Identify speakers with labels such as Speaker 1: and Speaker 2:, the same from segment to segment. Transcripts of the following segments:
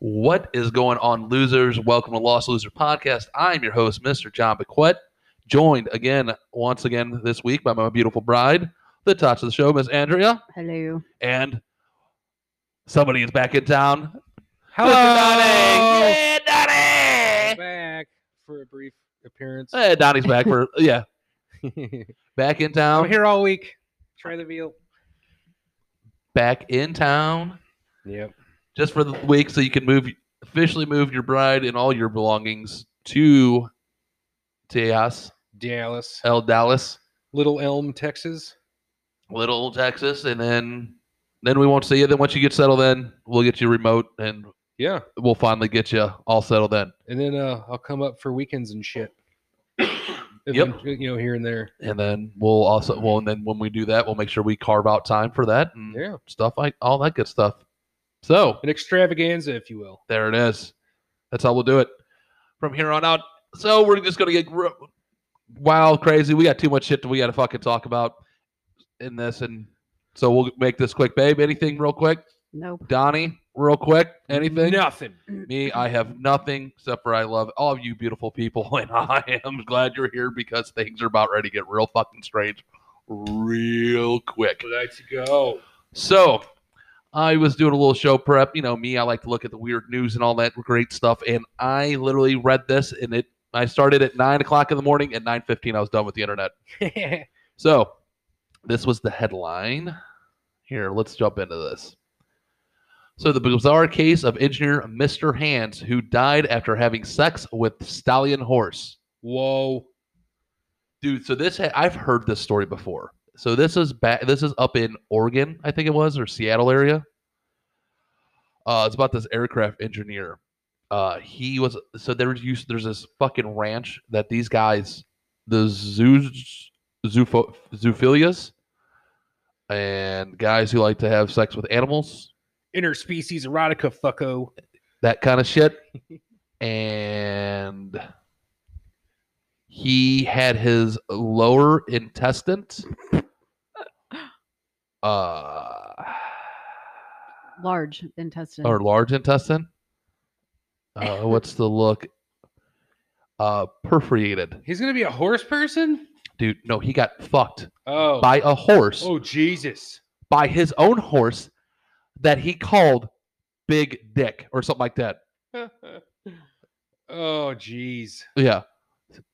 Speaker 1: What is going on, losers? Welcome to Lost Loser Podcast. I'm your host, Mr. John Bequette, joined again, once again this week by my beautiful bride, the touch of the show, Miss Andrea,
Speaker 2: Hello.
Speaker 1: and somebody is back in town.
Speaker 3: Hello, Donnie!
Speaker 1: Hey, Donnie!
Speaker 3: Back for a brief appearance.
Speaker 1: Hey, Donnie's back for, yeah,
Speaker 3: I'm
Speaker 1: back in town.
Speaker 3: here all week. Try the veal.
Speaker 1: Back in town
Speaker 3: Yep.
Speaker 1: just for the week so you can move, officially move your bride and all your belongings to Tejas,
Speaker 3: Dallas,
Speaker 1: El Dallas.
Speaker 3: Little Elm, Texas.
Speaker 1: little Texas, and then then we won't see you. Then once you get settled, then we'll get you remote, and
Speaker 3: Yeah.
Speaker 1: we'll finally get you all settled. Then
Speaker 3: And then uh, I'll come up for weekends and shit.
Speaker 1: Yep.
Speaker 3: You know, here and there.
Speaker 1: and then we'll also well, and then when we do that, we'll make sure we carve out time for that and
Speaker 3: Yeah.
Speaker 1: stuff like all that good stuff. So
Speaker 3: An extravaganza, if you will.
Speaker 1: there it is. That's how we'll do it from here on out. So we're just gonna get r- wild, crazy. We got too much shit that we got to fucking talk about in this, and so we'll make this quick, babe. Anything real quick,
Speaker 2: Nope.
Speaker 1: Donnie? Real quick, anything?
Speaker 3: Nothing.
Speaker 1: Me, I have nothing except for I love all of you beautiful people, and I am glad you're here because things are about ready to get real fucking strange real quick.
Speaker 3: Let's go.
Speaker 1: So, I was doing a little show prep. You know, me, I like to look at the weird news and all that great stuff, and I literally read this, and it. I started at nine o'clock in the morning. At nine fifteen, I was done with the internet. So, this was the headline. Here, let's jump into this. So, the bizarre case of engineer Mr. Hands, who died after having sex with stallion horse.
Speaker 3: Whoa.
Speaker 1: Dude, so this ha- I've heard this story before. So this is back. This is up in Oregon, I think it was, or Seattle area. Uh, it's about this aircraft engineer. Uh, he was so there was used. There's this fucking ranch that these guys, the zoos, zoofo- zoophilias, and guys who like to have sex with animals,
Speaker 3: Interspecies erotica fucko.
Speaker 1: that kind of shit. and he had his lower intestine uh,
Speaker 2: Large intestine.
Speaker 1: or large intestine. Uh, what's the look? Uh, perforated,
Speaker 3: He's going to be a horse person?
Speaker 1: dude. No, he got fucked
Speaker 3: Oh.
Speaker 1: by a horse,
Speaker 3: Oh, Jesus.
Speaker 1: by his own horse that he called Big Dick or something like that.
Speaker 3: oh, jeez.
Speaker 1: Yeah.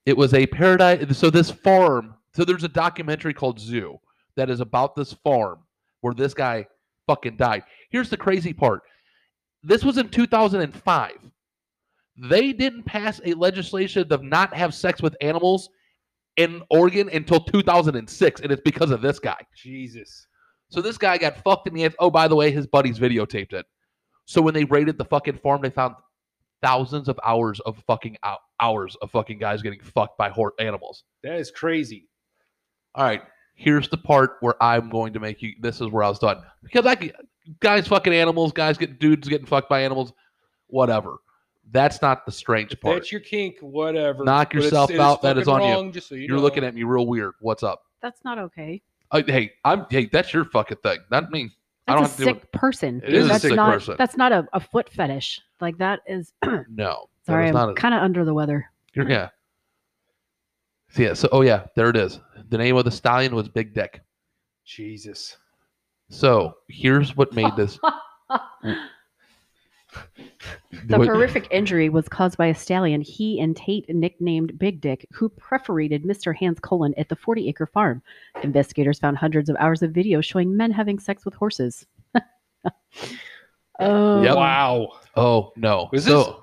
Speaker 1: It was a paradise. So this farm. So there's a documentary called Zoo that is about this farm where this guy fucking died. Here's the crazy part. This was in 2005. They didn't pass a legislation to not have sex with animals in Oregon until 2006, and it's because of this guy.
Speaker 3: Jesus.
Speaker 1: So this guy got fucked in the ass. Oh, by the way, his buddies videotaped it. So when they raided the fucking farm, they found thousands of hours of fucking hou- hours of fucking guys getting fucked by hor animals.
Speaker 3: That is crazy.
Speaker 1: All right, here's the part where I'm going to make you. This is where I was done because I could- guys fucking animals, guys get dudes getting fucked by animals, whatever. That's not the strange part.
Speaker 3: That's your kink, whatever.
Speaker 1: Knock
Speaker 3: But it's-
Speaker 1: yourself
Speaker 3: it
Speaker 1: out, that is on
Speaker 3: fucking
Speaker 1: you.
Speaker 3: wrong, Just so you
Speaker 1: You're looking at me real weird. What's up?
Speaker 2: That's not okay.
Speaker 1: Uh, hey, I'm. Hey, that's your fucking thing. Not me. I
Speaker 2: That's
Speaker 1: don't
Speaker 2: a
Speaker 1: have to do
Speaker 2: sick person.
Speaker 1: It is
Speaker 3: a
Speaker 2: that's
Speaker 3: sick
Speaker 2: not,
Speaker 1: person.
Speaker 2: That's not a, a foot fetish. Like that is.
Speaker 1: it. No. that
Speaker 2: sorry,
Speaker 1: was not
Speaker 2: I'm
Speaker 1: a-
Speaker 2: kind of under the weather.
Speaker 1: You're- Yeah. So yeah. So oh yeah, there it is. The name of the stallion was Big Dick.
Speaker 3: Jesus.
Speaker 1: So here's what made this.
Speaker 2: The
Speaker 1: what-
Speaker 2: horrific injury was caused by a stallion he and Tate nicknamed Big Dick, who perforated Mr. Hans colon at the 40 acre farm. Investigators found hundreds of hours of video showing men having sex with horses. oh,
Speaker 1: Yep.
Speaker 3: Wow.
Speaker 1: oh no.
Speaker 3: Was
Speaker 1: so,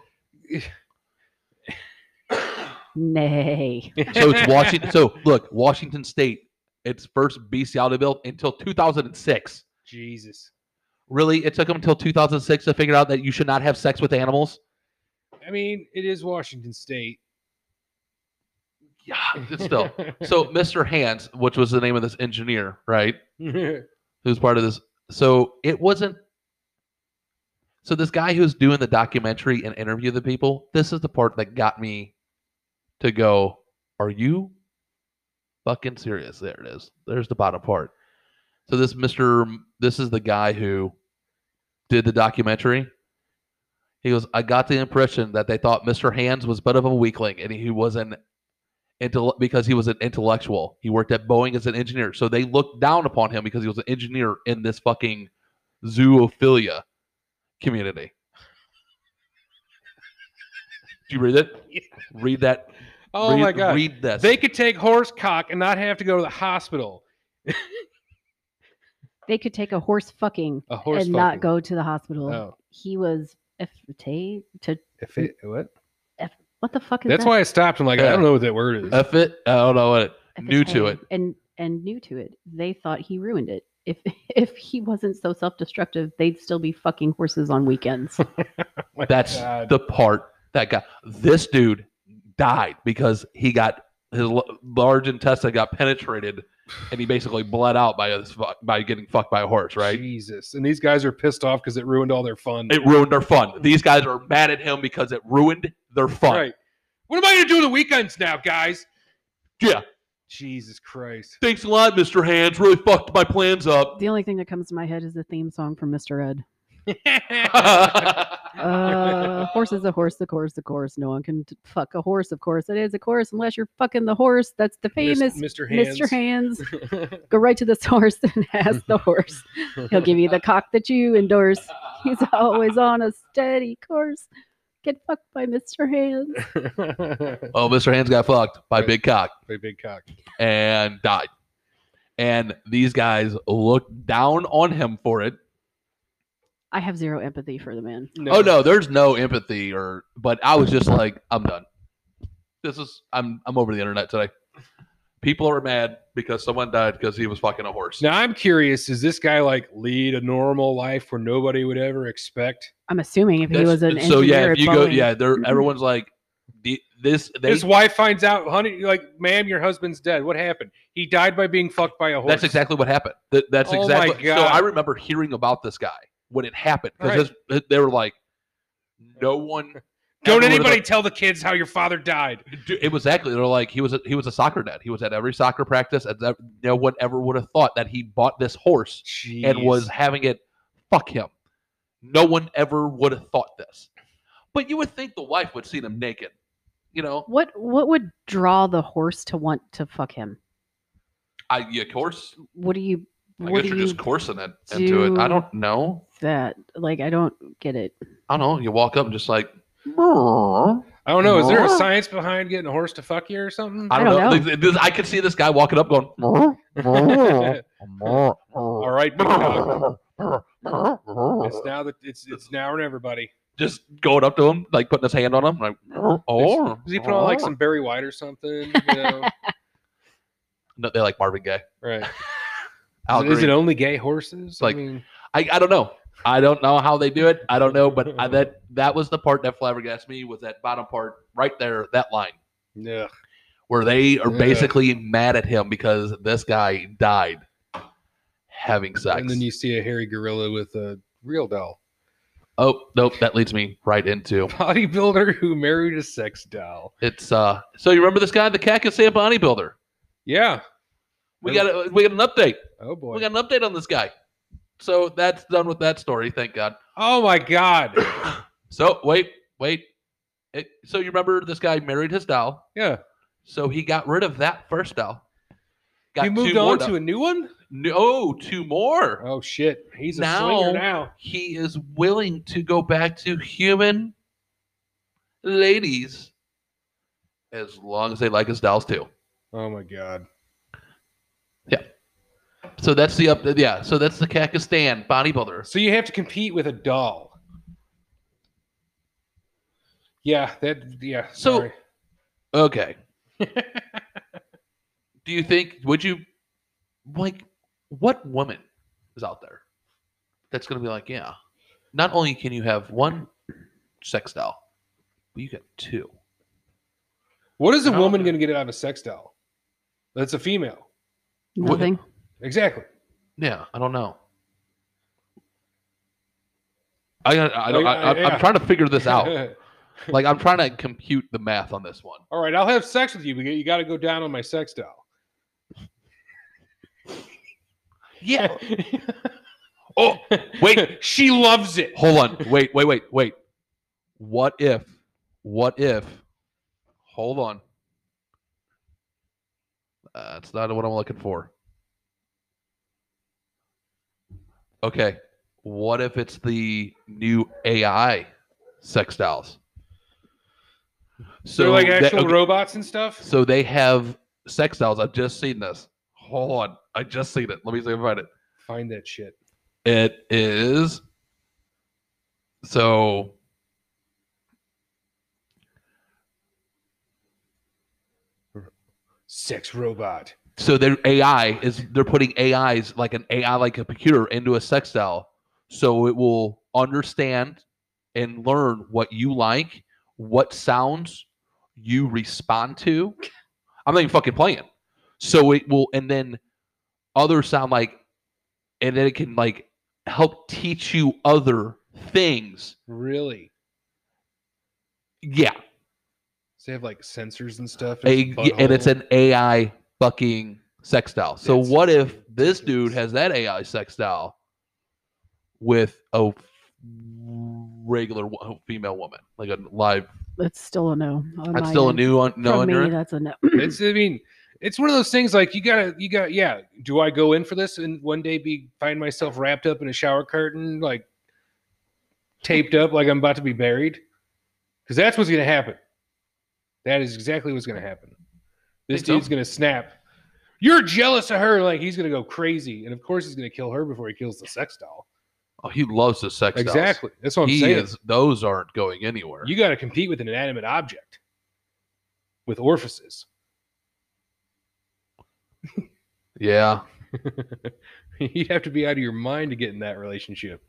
Speaker 2: nay.
Speaker 1: so it's Washington. So look, Washington State. Its first bestiality bill until 2006.
Speaker 3: Jesus.
Speaker 1: Really, it took them until 2006 to figure out that you should not have sex with animals.
Speaker 3: I mean, it is Washington State.
Speaker 1: Yeah, it's still. so Mr. Hands, which was the name of this engineer, right? who's part of this. So it wasn't. So this guy who's doing the documentary and interview the people, this is the part that got me to go, are you fucking serious? There it is. There's the bottom part. So this Mr. M- This is the guy who did the documentary. He goes, I got the impression that they thought Mr. Hands was but of a weakling, and he was an intell- because he was an intellectual. He worked at Boeing as an engineer, so they looked down upon him because he was an engineer in this fucking zoophilia community. Do you read it?
Speaker 3: Yeah.
Speaker 1: Read that.
Speaker 3: Oh
Speaker 1: read,
Speaker 3: my god.
Speaker 1: Read this.
Speaker 3: They could take horse cock and not have to go to the hospital.
Speaker 2: They could take a horse fucking
Speaker 3: A horse
Speaker 2: and not
Speaker 3: fucking.
Speaker 2: go to the hospital.
Speaker 3: Oh,
Speaker 2: He was effete to
Speaker 3: if it, what?
Speaker 2: what the fuck is
Speaker 3: That's
Speaker 2: that?
Speaker 3: why I stopped. I'm like, I
Speaker 1: Yeah.
Speaker 3: don't know what that word is.
Speaker 1: F it. I don't know what it. new to
Speaker 2: Effete
Speaker 1: it.
Speaker 2: and and new to it. They thought he ruined it. If if he wasn't so self destructive, they'd still be fucking horses on weekends.
Speaker 3: Oh My
Speaker 1: That's
Speaker 3: God.
Speaker 1: the part that got this dude died because he got his l- large intestine got penetrated and he basically bled out by this fuck, by getting fucked by a horse, right?
Speaker 3: Jesus. And these guys are pissed off because it ruined all their fun.
Speaker 1: It ruined their fun. These guys are mad at him because it ruined their fun.
Speaker 3: Right. What am I going to do on the weekends now, guys?
Speaker 1: Yeah.
Speaker 3: Jesus Christ.
Speaker 1: Thanks a lot, Mr. Hands. Really fucked my plans up.
Speaker 2: the only thing that comes to my head is the theme song from Mr. Ed. Uh, horse is a horse, the course, the course. No one can t- fuck a horse, of course. It is a course, unless you're fucking the horse. That's the
Speaker 3: Mis-
Speaker 2: famous
Speaker 3: Mr. Hands.
Speaker 2: Mr. Hands. Go right to this horse and ask the horse. He'll give you the cock that you endorse. He's always on a steady course. Get fucked by Mr. Hands.
Speaker 1: oh, Mr. Hands got fucked by
Speaker 3: Right.
Speaker 1: Big Cock.
Speaker 3: Big, big cock.
Speaker 1: and died. And these guys looked down on him for it.
Speaker 2: I have zero empathy for the man.
Speaker 1: Oh no, there's no empathy or but I was just like, I'm done. This is I'm I'm over the internet today. People are mad because someone died because he was fucking a horse.
Speaker 3: Now I'm curious, does this guy like lead a normal life where nobody would ever expect?
Speaker 2: I'm assuming if he
Speaker 1: That's-
Speaker 2: was an
Speaker 1: so
Speaker 2: engineer
Speaker 1: yeah, if
Speaker 2: at
Speaker 1: you go
Speaker 2: Boeing- Mm-hmm.
Speaker 1: yeah, they're everyone's like "The- this they,
Speaker 3: His wife finds out, honey, like, ma'am, your husband's dead. What happened? He died by being fucked by a horse.
Speaker 1: that's exactly what happened. That, that's
Speaker 3: Oh my
Speaker 1: exactly so
Speaker 3: God.
Speaker 1: I remember hearing about this guy when it happened
Speaker 3: Right.
Speaker 1: because they were like no one ever
Speaker 3: Don't
Speaker 1: would've-
Speaker 3: anybody tell the kids how your father died.
Speaker 1: Dude, it was actually they're like he was a, he was a soccer dad. He was at every soccer practice, and that, no one ever would have thought that he bought this horse and was having it fuck him. No one ever would have thought this, but you would think the wife would seen him naked. You know,
Speaker 2: What what would draw the horse to want to fuck him?
Speaker 1: I yeah, course.
Speaker 2: What do you
Speaker 1: I guess
Speaker 2: what do
Speaker 1: you're
Speaker 2: you
Speaker 1: just coursing it into it. I
Speaker 2: do-
Speaker 1: don't know.
Speaker 2: that like I don't get it.
Speaker 1: I don't know. You walk up and just like. "Meow."
Speaker 3: I don't know. Is there a
Speaker 1: Huh?
Speaker 3: science behind getting a horse to fuck you or something?
Speaker 1: I
Speaker 2: I
Speaker 1: don't,
Speaker 2: don't
Speaker 1: know. This- I could see this guy walking up going, "Meow, meow, meow,
Speaker 3: All
Speaker 1: meow,
Speaker 3: right, big cock.
Speaker 1: meow, meow, meow."
Speaker 3: It's now that it's it's now or never, buddy.
Speaker 1: just going up to him, like putting his hand on him, like, oh,
Speaker 3: Does he put on like some Barry White or something? You know?
Speaker 1: No, they like Marvin Gaye.
Speaker 3: right.
Speaker 1: I'll
Speaker 3: Is it- is
Speaker 1: agree.
Speaker 3: it only gay horses?
Speaker 1: Like-
Speaker 3: I mean,
Speaker 1: I, I don't know. I don't know how they do it. I don't know, but I, that that was the part that flabbergasted me was that bottom part right there, that line
Speaker 3: yeah.
Speaker 1: where they are
Speaker 3: Yeah.
Speaker 1: basically mad at him because this guy died having sex.
Speaker 3: And then you see a hairy gorilla with a real doll.
Speaker 1: oh nope, that leads me right into
Speaker 3: Bodybuilder who married a sex doll.
Speaker 1: it's. uh So you remember this guy, the Cactus Sam bodybuilder?
Speaker 3: Yeah.
Speaker 1: We got a, we got an update.
Speaker 3: Oh boy.
Speaker 1: We got an update on this guy. So that's done with that story. Thank God.
Speaker 3: oh my god.
Speaker 1: So wait, wait. It, so you remember this guy married his doll,
Speaker 3: Yeah.
Speaker 1: so he got rid of that first doll. Got
Speaker 3: he moved
Speaker 1: two more
Speaker 3: on
Speaker 1: doll-
Speaker 3: to a new one?
Speaker 1: no two more.
Speaker 3: Oh shit. He's a
Speaker 1: Now-
Speaker 3: swinger now.
Speaker 1: He is willing to go back to human ladies as long as they like his dolls too.
Speaker 3: Oh my god.
Speaker 1: So that's the up. Yeah. So that's the Kakistan bodybuilder.
Speaker 3: So you have to compete with a doll. Yeah, that yeah.
Speaker 1: So-
Speaker 3: sorry.
Speaker 1: Okay. Do you think would you like what woman is out there that's gonna be like, yeah, not only can you have one sex doll, but you get two.
Speaker 3: What is a
Speaker 1: No.
Speaker 3: woman going to get out of a sex doll? That's a female.
Speaker 1: What-
Speaker 2: Nothing.
Speaker 3: Exactly.
Speaker 1: Yeah, I don't know. I got- I don't, I,
Speaker 3: Like,
Speaker 1: I,
Speaker 3: yeah.
Speaker 1: I'm trying to figure this out. like I'm trying to compute the math on this one.
Speaker 3: All right, I'll have sex with you, but you got to go down on my sex doll.
Speaker 1: Yeah. oh, wait.
Speaker 3: she loves it.
Speaker 1: Hold on. Wait, wait, wait, wait. What if? What if? Hold on. That's not what I'm looking for. Okay. What if it's the new AI sex dolls?
Speaker 3: So like
Speaker 1: that-
Speaker 3: actual
Speaker 1: okay,
Speaker 3: robots and stuff.
Speaker 1: so they have sex dolls. I've just seen this. Hold on. I just seen it. Let me see if I find it.
Speaker 3: Find that shit.
Speaker 1: It is. So.
Speaker 3: Sex robot.
Speaker 1: So their AI is they're putting AIs like an AI like a computer into a sex doll, so it will understand and learn what you like, what sounds you respond to. I'm not even fucking playing. So it will, and then others sound like, and then it can like help teach you other things.
Speaker 3: Really?
Speaker 1: Yeah,
Speaker 3: So they have like sensors and stuff.
Speaker 1: a, y- and it's
Speaker 3: butthole?
Speaker 1: an AI fucking sex doll. So
Speaker 3: That's
Speaker 1: what if this dude
Speaker 3: ridiculous.
Speaker 1: has that AI sex doll with a f- regular wo- female woman, like a live?
Speaker 2: That's still a no. on
Speaker 1: That's
Speaker 2: my
Speaker 1: still a
Speaker 2: end.
Speaker 1: new one. No,
Speaker 2: From
Speaker 1: on your
Speaker 2: me,
Speaker 1: end?
Speaker 2: that's a no.
Speaker 3: it's i mean it's one of those things like you gotta you got yeah do i go in for this and one day be find myself wrapped up in a shower curtain like taped up like i'm about to be buried because that's what's gonna happen that is exactly what's gonna happen this
Speaker 1: Think so?
Speaker 3: dude's gonna snap you're jealous of her like he's gonna go crazy and of course he's gonna kill her before he kills the sex doll
Speaker 1: oh, he loves the sex dolls.
Speaker 3: exactly that's what i'm
Speaker 1: he
Speaker 3: saying
Speaker 1: is. Those aren't going anywhere.
Speaker 3: you gotta compete with an inanimate object with orifices
Speaker 1: yeah,
Speaker 3: You'd have to be out of your mind to get in that relationship.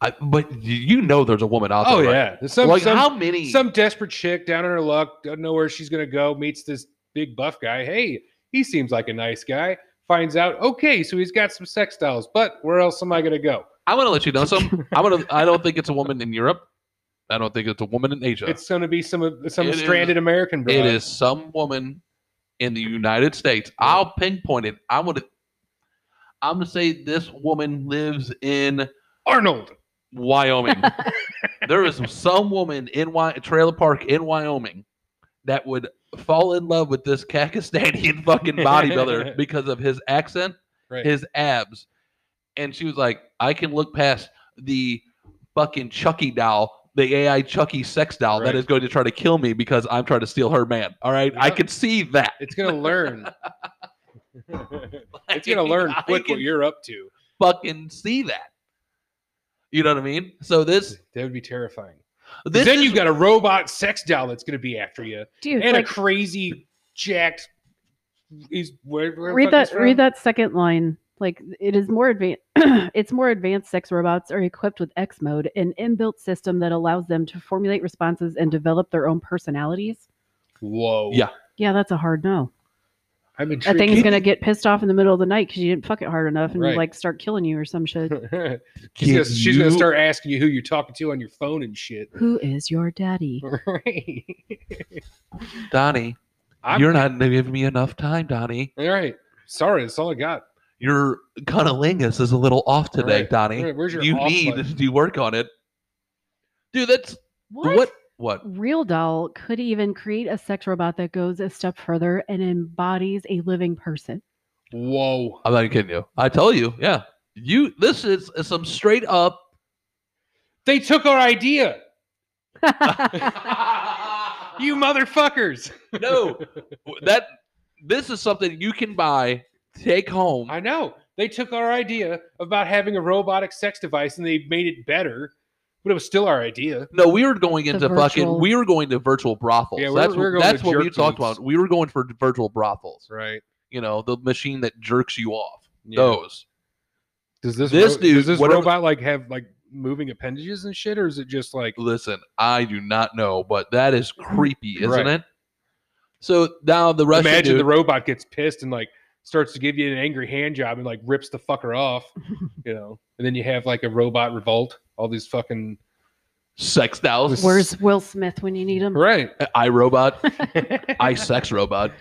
Speaker 1: I, but y- you know, there's a woman out there.
Speaker 3: oh
Speaker 1: right?
Speaker 3: yeah, There's some
Speaker 1: like
Speaker 3: some,
Speaker 1: how many?
Speaker 3: some desperate chick down on her luck, doesn't know where she's gonna go, meets this big buff guy. Hey, he seems like a nice guy. Finds out, okay, so he's got some sex dolls, but where else am I gonna go?
Speaker 1: I'm gonna let you know some. I'm gonna. I don't think it's a woman in Europe. I don't think it's a woman in Asia.
Speaker 3: It's gonna be some some
Speaker 1: It is-
Speaker 3: stranded American. Broad.
Speaker 1: It is some woman in the United States. I'll pinpoint it. I'm gonna I'm gonna say this woman lives in
Speaker 3: Arnold.
Speaker 1: Wyoming. there is some woman in Wy- trailer park in Wyoming that would fall in love with this Kakistanian fucking bodybuilder because of his accent,
Speaker 3: Right.
Speaker 1: his abs, and she was like, "I can look past the fucking Chucky doll." The AI Chucky sex doll
Speaker 3: Right.
Speaker 1: that is going to try to kill me because I'm trying to steal her man. All right. I
Speaker 3: Yep.
Speaker 1: can see that.
Speaker 3: It's gonna learn. it's gonna learn
Speaker 1: I
Speaker 3: quick
Speaker 1: can
Speaker 3: what you're up to.
Speaker 1: fucking see that. You know what I mean? So this
Speaker 3: That would be terrifying.
Speaker 1: this
Speaker 3: then
Speaker 1: is-
Speaker 3: you've got a robot sex doll that's gonna be after you.
Speaker 2: Dude,
Speaker 3: and
Speaker 2: like,
Speaker 3: a crazy jacked. He's where, where the
Speaker 2: read
Speaker 3: fuck
Speaker 2: that
Speaker 3: he's from?
Speaker 2: read that second line like it is more advanced it's more advanced sex robots are equipped with x mode an inbuilt system that allows them to formulate responses and develop their own personalities
Speaker 3: Whoa.
Speaker 1: Yeah.
Speaker 2: yeah that's a hard no
Speaker 3: I'm
Speaker 2: that
Speaker 3: intrigued.
Speaker 2: thing is going to get pissed off in the middle of the night because you didn't fuck it hard enough and
Speaker 3: Right.
Speaker 2: like start killing you or some shit
Speaker 1: Can
Speaker 3: She's gonna, she's
Speaker 1: you-
Speaker 3: gonna start asking you who you're talking to on your phone and shit.
Speaker 2: who is your daddy
Speaker 3: Right.
Speaker 1: Donnie.
Speaker 3: I'm,
Speaker 1: you're not giving me enough time, Donnie.
Speaker 3: all right. Sorry, that's all I got.
Speaker 1: Your cunnilingus is a little off today,
Speaker 3: Right.
Speaker 1: Donnie.
Speaker 3: Where- where's your
Speaker 1: you
Speaker 3: off
Speaker 1: need
Speaker 3: button?
Speaker 1: to work on it. Dude, that's what? what
Speaker 2: real doll could even create a sex robot that goes a step further and embodies a living person
Speaker 3: Whoa.
Speaker 1: I'm not even kidding you. I tell you, yeah. You this is some straight up
Speaker 3: They took our idea.
Speaker 1: you
Speaker 3: You motherfuckers.
Speaker 1: know that this is something you can buy, take home.
Speaker 3: I know. They took our idea about having a robotic sex device and they made it better, but it was still our idea.
Speaker 1: No, we were going into fucking.
Speaker 2: virtual-
Speaker 1: We were going to virtual brothels.
Speaker 3: Yeah, we
Speaker 1: that's
Speaker 3: were- we were
Speaker 1: what-
Speaker 3: going
Speaker 1: that's
Speaker 3: to
Speaker 1: what we
Speaker 3: jerk
Speaker 1: talked
Speaker 3: booths.
Speaker 1: about. We were going for virtual brothels.
Speaker 3: Right.
Speaker 1: You know, the machine that jerks you off.
Speaker 3: Yeah.
Speaker 1: Those.
Speaker 3: Does this
Speaker 1: This
Speaker 3: this
Speaker 1: dude-
Speaker 3: does this
Speaker 1: whatever-
Speaker 3: robot like have like moving appendages and shit, or is it just like
Speaker 1: Listen, I do not know, but that is creepy, isn't
Speaker 3: Right.
Speaker 1: it? So now the Russian
Speaker 3: imagine
Speaker 1: dude,
Speaker 3: the robot gets pissed and like starts to give you an angry hand job and like rips the fucker off, you know? And then you have like a robot revolt, all these fucking
Speaker 1: sex dolls,
Speaker 2: where's will smith when you need him
Speaker 3: right.
Speaker 1: I robot,
Speaker 3: Did
Speaker 1: I sex robot.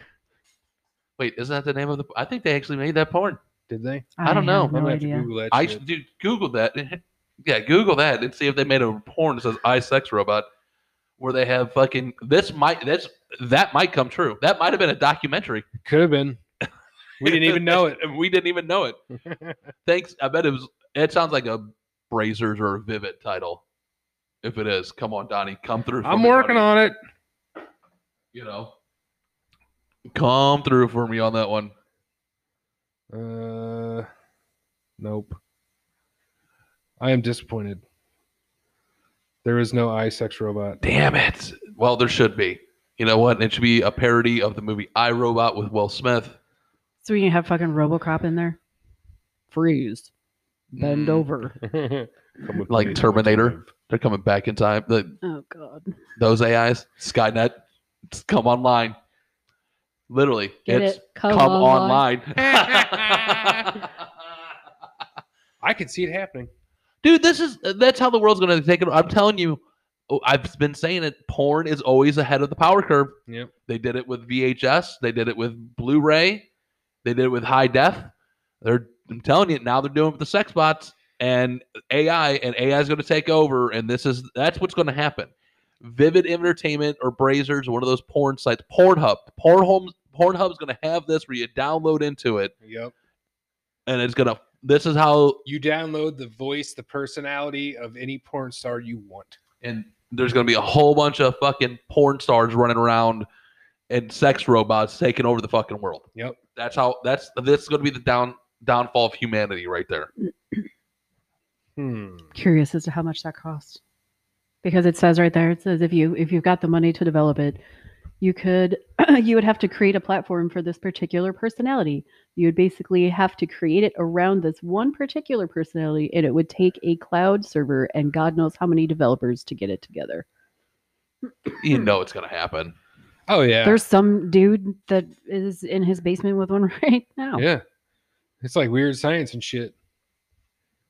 Speaker 1: Wait, isn't that the name of the? I think they actually made that porn.
Speaker 3: they?
Speaker 1: I don't
Speaker 2: have
Speaker 1: know.
Speaker 3: I'm
Speaker 2: no
Speaker 3: gonna have to
Speaker 2: idea.
Speaker 3: Google that.
Speaker 1: I
Speaker 3: shit.
Speaker 1: dude, Google that. Yeah, Google that and see if they made a porn that says "I sex robot." where they have fucking this might that's that might come true. That might have been a documentary.
Speaker 3: Could have been. We didn't even know it.
Speaker 1: And we didn't even know it. Thanks. I bet it was. It sounds like a Brazers or a Vivid title. If it is, come on, Donnie, come through. For
Speaker 3: I'm
Speaker 1: me,
Speaker 3: working
Speaker 1: buddy.
Speaker 3: on it.
Speaker 1: You know, come through for me on that one.
Speaker 3: Uh, nope. I am disappointed. There is no I sex robot.
Speaker 1: Damn it. Well, there should be. You know what? It should be a parody of the movie I Robot with Will Smith.
Speaker 2: So we can have fucking RoboCop in there. Freeze. Bend
Speaker 1: Mm.
Speaker 2: over.
Speaker 3: Come with
Speaker 1: Like
Speaker 3: me.
Speaker 1: Terminator. They're coming back in time. The,
Speaker 2: Oh god.
Speaker 1: those AIs, Skynet, it's come online. Literally,
Speaker 2: Get
Speaker 1: it's
Speaker 2: it? Come,
Speaker 1: come
Speaker 2: online.
Speaker 1: online.
Speaker 3: I could see it happening.
Speaker 1: Dude, this is that's how the world's going to take it. I'm telling you, oh, I've been saying it. Porn is always ahead of the power curve.
Speaker 3: Yep.
Speaker 1: They did it with VHS. They did it with Blu-ray. They did it with high def. They're I'm telling you now they're doing it with the sex bots and AI and AI is going to take over and this is that's what's going to happen. Vivid Entertainment or Brazers, one of those porn sites, Pornhub, Pornhub, Pornhub's going to have this where you download into it
Speaker 3: Yep.
Speaker 1: and it's going to. This is how
Speaker 3: You download the voice, the personality of any porn star you want.
Speaker 1: and there's going to be a whole bunch of fucking porn stars running around and sex robots taking over the fucking world.
Speaker 3: Yep.
Speaker 1: That's how that's this is going to be the down downfall of humanity right there.
Speaker 3: Hmm.
Speaker 2: Curious as to how much that costs. Because it says right there, it says if you if you've got the money to develop it, you could you would have to create a platform for this particular personality. You would basically have to create it around this one particular personality and it would take a cloud server and god knows how many developers to get it together.
Speaker 1: You know it's going to happen.
Speaker 3: Oh yeah.
Speaker 2: There's some dude that is in his basement with one right now.
Speaker 3: yeah. It's like weird science and shit.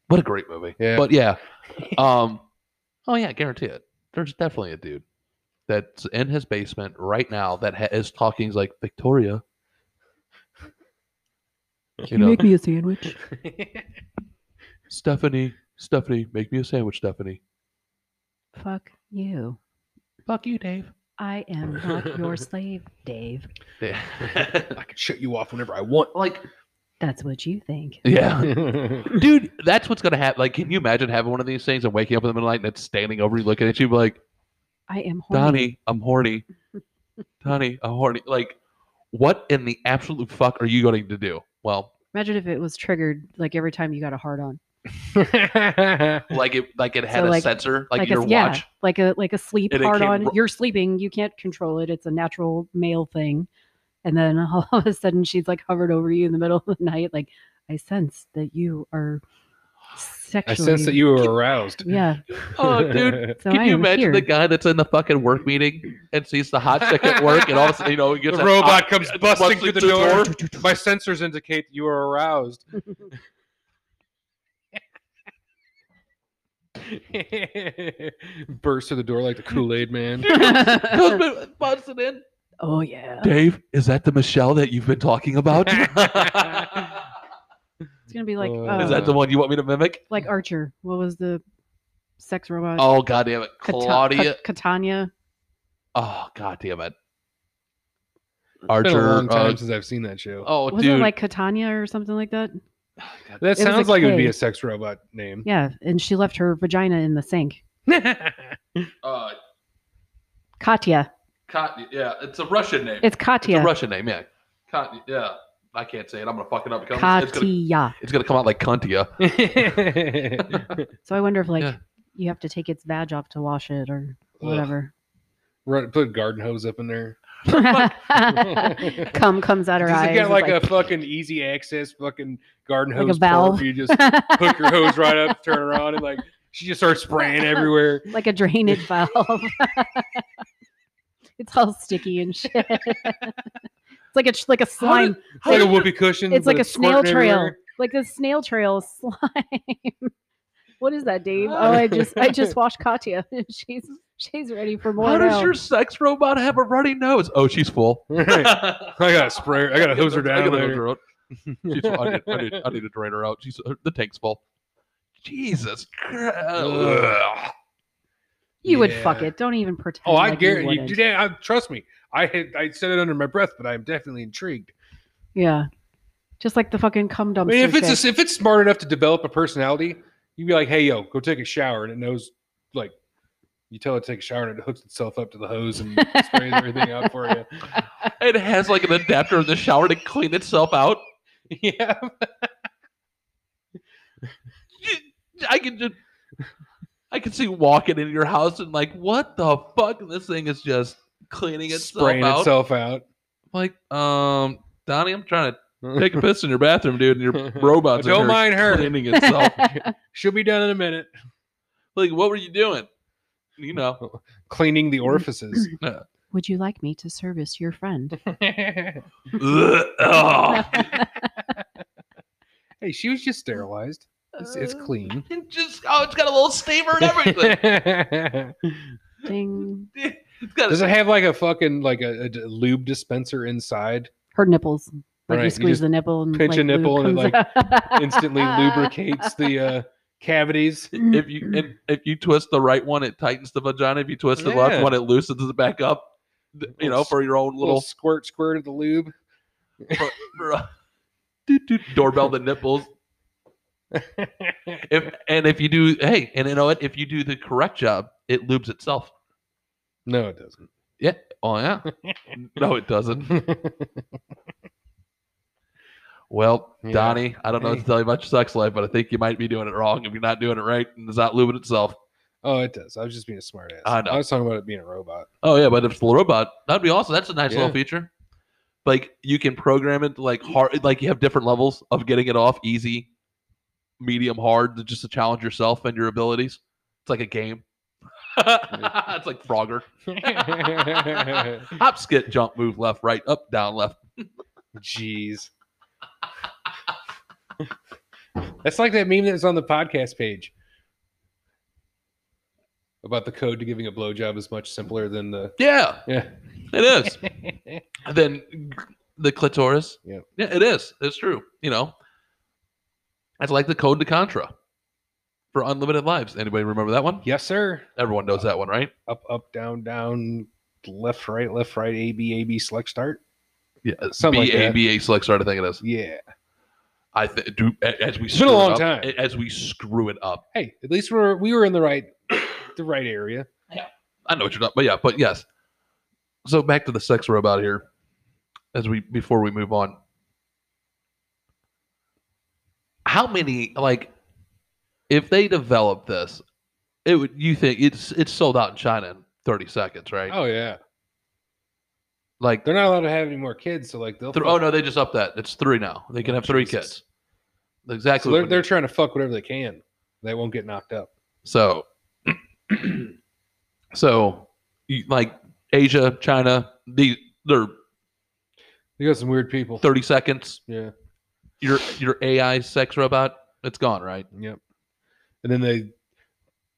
Speaker 1: What a great movie.
Speaker 3: Yeah.
Speaker 1: But yeah. Um oh yeah, guarantee it. There's definitely a dude that's in his basement right now that ha- is talking he's like Victoria. You
Speaker 2: Can
Speaker 1: know,
Speaker 2: you make me a sandwich?
Speaker 1: Stephanie, Stephanie, make me a sandwich, Stephanie.
Speaker 2: Fuck you.
Speaker 1: Fuck you, Dave.
Speaker 2: I am not your slave, Dave.
Speaker 1: Yeah.
Speaker 3: I can shut you off whenever I want.
Speaker 1: like
Speaker 2: That's what you think.
Speaker 1: yeah. Dude, that's what's gonna happen. Like, can you imagine having one of these things and waking up in the middle of the night and it's standing over you looking at you like
Speaker 2: I am horny.
Speaker 1: Donnie, I'm horny. Donnie, I'm horny. Like, what in the absolute fuck are you going to do? Well,
Speaker 2: Imagine if it was triggered like every time you got a hard on.
Speaker 1: like it, like it had
Speaker 2: So,
Speaker 1: a
Speaker 2: like-
Speaker 1: sensor, like,
Speaker 2: Like
Speaker 1: your
Speaker 2: a, yeah,
Speaker 1: watch.
Speaker 2: like a like a sleep
Speaker 1: And it
Speaker 2: hard
Speaker 1: came
Speaker 2: on.
Speaker 1: ro-
Speaker 2: You're sleeping, you can't control it. It's a natural male thing. And then all of a sudden she's like hovered over you in the middle of the night like I sense that you are
Speaker 3: I
Speaker 2: sexually
Speaker 3: sense that you were aroused.
Speaker 2: Yeah.
Speaker 1: Oh, dude.
Speaker 2: So
Speaker 1: Can
Speaker 2: I
Speaker 1: you
Speaker 2: am
Speaker 1: imagine
Speaker 2: here.
Speaker 1: the guy that's in the fucking work meeting and sees the hot chick at work and all of a sudden, you know, he
Speaker 3: The
Speaker 1: gets that
Speaker 3: robot
Speaker 1: hot-
Speaker 3: comes
Speaker 1: uh,
Speaker 3: busting through the door.
Speaker 1: door.
Speaker 3: My sensors indicate you are aroused. Burst through the door like the Kool Aid Man.
Speaker 1: Husband busting in.
Speaker 2: oh yeah.
Speaker 1: Dave, is that the Michelle that you've been talking about? is
Speaker 2: It's gonna be like
Speaker 3: Uh,
Speaker 2: uh,
Speaker 3: Is
Speaker 1: that the one you want me to mimic?
Speaker 2: like Archer. What was the sex robot?
Speaker 1: Oh god damn it.
Speaker 2: Cata- Ca-
Speaker 1: Claudia.
Speaker 2: Catania.
Speaker 1: Oh god damn it.
Speaker 3: It's been a
Speaker 1: Archer.
Speaker 3: long time
Speaker 1: uh,
Speaker 3: since I've seen that show.
Speaker 1: oh
Speaker 2: was
Speaker 1: dude. Oh,
Speaker 2: it like Catania or something like that?
Speaker 1: God,
Speaker 3: that
Speaker 2: was a
Speaker 3: sounds like it would be
Speaker 2: K.
Speaker 3: a sex robot name.
Speaker 2: Yeah, and she left her vagina in the sink.
Speaker 1: uh,
Speaker 2: Katya.
Speaker 1: Kat- yeah, it's a Russian name.
Speaker 2: It's
Speaker 1: It's a
Speaker 2: Katya.
Speaker 1: Russian name, yeah. Kat- yeah. I can't say it. I'm gonna fuck it up. It comes- It's gonna,
Speaker 2: Katya.
Speaker 1: it's gonna come out like Cuntia.
Speaker 2: So I wonder if like
Speaker 1: Yeah.
Speaker 2: you have to take its badge off to wash it or
Speaker 3: Ugh.
Speaker 2: whatever.
Speaker 3: Run, put garden hose up in there.
Speaker 2: Cum comes out her
Speaker 3: Does it
Speaker 2: eyes.
Speaker 3: get
Speaker 2: it's
Speaker 3: like, a fucking easy access fucking garden
Speaker 2: Like a
Speaker 3: hose
Speaker 2: valve?
Speaker 3: valve? You just hook your hose right up, turn her on, and like she just starts spraying everywhere.
Speaker 2: like a drainage valve. it's all sticky and shit. it's like a like a slime.
Speaker 3: It's like a whoopee cushion.
Speaker 2: It's
Speaker 3: but
Speaker 2: like a snail
Speaker 3: squirting
Speaker 2: trail,
Speaker 3: everywhere.
Speaker 2: like a snail trail slime. what is that, Dave? Oh, I just I just washed Katya. she's she's ready for more.
Speaker 1: How
Speaker 2: now.
Speaker 1: does your sex robot have a runny nose? Oh, she's full. I
Speaker 3: I gotta spray her. I gotta hose her
Speaker 1: I
Speaker 3: down.
Speaker 1: gotta hose
Speaker 3: later.
Speaker 1: her out. She's, I, need, I, need, I need to drain her out. She's, her, the tank's full. Jesus Christ.
Speaker 3: Ugh.
Speaker 2: You would fuck
Speaker 3: Yeah.
Speaker 2: it. Don't even pretend.
Speaker 3: Oh, I
Speaker 2: like
Speaker 3: guarantee you.
Speaker 2: wouldn't.
Speaker 3: Today, I, trust me. I had, I said it under my breath, but I'm definitely intrigued.
Speaker 2: Yeah. Just like the fucking cum
Speaker 3: I
Speaker 2: dumpster.
Speaker 3: mean, if
Speaker 2: shit.
Speaker 3: it's a, if it's smart enough to develop a personality, you'd be like, "Hey, yo, go take a shower," and it knows like you tell it to take a shower, and it hooks itself up to the hose and sprays everything out for you.
Speaker 1: It has like an adapter in the shower to clean itself out.
Speaker 3: Yeah,
Speaker 1: I can just, I can see walking into your house and like, what the fuck? This thing is just cleaning itself
Speaker 3: spraying
Speaker 1: out.
Speaker 3: itself out.
Speaker 1: Like, um, Donnie, I'm trying to take a piss in your bathroom, dude, and your robot's in
Speaker 3: Don't
Speaker 1: here
Speaker 3: mind her.
Speaker 1: cleaning itself.
Speaker 3: She'll be done in a minute.
Speaker 1: like, what were you doing? You know,
Speaker 3: Cleaning the orifices.
Speaker 2: Would you like me to service your friend?
Speaker 3: hey,
Speaker 1: Ugh, ugh.
Speaker 3: she was just sterilized. It's,
Speaker 2: Uh,
Speaker 3: it's clean.
Speaker 1: And just oh, it's got a little steamer and everything.
Speaker 2: Ding.
Speaker 1: it's got
Speaker 3: Does
Speaker 1: a,
Speaker 3: it have like a fucking like a, a d- lube dispenser inside?
Speaker 2: Her nipples. Like
Speaker 3: Right,
Speaker 2: you
Speaker 3: you
Speaker 2: squeeze
Speaker 3: just
Speaker 2: the nipple and
Speaker 3: pinch
Speaker 2: like,
Speaker 3: a nipple
Speaker 2: lube
Speaker 3: and it,
Speaker 2: comes out.
Speaker 3: Instantly lubricates the uh, cavities.
Speaker 1: if you if, if you twist the right one, it tightens the vagina. If you twist the
Speaker 3: Yeah.
Speaker 1: left one, it loosens it back up. th- You
Speaker 3: Little
Speaker 1: know,
Speaker 3: s-
Speaker 1: for your own
Speaker 3: Little,
Speaker 1: little
Speaker 3: squirt squirt of the lube.
Speaker 1: for, uh, doot, doot, doorbell the nipples. If and if you do, hey, and you know what? If you do the correct job, it lubes itself.
Speaker 3: No, it doesn't.
Speaker 1: Oh yeah. no, it doesn't. Well,
Speaker 3: Yeah.
Speaker 1: Donnie, I don't know what to
Speaker 3: Hey.
Speaker 1: tell you about your sex life, but I think you might be doing it wrong if you're not doing it right and it's not lubing itself.
Speaker 3: oh, it does. I was just being a smartass.
Speaker 1: I know.
Speaker 3: was talking about it being a robot.
Speaker 1: Oh yeah, but if it's a robot, that'd be awesome. That's a nice
Speaker 3: Yeah.
Speaker 1: little feature. Like you can program it to, like hard, like you have different levels of getting it off easy, medium, hard, to just to challenge yourself and your abilities. It's like a game. it's like Frogger, hop, skip, jump, move, left, right, up, down, left.
Speaker 3: Jeez. That's like that meme that was on the podcast page about the code to giving a blowjob is much simpler than the
Speaker 1: Yeah,
Speaker 3: yeah.
Speaker 1: it is. and then the clitoris.
Speaker 3: Yep.
Speaker 1: Yeah, it is. It's true. You know, it's like the code to Contra for unlimited lives. Anybody remember that one?
Speaker 3: yes, sir.
Speaker 1: Everyone knows that one, right?
Speaker 3: Up, up, down, down, left, right, left, right, A, B, A, B, select, start.
Speaker 1: Yeah,
Speaker 3: something like
Speaker 1: B A
Speaker 3: that.
Speaker 1: B A select start. I think it is.
Speaker 3: Yeah.
Speaker 1: I th- do a- as we
Speaker 3: It's been
Speaker 1: screw
Speaker 3: a
Speaker 1: it
Speaker 3: long
Speaker 1: up-
Speaker 3: time.
Speaker 1: a- as we screw it up.
Speaker 3: Hey, at least we're we were in the right the right area.
Speaker 1: I know what you're not, but yeah, but yes. So back to the sex robot here, as we before we move on. How many like, if they develop this, it would you think it's it's sold out in China in 30 seconds, right?
Speaker 3: Oh yeah.
Speaker 1: like,
Speaker 3: They're not allowed to have any more kids, so like they'll
Speaker 1: th- oh no, they just up that. It's three now. They can
Speaker 3: Oh,
Speaker 1: have three
Speaker 3: Jesus.
Speaker 1: kids. Exactly.
Speaker 3: so
Speaker 1: what
Speaker 3: they're,
Speaker 1: we
Speaker 3: they're
Speaker 1: need.
Speaker 3: trying to fuck whatever they can. They won't get knocked up.
Speaker 1: So, so you- like Asia, China, the they're
Speaker 3: You got some weird people.
Speaker 1: thirty seconds.
Speaker 3: Yeah.
Speaker 1: Your your AI sex robot, it's gone, right?
Speaker 3: Yep. And then they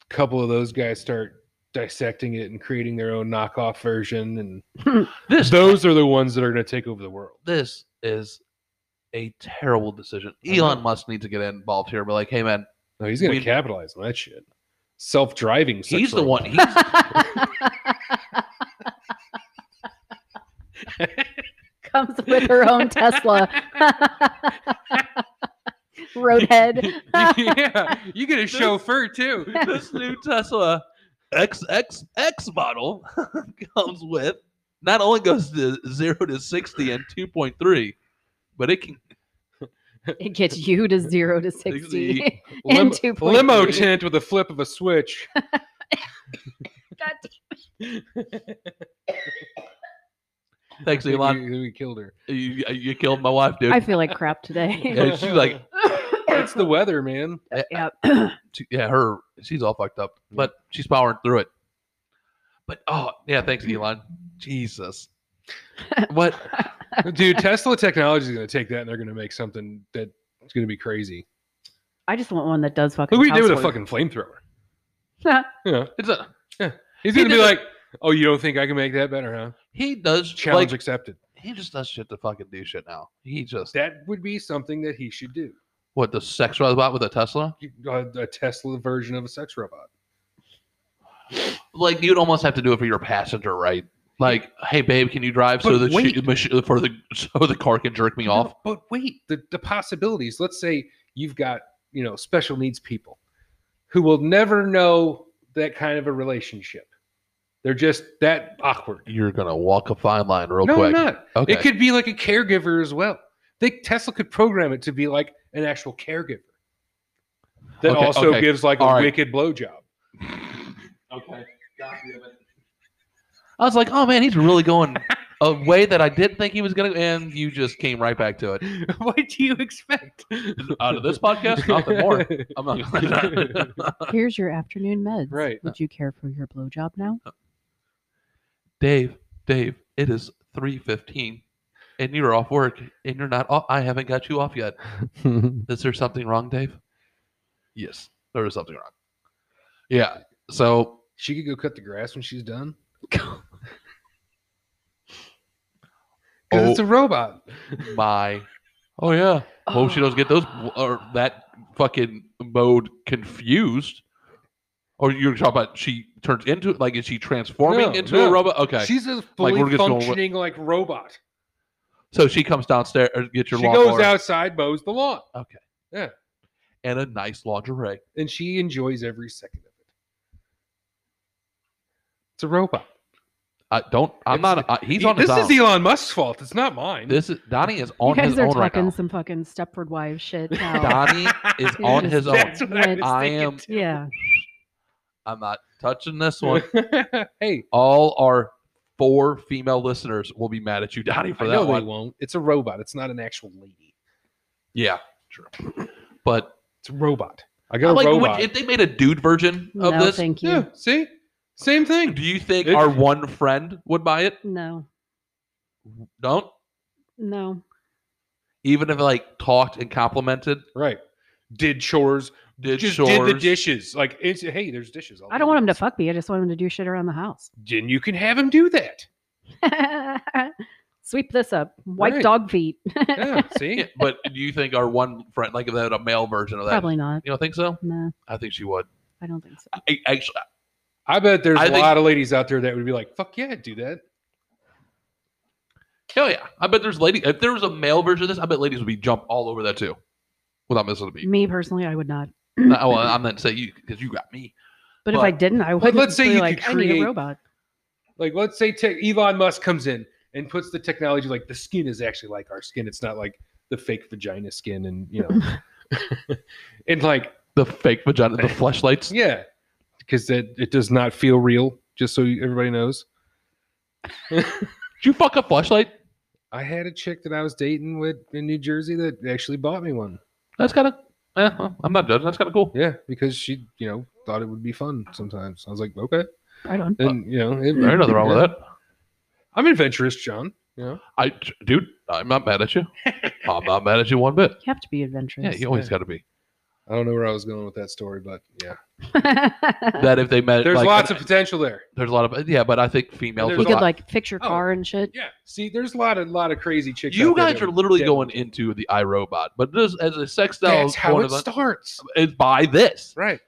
Speaker 3: couple of those guys start dissecting it and creating their own knockoff version and
Speaker 1: This
Speaker 3: those are the ones that are going to take over the world.
Speaker 1: this is a terrible decision.
Speaker 3: I know.
Speaker 1: Elon Musk needs to get involved here. But like, hey man,
Speaker 3: No, he's going
Speaker 1: We-
Speaker 3: to capitalize on that shit. Self-driving sex
Speaker 1: he's the
Speaker 3: robot.
Speaker 1: one. He's
Speaker 2: Comes with her own Tesla. Roadhead.
Speaker 3: yeah, you get a chauffeur too.
Speaker 1: this new Tesla XXX model comes with not only goes to zero to sixty and two point three, but it can
Speaker 2: It gets you to zero to 60.
Speaker 3: Lim-
Speaker 2: And 2.3.
Speaker 3: limo tent with a flip of a switch.
Speaker 2: God
Speaker 1: thanks Elon.
Speaker 3: We, we killed her.
Speaker 1: You, you killed my wife, dude.
Speaker 2: I feel like crap today.
Speaker 1: Yeah, she's like-
Speaker 3: it's the weather, man.
Speaker 2: yeah.
Speaker 1: She- yeah, her she's all fucked up, but she's powering through it. But oh yeah, thanks
Speaker 3: Mm-hmm.
Speaker 1: Elon. Jesus, what?
Speaker 3: Dude, Tesla technology is going to take that and they're going to make something that's going to be crazy.
Speaker 2: I just want one that does fucking.
Speaker 3: Look what he did with a
Speaker 2: housework.
Speaker 3: fucking flamethrower.
Speaker 1: It's a,
Speaker 3: He's
Speaker 1: He
Speaker 3: going to be
Speaker 1: did
Speaker 3: like, oh, you don't think I can make that better, huh?
Speaker 1: he does
Speaker 3: Challenge
Speaker 1: like
Speaker 3: accepted.
Speaker 1: he just does shit to fucking do shit now. He just
Speaker 3: That would be something that he should do.
Speaker 1: what the sex robot with a Tesla?
Speaker 3: A, a Tesla version of a sex robot.
Speaker 1: like you'd almost have to do it for your passenger, right? Like, hey babe, can you drive so
Speaker 3: But
Speaker 1: the
Speaker 3: wait.
Speaker 1: sh- mach- for the so the car can jerk me
Speaker 3: No,
Speaker 1: off?
Speaker 3: but wait, the, the possibilities. Let's say you've got, you know, special needs people who will never know that kind of a relationship. They're just that awkward.
Speaker 1: You're gonna walk a fine line real
Speaker 3: no,
Speaker 1: quick.
Speaker 3: I'm not.
Speaker 1: Okay.
Speaker 3: It could be like a caregiver as well. They Tesla could program it to be like an actual caregiver that
Speaker 1: Okay,
Speaker 3: also
Speaker 1: okay.
Speaker 3: gives like a
Speaker 1: All right.
Speaker 3: wicked blowjob.
Speaker 1: okay. I was like, oh man, he's really going a way that I didn't think he was gonna, and you just came right back to it.
Speaker 3: what do you expect?
Speaker 1: Out of this podcast, nothing more. I'm not gonna
Speaker 2: Here's your afternoon meds.
Speaker 3: Right.
Speaker 2: Would you care for your blowjob now?
Speaker 1: Dave, Dave, it is three fifteen, and you're off work, and you're not. Off, I haven't got you off yet. Is there something wrong, Dave? Yes, there is something wrong. Yeah. So
Speaker 3: she could go cut the grass when she's done. Because
Speaker 1: oh
Speaker 3: it's a robot.
Speaker 1: my, oh yeah. Hope she
Speaker 2: Oh.
Speaker 1: doesn't get those or that fucking mode confused. Or you're talking about she turns into like is she transforming
Speaker 3: No,
Speaker 1: into a
Speaker 3: no.
Speaker 1: robot? Okay,
Speaker 3: She's a
Speaker 1: Like,
Speaker 3: fully
Speaker 1: we're just gonna-
Speaker 3: functioning like robot.
Speaker 1: so she comes downstairs, or get your
Speaker 3: she
Speaker 1: lawnmower,
Speaker 3: goes outside, mows the lawn,
Speaker 1: and a nice lingerie.
Speaker 3: and she enjoys every second of it. It's a robot.
Speaker 1: I don't. I'm
Speaker 3: It's-
Speaker 1: not. I, he's
Speaker 3: E-
Speaker 1: on his
Speaker 3: this
Speaker 1: own.
Speaker 3: is Elon Musk's fault. It's not mine.
Speaker 1: This is Donnie is on
Speaker 2: you guys
Speaker 1: his
Speaker 2: are
Speaker 1: own right
Speaker 2: talking
Speaker 1: now.
Speaker 2: some fucking Stepford Wives shit. Now.
Speaker 1: Donnie is on
Speaker 2: Dude,
Speaker 1: his own.
Speaker 3: That's what I, was
Speaker 1: I
Speaker 3: thinking,
Speaker 1: am-
Speaker 2: yeah.
Speaker 1: I'm not touching this one.
Speaker 3: too. hey,
Speaker 1: All our four female listeners will be mad at you, Donnie, for
Speaker 3: I
Speaker 1: that
Speaker 3: know
Speaker 1: one.
Speaker 3: they won't. It's a robot. It's not an actual lady.
Speaker 1: Yeah, true. But
Speaker 3: It's a robot. I
Speaker 1: I
Speaker 3: got a
Speaker 1: like
Speaker 3: robot.
Speaker 1: would, if they made a dude version of
Speaker 2: No,
Speaker 1: this,
Speaker 2: thank you.
Speaker 3: yeah, see, same thing.
Speaker 1: do you think
Speaker 3: It-
Speaker 1: our one friend would buy it?
Speaker 2: No.
Speaker 1: Don't
Speaker 2: No.
Speaker 1: even if like talked and complimented.
Speaker 3: Right. Did chores.
Speaker 1: Did
Speaker 3: just
Speaker 1: chores.
Speaker 3: did the dishes. Like it's hey, there's dishes. I'll
Speaker 2: I
Speaker 3: do
Speaker 2: don't want him to
Speaker 3: this.
Speaker 2: fuck me. I just want him to do shit around the house.
Speaker 3: Then you can have him do that.
Speaker 2: Sweep this up. Wipe
Speaker 3: Right.
Speaker 2: dog feet.
Speaker 3: Yeah, see.
Speaker 1: Yeah, but do you think our one friend, like if they had a male version of that?
Speaker 2: Probably not.
Speaker 1: You don't think so?
Speaker 2: No,
Speaker 1: I think she would.
Speaker 2: I don't think so.
Speaker 1: I, actually,
Speaker 3: I bet there's
Speaker 1: I
Speaker 3: a
Speaker 1: think-
Speaker 3: lot of ladies out there that would be like, "Fuck yeah, I'd do that."
Speaker 1: Hell yeah! I bet there's lady. If there was a male version of this, I bet ladies would be jump all over that too, without missing a beat.
Speaker 2: Me personally, I would not.
Speaker 1: No, well, I'm not saying you because you got me.
Speaker 2: But if I
Speaker 1: But-
Speaker 2: didn't, I would.
Speaker 3: let's say
Speaker 2: be
Speaker 3: you
Speaker 2: like,
Speaker 3: could
Speaker 2: I need
Speaker 3: create-
Speaker 2: a robot.
Speaker 3: Like, let's say te- Elon Musk comes in and puts the technology like the skin is actually like our skin. It's not like the fake vagina skin, and you know, and like
Speaker 1: The fake vagina, the flashlights.
Speaker 3: yeah, because it it does not feel real. Just so you- everybody knows,
Speaker 1: Did you fuck a flashlight?
Speaker 3: I had a chick that I was dating with in New Jersey that actually bought me one.
Speaker 1: That's kind of. Eh, well, I'm not judging. That's kind of cool.
Speaker 3: Yeah, because she you know thought it would be fun sometimes. I was like, okay,
Speaker 2: Right on.
Speaker 3: and you know, it,
Speaker 1: There's Uh, nothing wrong with that.
Speaker 3: I'm adventurous, John. You know.
Speaker 1: I, dude, I'm not mad at you. I'm not mad at you one bit.
Speaker 2: You have to be adventurous.
Speaker 1: Yeah, you always got to be.
Speaker 3: I don't know where I was going with that story, but yeah,
Speaker 2: Uh,
Speaker 1: That if they met,
Speaker 3: there's
Speaker 1: like,
Speaker 3: lots of potential there.
Speaker 1: there's a lot of, yeah, but I think females
Speaker 3: There's
Speaker 2: you
Speaker 1: would
Speaker 2: could
Speaker 1: not.
Speaker 2: like fix your
Speaker 3: Oh.
Speaker 2: car and shit.
Speaker 3: Yeah, see, there's a lot of lot of crazy chicks.
Speaker 1: you
Speaker 3: out there
Speaker 1: guys
Speaker 3: that
Speaker 1: are
Speaker 3: would
Speaker 1: literally going
Speaker 3: definitely-
Speaker 1: into the iRobot, but this as a sex doll,
Speaker 3: That's how
Speaker 1: one
Speaker 3: it
Speaker 1: of the-
Speaker 3: starts,
Speaker 1: is by this.
Speaker 3: right?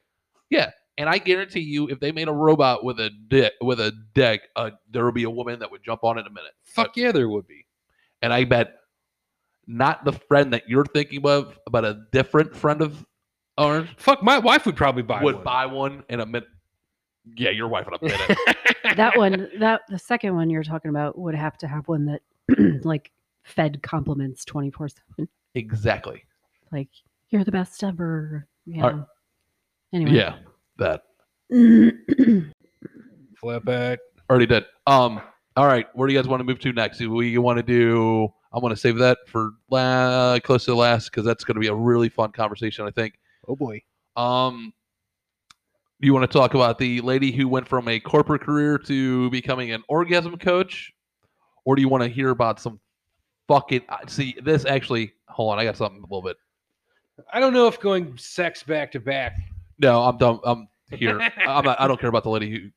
Speaker 1: And I guarantee you, if they made a robot with a dick, with a deck, uh, there would be a woman that would jump on it in a minute.
Speaker 3: Fuck yeah, there would be.
Speaker 1: And I bet not the friend that you're thinking of, but a different friend of ours
Speaker 3: Fuck, my wife would probably buy
Speaker 1: would
Speaker 3: one.
Speaker 1: buy one in a minute. Yeah, your wife in a minute.
Speaker 2: That one, that the second one you're talking about would have to have one that like fed compliments twenty four seven.
Speaker 1: exactly.
Speaker 2: Like you're the best ever. Yeah.
Speaker 1: Are-
Speaker 2: anyway.
Speaker 1: Yeah, that
Speaker 3: Flip it.
Speaker 1: already did. Um, all right, where do you guys want to move to next? Do we want to do? I want to save that for la- close to the last because that's going to be a really fun conversation, I think.
Speaker 3: Oh boy.
Speaker 1: Um, you want to talk about the lady who went from a corporate career to becoming an orgasm coach, or do you want to hear about some fucking? I- See, this actually. Hold on, I got something a little bit.
Speaker 3: I don't know if going sex back to back.
Speaker 1: No, I'm done. I'm here. I'm not, I don't care about the lady who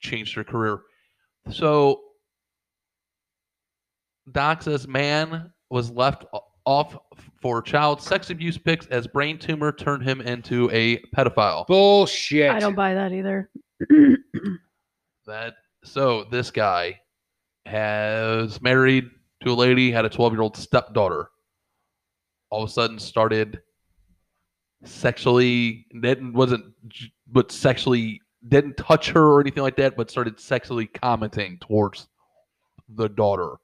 Speaker 1: changed her career. So, Doc says man was left o- off for child sex abuse pics as brain tumor turned him into a pedophile.
Speaker 3: Bullshit.
Speaker 2: I don't buy that either.
Speaker 1: That so this guy has married to a lady, had a 12 year old stepdaughter. All of a sudden, started sexually didn't wasn't j- but sexually didn't touch her or anything like that, but started sexually commenting towards the daughter.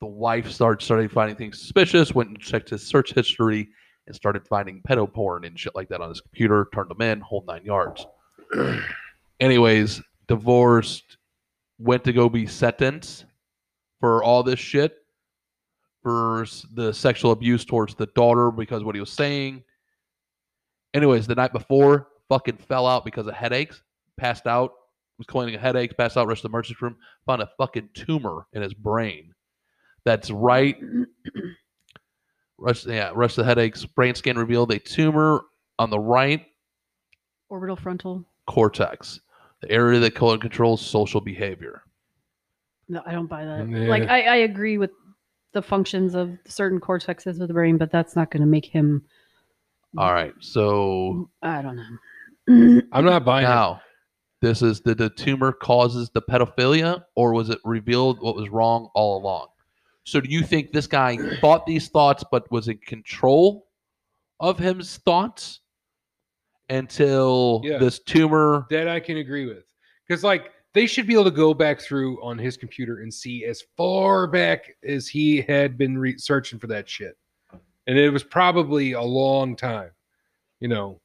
Speaker 1: The wife started started finding things suspicious. Went and checked his search history and started finding pedo porn and shit like that on his computer. Turned them in, whole nine yards. Anyways, divorced, went to go be sentenced for all this shit for s- the sexual abuse towards the daughter because what he was saying. Anyways, the night before, fucking fell out because of headaches, passed out, was complaining of headaches, passed out, rushed to the emergency room, found a fucking tumor in his brain. That's right. Rush, yeah, rush the headaches. Brain scan revealed a tumor on the right
Speaker 2: Orbital frontal.
Speaker 1: cortex, the area that co- controls social behavior.
Speaker 2: No, I don't buy that.
Speaker 1: Mm,
Speaker 3: Yeah.
Speaker 2: Like I, I agree with the functions of certain cortexes of the brain, but that's not going to make him.
Speaker 3: Mm-hmm.
Speaker 1: All right, so
Speaker 2: I don't know.
Speaker 3: I'm not buying it.
Speaker 1: now, this is did the tumor causes the pedophilia, or was it revealed what was wrong all along? So, do you think this guy thought these thoughts, but was in control of his thoughts until
Speaker 3: Yeah.
Speaker 1: this tumor?
Speaker 3: That I can agree with. Because, like, they should be able to go back through on his computer and see as far back as he had been re- searching for that shit. And it was probably a long time. You know,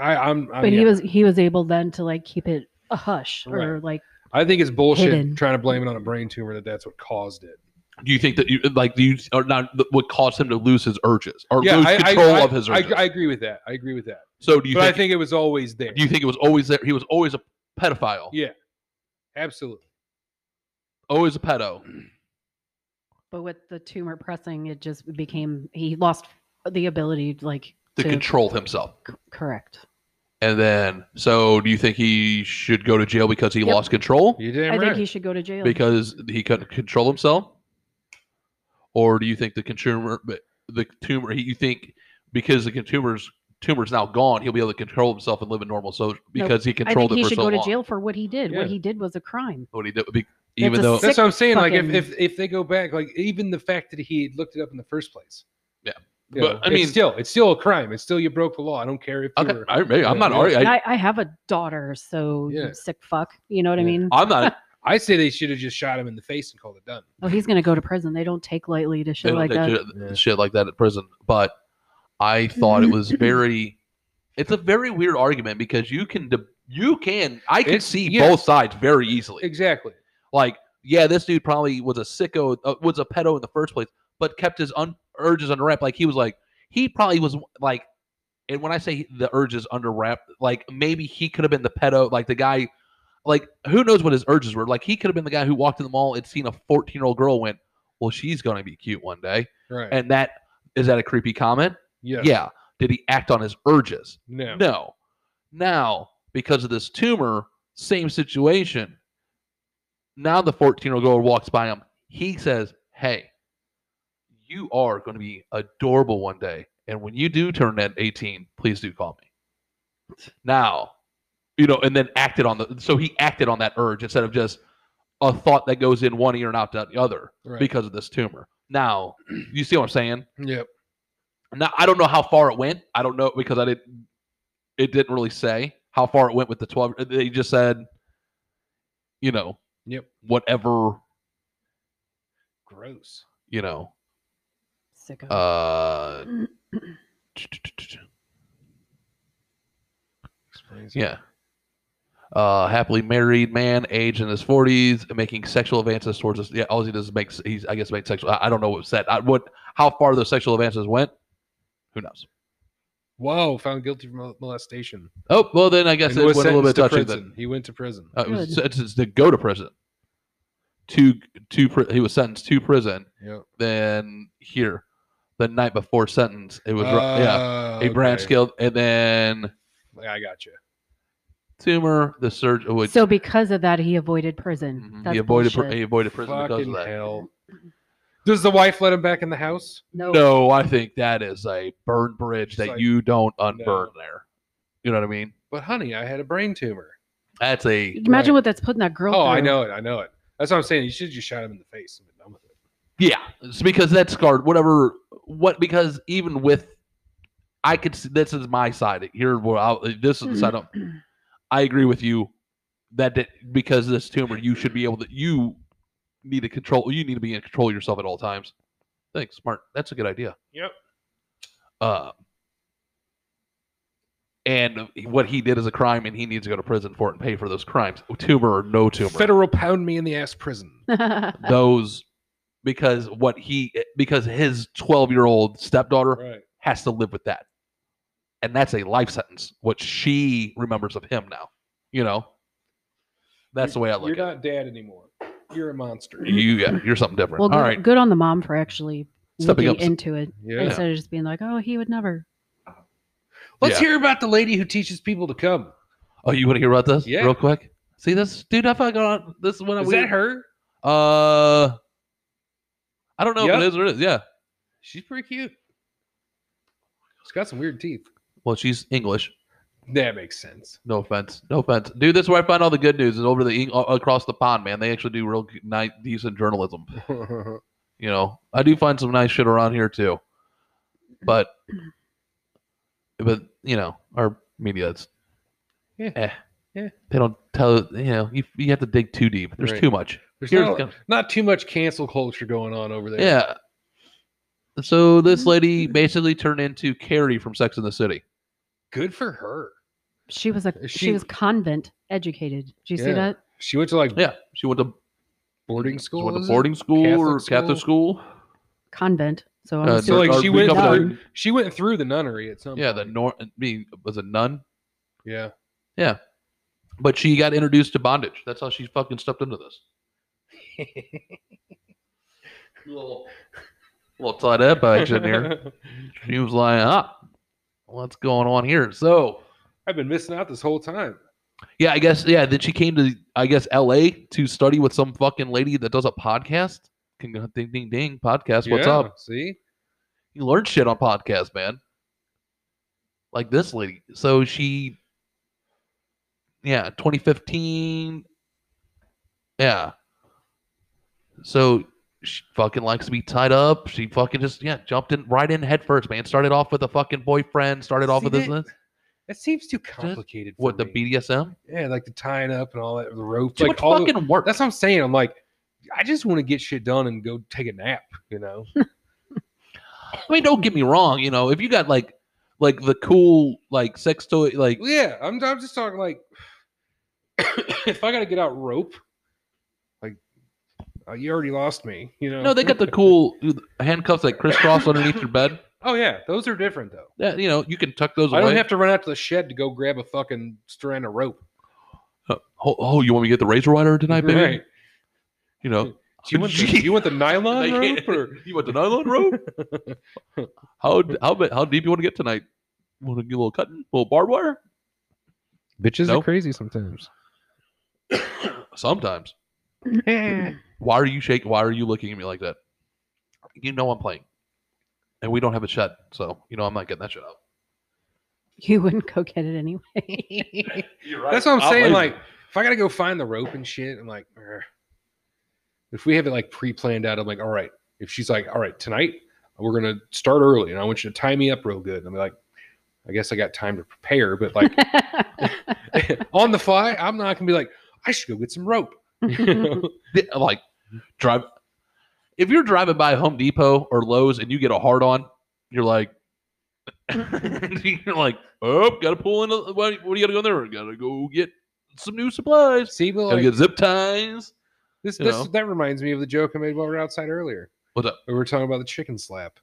Speaker 3: I, I'm, I'm
Speaker 2: but
Speaker 3: yeah.
Speaker 2: he was he was able then to like keep it a hush or
Speaker 3: Right.
Speaker 2: like
Speaker 3: I think it's bullshit
Speaker 2: hidden.
Speaker 3: trying to blame it on a brain tumor that that's what caused it.
Speaker 1: Do you think that you like do you or not th- what caused him to lose his urges or lose
Speaker 3: I, I-
Speaker 1: control
Speaker 3: I-
Speaker 1: of his
Speaker 3: I,
Speaker 1: urges?
Speaker 3: I agree with that. I agree with that.
Speaker 1: so, do you
Speaker 3: but
Speaker 1: think,
Speaker 3: I think it was always there.
Speaker 1: do you think it was always there? He was always a pedophile,
Speaker 3: Yeah. Absolutely.
Speaker 1: always a pedo.
Speaker 2: but with the tumor pressing, it just became he lost the ability like
Speaker 1: To
Speaker 2: to
Speaker 1: control himself,
Speaker 2: c- correct.
Speaker 1: And then, so do you think he should go to jail because he
Speaker 2: Yep.
Speaker 1: lost control?
Speaker 3: You damn
Speaker 2: I
Speaker 3: right.
Speaker 2: think he should go to jail.
Speaker 1: Because he couldn't control himself? Or do you think the consumer, the tumor, you think because the consumer's tumor's now gone, he'll be able to control himself and live a normal so because he
Speaker 2: I
Speaker 1: controlled it
Speaker 2: think he
Speaker 1: for
Speaker 2: should
Speaker 1: so
Speaker 2: go to
Speaker 1: long.
Speaker 2: jail for what he did.
Speaker 3: Yeah.
Speaker 2: What he did was a crime.
Speaker 1: What he did, be- even
Speaker 2: a
Speaker 1: though,
Speaker 2: sick-
Speaker 3: That's what I'm saying. Like if,
Speaker 2: fucking-
Speaker 3: if if they go back, like even the fact that he had looked it up in the first place.
Speaker 1: Yeah.
Speaker 3: You
Speaker 1: But,
Speaker 3: know,
Speaker 1: I mean-
Speaker 3: it's still it's still a crime. It's still you broke the law. I don't care if you
Speaker 1: okay,
Speaker 3: were,
Speaker 1: I, maybe, I'm not
Speaker 3: Yeah.
Speaker 1: arguing.
Speaker 2: And
Speaker 1: I,
Speaker 2: I, I have a daughter, so you
Speaker 3: Yeah.
Speaker 2: sick fuck. You know what I
Speaker 3: Yeah.
Speaker 2: mean?
Speaker 1: I'm not.
Speaker 3: I say they should have just shot him in the face and called it done.
Speaker 2: Oh, he's gonna go to prison. They don't take lightly to
Speaker 1: they
Speaker 2: shit
Speaker 1: don't
Speaker 2: like
Speaker 1: take
Speaker 2: that.
Speaker 1: shit- shit like that at prison. But I thought it was very. It's a very weird argument because you can de- you can I can
Speaker 3: It's-
Speaker 1: see
Speaker 3: yeah.
Speaker 1: both sides very easily.
Speaker 3: Exactly.
Speaker 1: Like yeah, this dude probably was a sicko, uh, was a pedo in the first place, but kept his un- urges under wrap. Like he was like he probably was like, and when I say the urges under wrap, like maybe he could have been the pedo, like the guy. Like who knows what his urges were? Like he could have been the guy who walked in the mall and seen a fourteen-year-old girl, and went, "Well, she's gonna be cute one day,"
Speaker 3: Right.
Speaker 1: and that is that a creepy comment?
Speaker 3: yes.
Speaker 1: Yeah. Did he act on his urges?
Speaker 3: No.
Speaker 1: No. Now, because of this tumor, same situation. Now the 14 year old girl walks by him. He says, Hey, you are going to be adorable one day. And when you do turn that 18, please do call me. Now, you know, and then acted on the, so he acted on that urge instead of just a thought that goes in one ear and out the other
Speaker 3: Right.
Speaker 1: because of this tumor. Now, you see what I'm saying?
Speaker 3: Yep.
Speaker 1: Now I don't know how far it went. I don't know because I didn't. It didn't really say how far it went with the twelve. They just said, you know,
Speaker 3: Yep.
Speaker 1: whatever,
Speaker 3: Gross.
Speaker 1: you know.
Speaker 2: Sicko.
Speaker 1: Uh,
Speaker 3: Explains it.
Speaker 1: yeah. Uh, happily married man, age in his forties, making sexual advances towards us. Yeah, all he does is make. He's I guess make sexual. I, I don't know what said. I, what how far those sexual advances went? Who knows?
Speaker 3: Whoa, found guilty for mol- molestation.
Speaker 1: Oh well, then I guess
Speaker 3: And
Speaker 1: it
Speaker 3: was
Speaker 1: went a little bit
Speaker 3: sentenced to
Speaker 1: touchy. Then.
Speaker 3: prison. He went to prison.
Speaker 1: Uh, it was
Speaker 2: Good.
Speaker 1: sentenced to go to prison. To to pri- he was sentenced to prison.
Speaker 3: Yep.
Speaker 1: Then here, the night before sentence, it was ru- yeah
Speaker 3: Uh,
Speaker 1: a branch
Speaker 3: okay.
Speaker 1: killed, and then
Speaker 3: I got you.
Speaker 1: tumor the surge. Oh, wait,
Speaker 2: so because of that, he avoided prison.
Speaker 1: mhm,
Speaker 2: That's
Speaker 1: he avoided pr-
Speaker 2: bullshit.
Speaker 1: he avoided prison because
Speaker 3: Fucking
Speaker 1: of that.
Speaker 3: hell. Does the wife let him back in the house?
Speaker 2: no,
Speaker 1: No, I think that is a burn bridge
Speaker 3: It's
Speaker 1: that
Speaker 3: like,
Speaker 1: you don't unburn there. You know what I mean?
Speaker 3: But honey, I had a brain tumor.
Speaker 1: That's a
Speaker 2: Imagine what that's putting that girl.
Speaker 3: Oh, I
Speaker 2: through.
Speaker 3: know it. I know it. That's what I'm saying. You should just shot him in the face and been done with it.
Speaker 1: yeah. It's because that scarred whatever what because even with I could see this is my side here. Where I'll, this is the side. I
Speaker 3: Mm-hmm.
Speaker 1: don't- I agree with you that, that because of this tumor, you should be able to you need to control. You need to be in control of yourself at all times. Thanks, smart. That's a good idea.
Speaker 3: Yep.
Speaker 1: Uh, and what he did is a crime, and he needs to go to prison for it and pay for those crimes, tumor or no tumor.
Speaker 3: Federal pound me in the ass prison.
Speaker 1: those because what he because his 12 year old stepdaughter
Speaker 3: Right.
Speaker 1: has to live with that and that's a life sentence what she remembers of him now you know that's the way i look
Speaker 3: You're
Speaker 1: at
Speaker 3: not dad anymore. You're a monster.
Speaker 1: it you yeah, you're something different
Speaker 2: well, good,
Speaker 1: all right
Speaker 2: good on the mom for actually
Speaker 1: Stepping
Speaker 2: looking
Speaker 1: up.
Speaker 2: into it
Speaker 3: Yeah.
Speaker 2: instead of just being like, "Oh, he would never."
Speaker 3: Let's
Speaker 1: Yeah.
Speaker 3: hear about the lady who teaches people to come.
Speaker 1: oh you want to hear about this
Speaker 3: Yeah.
Speaker 1: real quick see this dude i fucking on this is when I
Speaker 3: Is
Speaker 1: we
Speaker 3: that her?
Speaker 1: uh i don't know
Speaker 3: Yep.
Speaker 1: if it is or it is yeah
Speaker 3: She's pretty cute. She's got some weird teeth.
Speaker 1: well she's english
Speaker 3: That makes sense.
Speaker 1: No offense. No offense. Dude, this is where I find all the good news is over the eng- a- across the pond, man. They actually do real g- nice, decent journalism. You know, I do find some nice shit around here too, but but you know, our media it's
Speaker 3: Yeah.
Speaker 1: eh.
Speaker 3: Yeah.
Speaker 1: They don't tell you know you, you have to dig too deep. There's
Speaker 3: Right.
Speaker 1: too much.
Speaker 3: There's
Speaker 1: Here's
Speaker 3: not,
Speaker 1: gonna-
Speaker 3: not too much cancel culture going on over there.
Speaker 1: yeah. So this lady basically turned into Carrie from Sex in the City.
Speaker 3: Good for her.
Speaker 2: She was a
Speaker 3: Is
Speaker 2: she,
Speaker 3: she-
Speaker 2: was convent educated. Do you see
Speaker 3: Yeah.
Speaker 2: that?
Speaker 3: She went to like
Speaker 1: Yeah, she went to
Speaker 3: boarding school.
Speaker 1: She went
Speaker 3: is
Speaker 1: to
Speaker 3: it?
Speaker 1: boarding school or
Speaker 3: Catholic
Speaker 1: Catholic school.
Speaker 2: Convent. So I'm
Speaker 1: Uh,
Speaker 3: So
Speaker 2: assuming
Speaker 3: like
Speaker 1: Or
Speaker 3: she
Speaker 1: we
Speaker 3: went
Speaker 1: come
Speaker 2: to-
Speaker 3: through, she went through the nunnery at some
Speaker 1: Yeah, the
Speaker 3: point.
Speaker 1: nor I mean, was a nun,
Speaker 3: yeah.
Speaker 1: but she got introduced to bondage. That's how she fucking stepped into this. little, little tied up action here. She was like, "Ah, what's going on here?" So,
Speaker 3: I've been missing out this whole time.
Speaker 1: yeah, I guess yeah. Then she came to I guess L.A. to study with some fucking lady that does a podcast. Can go ding ding ding podcast. What's
Speaker 3: Yeah,
Speaker 1: up?
Speaker 3: See,
Speaker 1: You learn shit on podcast, man. Like this lady. So she, yeah, 2015. Yeah. So she fucking likes to be tied up. She fucking just, yeah, jumped in right in head first, man. Started off with a fucking boyfriend, started off
Speaker 3: See,
Speaker 1: with this,
Speaker 3: that-
Speaker 1: this.
Speaker 3: it seems too complicated. For
Speaker 1: What, the
Speaker 3: me.
Speaker 1: BDSM?
Speaker 3: Yeah, like the tying up and all that, the rope.
Speaker 1: Too
Speaker 3: like
Speaker 1: much
Speaker 3: all the-
Speaker 1: fucking work.
Speaker 3: that's what I'm saying. I'm like, I just want to get shit done and go take a nap. You know,
Speaker 1: Hmm. I mean, don't get me wrong. You know, if you got like, like the cool, like sex toy, like,
Speaker 3: yeah. I'm, I'm just talking like, if I got to get out rope, like, uh, you already lost me. You know,
Speaker 1: no, they got the cool handcuffs that crisscross underneath your bed.
Speaker 3: Oh yeah, those are different though.
Speaker 1: that you know you can tuck those
Speaker 3: I
Speaker 1: away.
Speaker 3: don't have to run out to the shed to go grab a fucking strand of rope.
Speaker 1: Uh, oh, oh, you want me to get the razor wire tonight, baby?
Speaker 3: Right.
Speaker 1: You know,
Speaker 3: Do you want the, do you want the nylon rope or
Speaker 1: you want the nylon rope? how d- how bit- how deep you want to get tonight? Want to get a little cutting, a little barbed wire?
Speaker 3: bitches
Speaker 1: Nope.
Speaker 3: crazy sometimes.
Speaker 1: Sometimes.
Speaker 3: yeah.
Speaker 1: Why are you shaking? Why are you looking at me like that? You know I'm playing, and we don't have a shut, so you know I'm not getting that shut out.
Speaker 2: you wouldn't go get it anyway.
Speaker 3: That's what I'm
Speaker 1: I'll
Speaker 3: saying.
Speaker 1: leave.
Speaker 3: Like, if I gotta go find the rope and shit, I'm like, "Ugh." if we have it like pre-planned out, I'm like, all right. If she's like, all right, tonight we're gonna start early, and I want you to tie me up real good, and I'm like, I guess I got time to prepare, but like on the fly, I'm not gonna be like, I should go get some rope. You know?
Speaker 1: Th- like drive. If you're driving by Home Depot or Lowe's and you get a hard on, you're like, you're like, oh, gotta pull in. A, what, what do you gotta go in there? Gotta go get some new supplies.
Speaker 3: See, but
Speaker 1: Gotta
Speaker 3: like,
Speaker 1: get zip ties.
Speaker 3: this,
Speaker 1: you
Speaker 3: this
Speaker 1: know.
Speaker 3: that reminds me of the joke I made while we were outside earlier.
Speaker 1: What's up?
Speaker 3: We were talking about the chicken slap.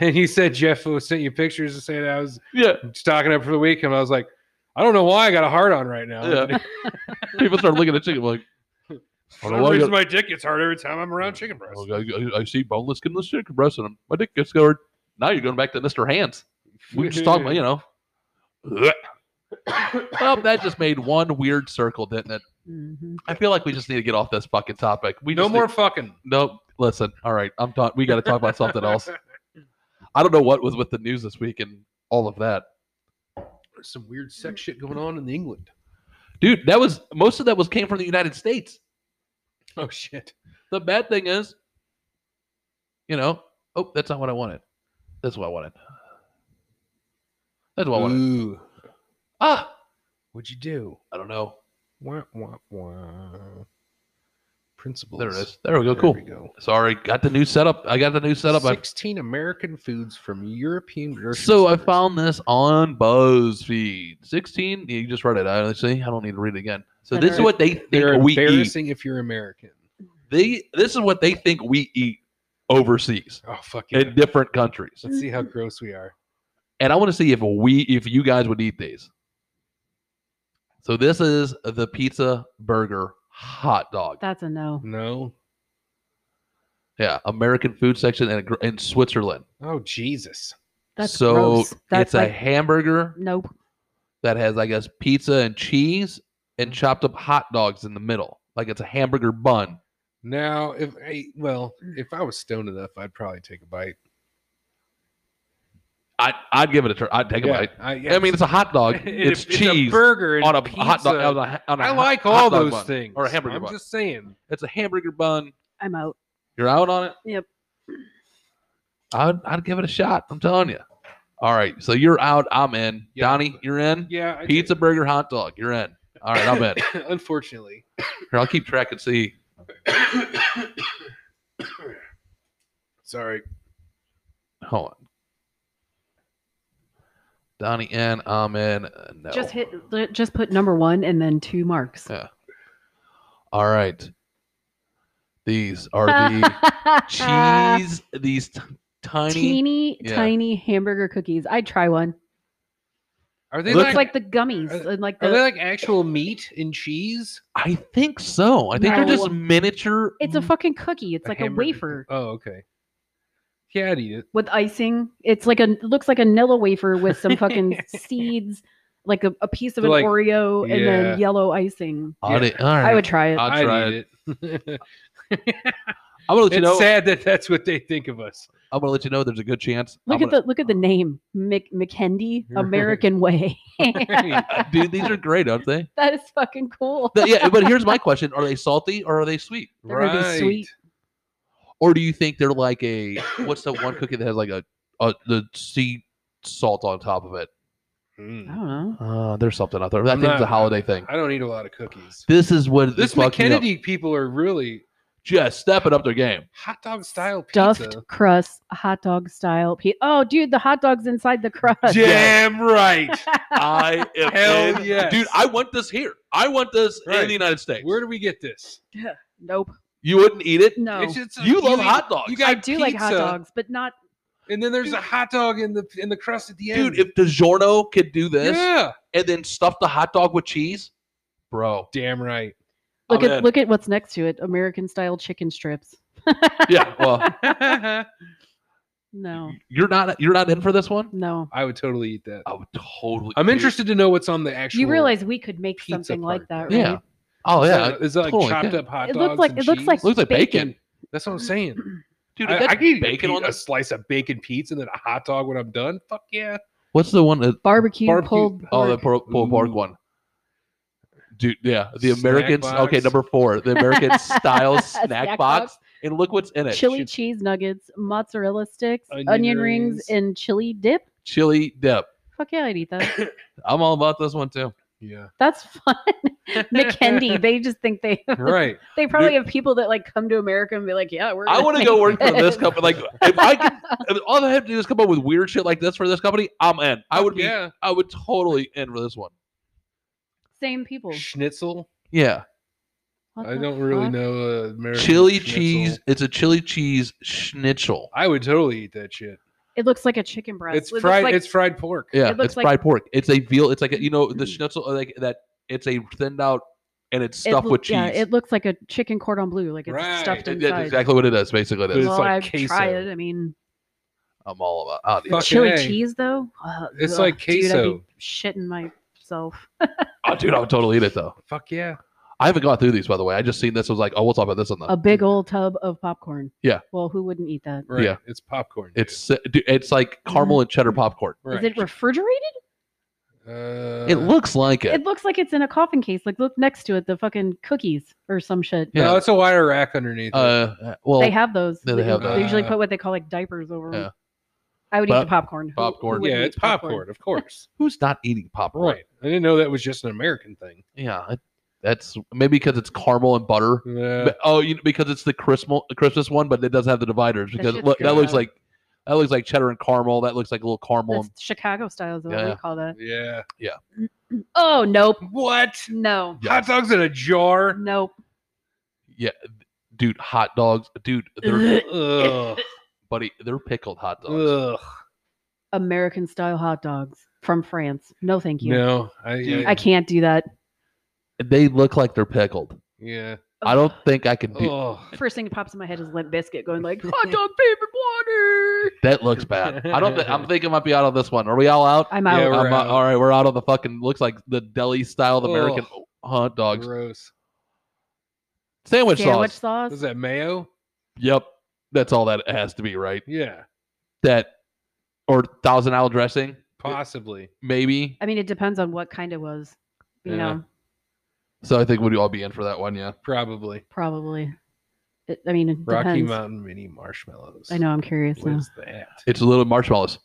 Speaker 3: and you said Jeff was- sent you pictures to say that I was
Speaker 1: Yeah,
Speaker 3: stocking up for the week, and I was like, I don't know why I got a hard on right now.
Speaker 1: yeah. People start looking at chicken like,
Speaker 3: For
Speaker 1: I
Speaker 3: some
Speaker 1: don't like
Speaker 3: reason,
Speaker 1: it.
Speaker 3: my dick gets hard every time I'm around chicken breast.
Speaker 1: "Oh, I, I- I see boneless, skinless chicken breast, and my dick gets hard. Now you're going back to Mister Hands. We were just talking about, you know. well, that just made one weird circle, didn't it?
Speaker 2: Mhm.
Speaker 1: I feel like we just need to get off this fucking topic. We
Speaker 3: no
Speaker 1: just
Speaker 3: more fucking.
Speaker 1: No, listen. All right, I'm done. We got to talk about something else. I don't know what was with the news this week and all of that.
Speaker 3: There's some weird sex shit going on in England.
Speaker 1: dude. That was most of that was came from the United States.
Speaker 3: Oh shit.
Speaker 1: The bad thing is, you know, oh, that's not what I wanted. That's what I wanted. That's what I wanted.
Speaker 3: Ooh.
Speaker 1: Ah,
Speaker 3: What'd you do?
Speaker 1: I don't know.
Speaker 3: Wah, wah, wah. Principles.
Speaker 1: There it is. There we go.
Speaker 3: There
Speaker 1: cool.
Speaker 3: we go.
Speaker 1: Sorry, got the new setup. I got the new setup. I,
Speaker 3: 16 American foods from European grocery
Speaker 1: so I
Speaker 3: stores.
Speaker 1: found this on BuzzFeed. Sixteen. You just read it. I see. I don't need to read it again. So this is
Speaker 2: Better.
Speaker 1: what they
Speaker 3: They're
Speaker 1: think we eat.
Speaker 3: embarrassing if you're American.
Speaker 1: They this is what they think we eat overseas
Speaker 3: Oh, fuck yeah.
Speaker 1: in different countries.
Speaker 3: Let's see how gross we are.
Speaker 1: and I want to see if we if you guys would eat these. So this is the pizza burger hot dog.
Speaker 2: That's a no.
Speaker 3: No.
Speaker 1: Yeah, American food section in a- in Switzerland.
Speaker 3: Oh, Jesus.
Speaker 2: That's
Speaker 1: so
Speaker 2: gross. That's
Speaker 1: it's a
Speaker 2: like,
Speaker 1: hamburger
Speaker 2: nope.
Speaker 1: that has I guess pizza and cheese
Speaker 3: Mm-hmm.
Speaker 1: and chopped up hot dogs in the middle. Like it's a hamburger bun.
Speaker 3: Now, if I, well, if I was stoned enough, I'd probably take a bite.
Speaker 1: I I'd give it a try. I'd take
Speaker 3: Yeah,
Speaker 1: a bite.
Speaker 3: I,
Speaker 1: I mean, it's a hot dog. It's
Speaker 3: a
Speaker 1: cheese
Speaker 3: burger and
Speaker 1: on a
Speaker 3: pizza.
Speaker 1: hot dog. On a, on a
Speaker 3: I
Speaker 1: hot-
Speaker 3: like
Speaker 1: hot
Speaker 3: all
Speaker 1: dog
Speaker 3: those
Speaker 1: bun.
Speaker 3: things.
Speaker 1: or a hamburger
Speaker 3: I'm
Speaker 1: bun.
Speaker 3: just saying.
Speaker 1: It's a hamburger bun.
Speaker 2: I'm out.
Speaker 1: You're out on it.
Speaker 2: Yep.
Speaker 1: I'd, I'd give it a shot. I'm telling you. All right. So you're out. I'm in.
Speaker 3: Yeah.
Speaker 1: Donnie, you're in.
Speaker 3: Yeah. I
Speaker 1: Pizza, burger, hot dog. You're in. All right. I'm in.
Speaker 3: did. Unfortunately.
Speaker 1: Here, I'll keep track and see.
Speaker 3: Sorry.
Speaker 1: Hold on. Donnie in. I'm in. Uh, No.
Speaker 2: Just hit. Just put number one and then two marks.
Speaker 1: Yeah. All right. These are the cheese. These t- tiny.
Speaker 2: Teeny
Speaker 1: Yeah.
Speaker 2: tiny hamburger cookies. I'd try one.
Speaker 3: Are they
Speaker 1: Looks
Speaker 2: It's like
Speaker 3: like,
Speaker 2: the gummies
Speaker 3: Are-
Speaker 2: and like
Speaker 3: are they
Speaker 2: the.
Speaker 3: like actual meat and cheese?
Speaker 1: I think so. I think they're just
Speaker 2: No.
Speaker 1: miniature.
Speaker 2: It's a fucking cookie. It's like a
Speaker 3: hamburger-
Speaker 2: wafer
Speaker 3: Oh, okay. Yeah, I'd eat it.
Speaker 2: with icing. It's like a it looks like a Nilla wafer with some fucking seeds, like a, a piece of an
Speaker 3: Like-
Speaker 2: Oreo and
Speaker 3: yeah.
Speaker 2: then yellow icing.
Speaker 1: I'd-
Speaker 3: Yeah.
Speaker 1: all right. Uh,
Speaker 2: I would try it.
Speaker 1: I'll
Speaker 3: I'd
Speaker 1: try
Speaker 3: eat it.
Speaker 1: I'm gonna let
Speaker 3: it's
Speaker 1: you know.
Speaker 3: sad that that's what they think of us.
Speaker 1: I'm gonna let you know. There's a good chance.
Speaker 2: look
Speaker 1: I'm
Speaker 2: at the look at the name, Mc, McKendy American Way.
Speaker 1: gonna- dude. These are great, aren't they?
Speaker 2: that is fucking cool.
Speaker 1: Th- yeah, but here's my question: Are they salty or are they sweet?
Speaker 2: They're gonna be sweet.
Speaker 1: Or do you think they're like a what's the one cookie that has like a, a the sea salt on top of it?
Speaker 3: Mm.
Speaker 2: I don't know.
Speaker 1: Uh, there's something out there. I
Speaker 3: I'm
Speaker 1: think it's a
Speaker 3: not-
Speaker 1: holiday thing.
Speaker 3: I don't eat a lot of cookies.
Speaker 1: This is what this
Speaker 3: This
Speaker 1: McKennedy
Speaker 3: McKennedy people are really
Speaker 1: just stepping up their game.
Speaker 3: hot dog style pizza.
Speaker 2: Stuffed crust, hot dog style. Pe- oh, dude, the hot dog's inside the crust.
Speaker 3: Damn right.
Speaker 1: I am
Speaker 3: Hell
Speaker 1: in.
Speaker 3: yes.
Speaker 1: dude. I want this here. I want this in
Speaker 3: Right.
Speaker 1: the United States.
Speaker 3: Where do we get this?
Speaker 2: nope.
Speaker 1: you wouldn't eat it?
Speaker 2: No.
Speaker 3: It's just a-
Speaker 1: You love
Speaker 3: eat-
Speaker 1: hot dogs.
Speaker 3: You got
Speaker 2: I do like hot
Speaker 3: pizza,
Speaker 2: dogs, but not
Speaker 3: And then there's a hot dog in the in the crust at the end.
Speaker 1: Dude, if DiGiorno could do this
Speaker 3: yeah,
Speaker 1: and then stuff the hot dog with cheese, bro.
Speaker 3: damn right.
Speaker 2: look
Speaker 1: I'm
Speaker 2: at
Speaker 1: in.
Speaker 2: look at what's next to it. American style chicken strips.
Speaker 1: Yeah, well,
Speaker 2: No.
Speaker 1: you're not you're not in for this one.
Speaker 2: No.
Speaker 3: I would totally eat that.
Speaker 1: I would totally.
Speaker 3: I'm
Speaker 1: dude.
Speaker 3: interested to know what's on the actual.
Speaker 2: You realize we could make
Speaker 3: pizza
Speaker 2: something like that,
Speaker 3: part.
Speaker 2: right?
Speaker 1: Yeah. Oh
Speaker 3: Is
Speaker 1: yeah,
Speaker 3: that- uh, is that like
Speaker 1: totally
Speaker 3: chopped
Speaker 1: can.
Speaker 3: up hot
Speaker 2: It
Speaker 3: dogs?
Speaker 2: looks like
Speaker 3: and
Speaker 2: it looks like
Speaker 3: cheese?
Speaker 1: Looks like bacon.
Speaker 3: That's what I'm saying.
Speaker 1: dude.
Speaker 3: I,
Speaker 1: If that's
Speaker 3: I could eat
Speaker 1: bacon
Speaker 3: a,
Speaker 1: on
Speaker 3: pe- a
Speaker 1: this.
Speaker 3: slice of bacon pizza and then a hot dog when I'm done. Fuck yeah!
Speaker 1: What's the one? That,
Speaker 2: Barbecue,
Speaker 3: Barbecue-
Speaker 2: pulled
Speaker 1: oh, the
Speaker 2: pork.
Speaker 1: pulled pork,
Speaker 3: Ooh.
Speaker 1: one. Dude, yeah, the
Speaker 3: Snack
Speaker 1: Americans. Okay,
Speaker 3: box.
Speaker 1: number four, the American style snack,
Speaker 2: Snack
Speaker 1: box.
Speaker 2: box.
Speaker 1: and look what's in it:
Speaker 2: chili
Speaker 1: Ch-
Speaker 2: cheese nuggets, mozzarella sticks,
Speaker 3: Onion
Speaker 2: onion, rings.
Speaker 3: rings.
Speaker 2: and chili dip.
Speaker 1: chili dip.
Speaker 2: Fuck yeah, I'd eat that.
Speaker 1: I'm all about this one too.
Speaker 3: Yeah,
Speaker 2: That's fun. McKendy, they just think they
Speaker 3: right.
Speaker 2: they probably have people that like come to America and be like, yeah, we're.
Speaker 1: I
Speaker 2: gonna
Speaker 1: want to
Speaker 2: make
Speaker 1: go work for this
Speaker 2: this."
Speaker 1: company. Like, if I could, if all they have to do is come up with weird shit like this for this company, I'm in. I would be.
Speaker 3: Yeah,
Speaker 1: I would totally in for this one.
Speaker 2: Same people.
Speaker 3: schnitzel.
Speaker 1: Yeah.
Speaker 2: What
Speaker 3: I
Speaker 2: the
Speaker 3: don't really
Speaker 2: fuck?
Speaker 3: know uh, American
Speaker 1: chili
Speaker 3: schnitzel.
Speaker 1: cheese. It's a chili cheese schnitzel.
Speaker 3: I would totally eat that shit.
Speaker 2: It looks like a chicken breast.
Speaker 3: It's
Speaker 2: It looks
Speaker 3: fried.
Speaker 2: like-
Speaker 3: it's fried pork.
Speaker 1: Yeah,
Speaker 2: It looks
Speaker 1: it's
Speaker 2: like-
Speaker 1: fried pork. It's a veal. It's like a, you know the schnitzel uh, like that. It's a thinned out and it's
Speaker 2: it
Speaker 1: stuffed
Speaker 2: loo-
Speaker 1: with cheese.
Speaker 2: Yeah, it looks like a chicken cordon bleu. Like it's
Speaker 3: Right.
Speaker 2: stuffed
Speaker 1: That-
Speaker 2: inside.
Speaker 1: that's exactly what it is. Basically, it
Speaker 3: But
Speaker 1: is.
Speaker 3: it's
Speaker 2: Well,
Speaker 3: like
Speaker 2: I've tried
Speaker 3: queso.
Speaker 2: it. I mean,
Speaker 1: I'm all about. I'll eat
Speaker 3: Fuck
Speaker 1: it.
Speaker 2: chili
Speaker 3: A.
Speaker 2: cheese though. Ugh,
Speaker 3: It's like
Speaker 2: dude, I'd be
Speaker 3: queso.
Speaker 2: shitting myself.
Speaker 1: Oh, dude, I would totally eat it though.
Speaker 3: Fuck yeah!
Speaker 1: I haven't gone through these by the way. I just seen this. I was like, oh, we'll talk about this on the.
Speaker 2: A big old tub of popcorn.
Speaker 1: Yeah.
Speaker 2: Well, who wouldn't eat that? Is
Speaker 3: Right.
Speaker 1: Yeah.
Speaker 3: It's popcorn. dude.
Speaker 1: it's dude, it's like caramel and cheddar popcorn.
Speaker 3: right.
Speaker 2: it refrigerated?
Speaker 3: Uh,
Speaker 1: it looks like it.
Speaker 2: It looks like it's in a coffin case. Like look next to it, the fucking cookies or some shit.
Speaker 1: Yeah.
Speaker 3: No, it's a wire rack underneath. it.
Speaker 1: uh, well,
Speaker 2: They have those.
Speaker 1: Yeah, they have
Speaker 2: They usually
Speaker 3: those.
Speaker 2: put what they call like diapers over 'em.
Speaker 1: Yeah.
Speaker 2: I would eat the
Speaker 1: Pop-
Speaker 2: popcorn. Who- who
Speaker 1: popcorn.
Speaker 2: wouldn't
Speaker 3: yeah,
Speaker 2: eat
Speaker 3: it's popcorn, of course.
Speaker 1: who's not eating popcorn?
Speaker 3: right. I didn't know that was just an American thing.
Speaker 1: Yeah, it- that's maybe because it's caramel and butter.
Speaker 3: Yeah.
Speaker 1: But- oh, you know, because it's the Christmas Christmas one, but it doesn't have the dividers because
Speaker 2: shit's
Speaker 1: look, that
Speaker 2: good.
Speaker 1: looks like that looks like cheddar and caramel. That looks like a little caramel.
Speaker 2: That's Chicago style is what
Speaker 1: Yeah.
Speaker 2: we call that.
Speaker 3: yeah.
Speaker 2: Oh nope,
Speaker 3: What?
Speaker 2: no,
Speaker 1: Yeah.
Speaker 3: Hot dogs in a jar?
Speaker 2: nope.
Speaker 1: yeah, dude, hot dogs, dude, they're,
Speaker 3: Ugh.
Speaker 1: buddy, they're pickled hot dogs.
Speaker 3: Ugh.
Speaker 2: American style hot dogs from France. No, thank you.
Speaker 3: No. I,
Speaker 1: Dude,
Speaker 2: I can't do that.
Speaker 1: They look like they're pickled.
Speaker 3: yeah.
Speaker 1: I don't think I can do.
Speaker 2: Oh.
Speaker 3: Ugh.
Speaker 2: First thing that pops in my head is Limp Biscuit going like hot dog favorite water.
Speaker 1: That looks bad. I don't. Th- I'm thinking I might be out on this one. Are we all out?
Speaker 2: I'm out.
Speaker 3: Yeah, we're-
Speaker 1: I'm out.
Speaker 3: out.
Speaker 1: All right, we're out on the fucking. Looks like the deli style of American hot dogs.
Speaker 3: Gross.
Speaker 1: Sandwich,
Speaker 2: Sandwich
Speaker 1: sauce.
Speaker 2: sauce.
Speaker 3: Is that mayo?
Speaker 1: Yep, that's all that has to be, right?
Speaker 3: Yeah.
Speaker 1: That or thousand owl dressing,
Speaker 3: Possibly.
Speaker 1: maybe.
Speaker 2: I mean, it depends on what kind it was. You
Speaker 3: Yeah.
Speaker 2: know,
Speaker 1: So I think we'd all be in for that one. Yeah.
Speaker 3: Probably.
Speaker 2: probably. It, I mean, it
Speaker 3: Rocky
Speaker 2: depends.
Speaker 3: Mountain mini marshmallows.
Speaker 2: I know. I'm curious
Speaker 3: What
Speaker 2: now.
Speaker 3: is that?
Speaker 1: It's little marshmallows.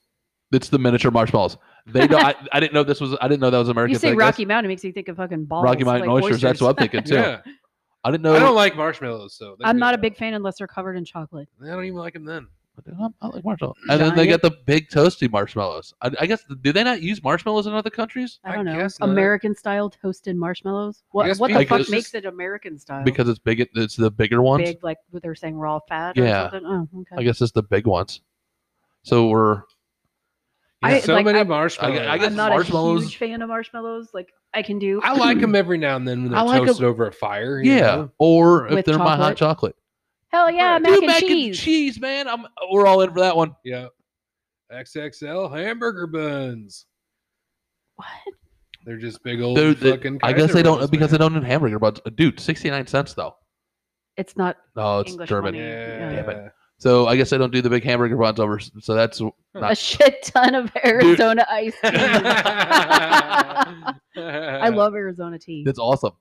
Speaker 1: It's the miniature marshmallows. They don't. I, I didn't know this was. I didn't know that was American.
Speaker 2: You say
Speaker 1: thing. That's
Speaker 2: Rocky Mountain, it makes me think of fucking balls.
Speaker 1: Rocky Mountain
Speaker 2: like
Speaker 1: oysters, That's what I'm thinking too.
Speaker 3: Yeah.
Speaker 1: I didn't know.
Speaker 3: I don't like marshmallows, so that
Speaker 2: I'm
Speaker 3: could
Speaker 2: not a
Speaker 3: be
Speaker 2: big fan unless they're covered in chocolate.
Speaker 3: bad. I don't even like them then.
Speaker 1: I like marshmallows. And then they
Speaker 2: Giant.
Speaker 1: get the big toasty marshmallows. I, I guess do they not use marshmallows in other countries
Speaker 2: I
Speaker 3: I
Speaker 2: don't know.
Speaker 3: guess not.
Speaker 2: American style toasted marshmallows. What,
Speaker 3: guess
Speaker 2: what
Speaker 1: people
Speaker 2: the fuck
Speaker 1: just-
Speaker 2: makes it American style?
Speaker 1: because it's big? It's the bigger ones.
Speaker 2: big, like what they're saying raw fat. Or
Speaker 1: Yeah.
Speaker 2: Something. Oh, okay.
Speaker 1: I guess it's the big ones. So we're.
Speaker 2: I-
Speaker 3: Yeah, so
Speaker 2: like,
Speaker 3: many
Speaker 2: I-
Speaker 3: marshmallows.
Speaker 1: I guess
Speaker 2: am not
Speaker 1: marshmallows-
Speaker 2: a huge fan of marshmallows. Like I can do.
Speaker 3: I like them every now and then when
Speaker 1: I
Speaker 3: they're
Speaker 1: like 'em-
Speaker 3: toasted over a fire. you
Speaker 1: yeah,
Speaker 3: know?
Speaker 1: or if
Speaker 2: With
Speaker 1: they're my hot chocolate.
Speaker 2: Hell yeah,
Speaker 3: Right.
Speaker 2: mac,
Speaker 1: Dude,
Speaker 2: and, cheese.
Speaker 1: cheese, man. I'm we're all in for that one.
Speaker 3: Yeah. XXL hamburger buns.
Speaker 2: What?
Speaker 3: They're just big old
Speaker 1: Dude, they-
Speaker 3: fucking.
Speaker 1: I guess
Speaker 3: Kaiser
Speaker 1: they don't
Speaker 3: rolls,
Speaker 1: because they
Speaker 3: man.
Speaker 1: don't need hamburger buns. Uh, Dude, sixty nine cents though.
Speaker 2: It's not
Speaker 1: No, it's
Speaker 2: English
Speaker 1: German.
Speaker 2: money.
Speaker 3: Yeah.
Speaker 1: Damn So I guess they don't do the big hamburger buns over. So that's
Speaker 2: a
Speaker 1: not.
Speaker 2: shit ton of Arizona ice cream. I
Speaker 3: I
Speaker 2: love Arizona tea.
Speaker 1: That's awesome.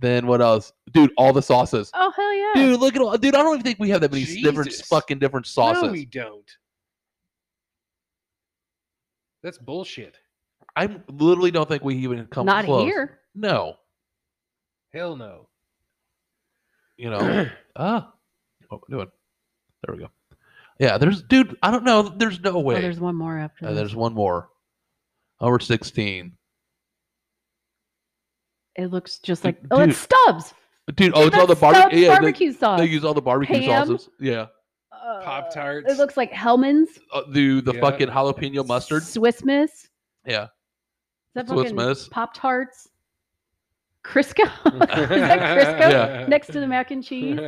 Speaker 1: Then what else, dude? All the sauces,
Speaker 2: Oh hell yeah!
Speaker 1: dude. Look at all, dude. I don't even think we have that many different
Speaker 3: Jesus.
Speaker 1: fucking different sauces.
Speaker 3: No, we don't. That's bullshit.
Speaker 1: I literally don't think we even come
Speaker 2: not
Speaker 1: close.
Speaker 2: here.
Speaker 1: No,
Speaker 3: Hell no.
Speaker 1: you know.
Speaker 3: Uh,
Speaker 1: ah, what we're doing? There we go. Yeah, there's, dude. I don't know. There's no
Speaker 2: Oh,
Speaker 1: way.
Speaker 2: there's one more after.
Speaker 1: Uh,
Speaker 2: this.
Speaker 1: there's one more. Over sixteen,
Speaker 2: It looks just like
Speaker 1: Dude,
Speaker 2: oh, it's Stubbs.
Speaker 1: dude. Oh, it's all the
Speaker 2: That's
Speaker 1: barbe-
Speaker 2: Stubbs
Speaker 1: yeah, they-
Speaker 2: barbecue sauce.
Speaker 1: They use all the barbecue
Speaker 2: Ham.
Speaker 1: sauces. Yeah,
Speaker 2: Uh,
Speaker 3: Pop-Tarts.
Speaker 2: It looks like Hellman's
Speaker 1: uh, the the
Speaker 3: Yeah.
Speaker 1: fucking jalapeno mustard.
Speaker 2: Swiss Miss. Is
Speaker 1: Yeah.
Speaker 2: that
Speaker 1: Swiss
Speaker 2: fucking
Speaker 1: Miss.
Speaker 2: Pop Tarts? Crisco. Is that Crisco
Speaker 3: Yeah.
Speaker 2: next to the mac and cheese?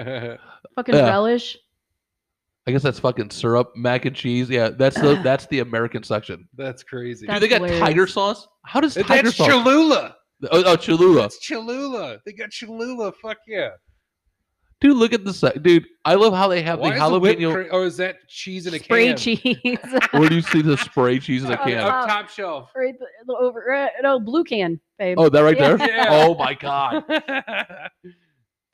Speaker 2: Fucking
Speaker 1: Yeah.
Speaker 2: relish.
Speaker 1: I guess that's fucking syrup, mac and cheese. Yeah, that's the that's the American section.
Speaker 3: That's crazy.
Speaker 1: Dude,
Speaker 2: That's
Speaker 1: they got
Speaker 2: hilarious.
Speaker 1: tiger sauce. How does tiger
Speaker 3: That's
Speaker 1: sauce?
Speaker 3: Cholula.
Speaker 1: oh, oh, Cholula.
Speaker 3: That's Cholula. They got Cholula. Fuck yeah.
Speaker 1: Dude, look at the sec- dude. I love how they have the
Speaker 3: is the whipped
Speaker 1: jalapeno.
Speaker 3: cre- or is that cheese in a
Speaker 2: Spray
Speaker 3: can?
Speaker 2: cheese.
Speaker 1: Where do you see the spray cheese in a
Speaker 2: Oh,
Speaker 1: can?
Speaker 2: yeah.
Speaker 3: Up top shelf.
Speaker 2: right the- over uh, no blue can, babe.
Speaker 1: Oh, that right
Speaker 2: Yeah.
Speaker 1: there.
Speaker 3: Yeah.
Speaker 1: Oh my god,
Speaker 3: that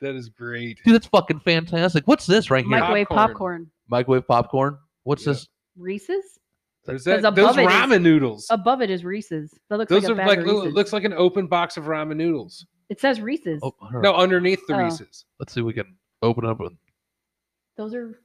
Speaker 3: is great.
Speaker 1: dude, that's fucking fantastic. What's this right here?
Speaker 3: Mike-
Speaker 2: Microwave
Speaker 3: Popcorn.
Speaker 2: popcorn.
Speaker 1: Microwave popcorn. What's
Speaker 3: Yeah.
Speaker 1: this?
Speaker 2: Reese's.
Speaker 3: There's
Speaker 2: Because
Speaker 3: that, those
Speaker 2: above it is-
Speaker 3: ramen noodles.
Speaker 2: Above it is Reese's. That looks
Speaker 3: Those
Speaker 2: like a
Speaker 3: are
Speaker 2: bag
Speaker 3: like
Speaker 2: of
Speaker 3: little,
Speaker 2: Reese's.
Speaker 3: looks like an open box of ramen noodles.
Speaker 2: it says Reese's.
Speaker 1: Oh, all right.
Speaker 3: No, underneath the
Speaker 2: Oh.
Speaker 3: Reese's.
Speaker 1: Let's see. if We can open up with.
Speaker 2: Those are.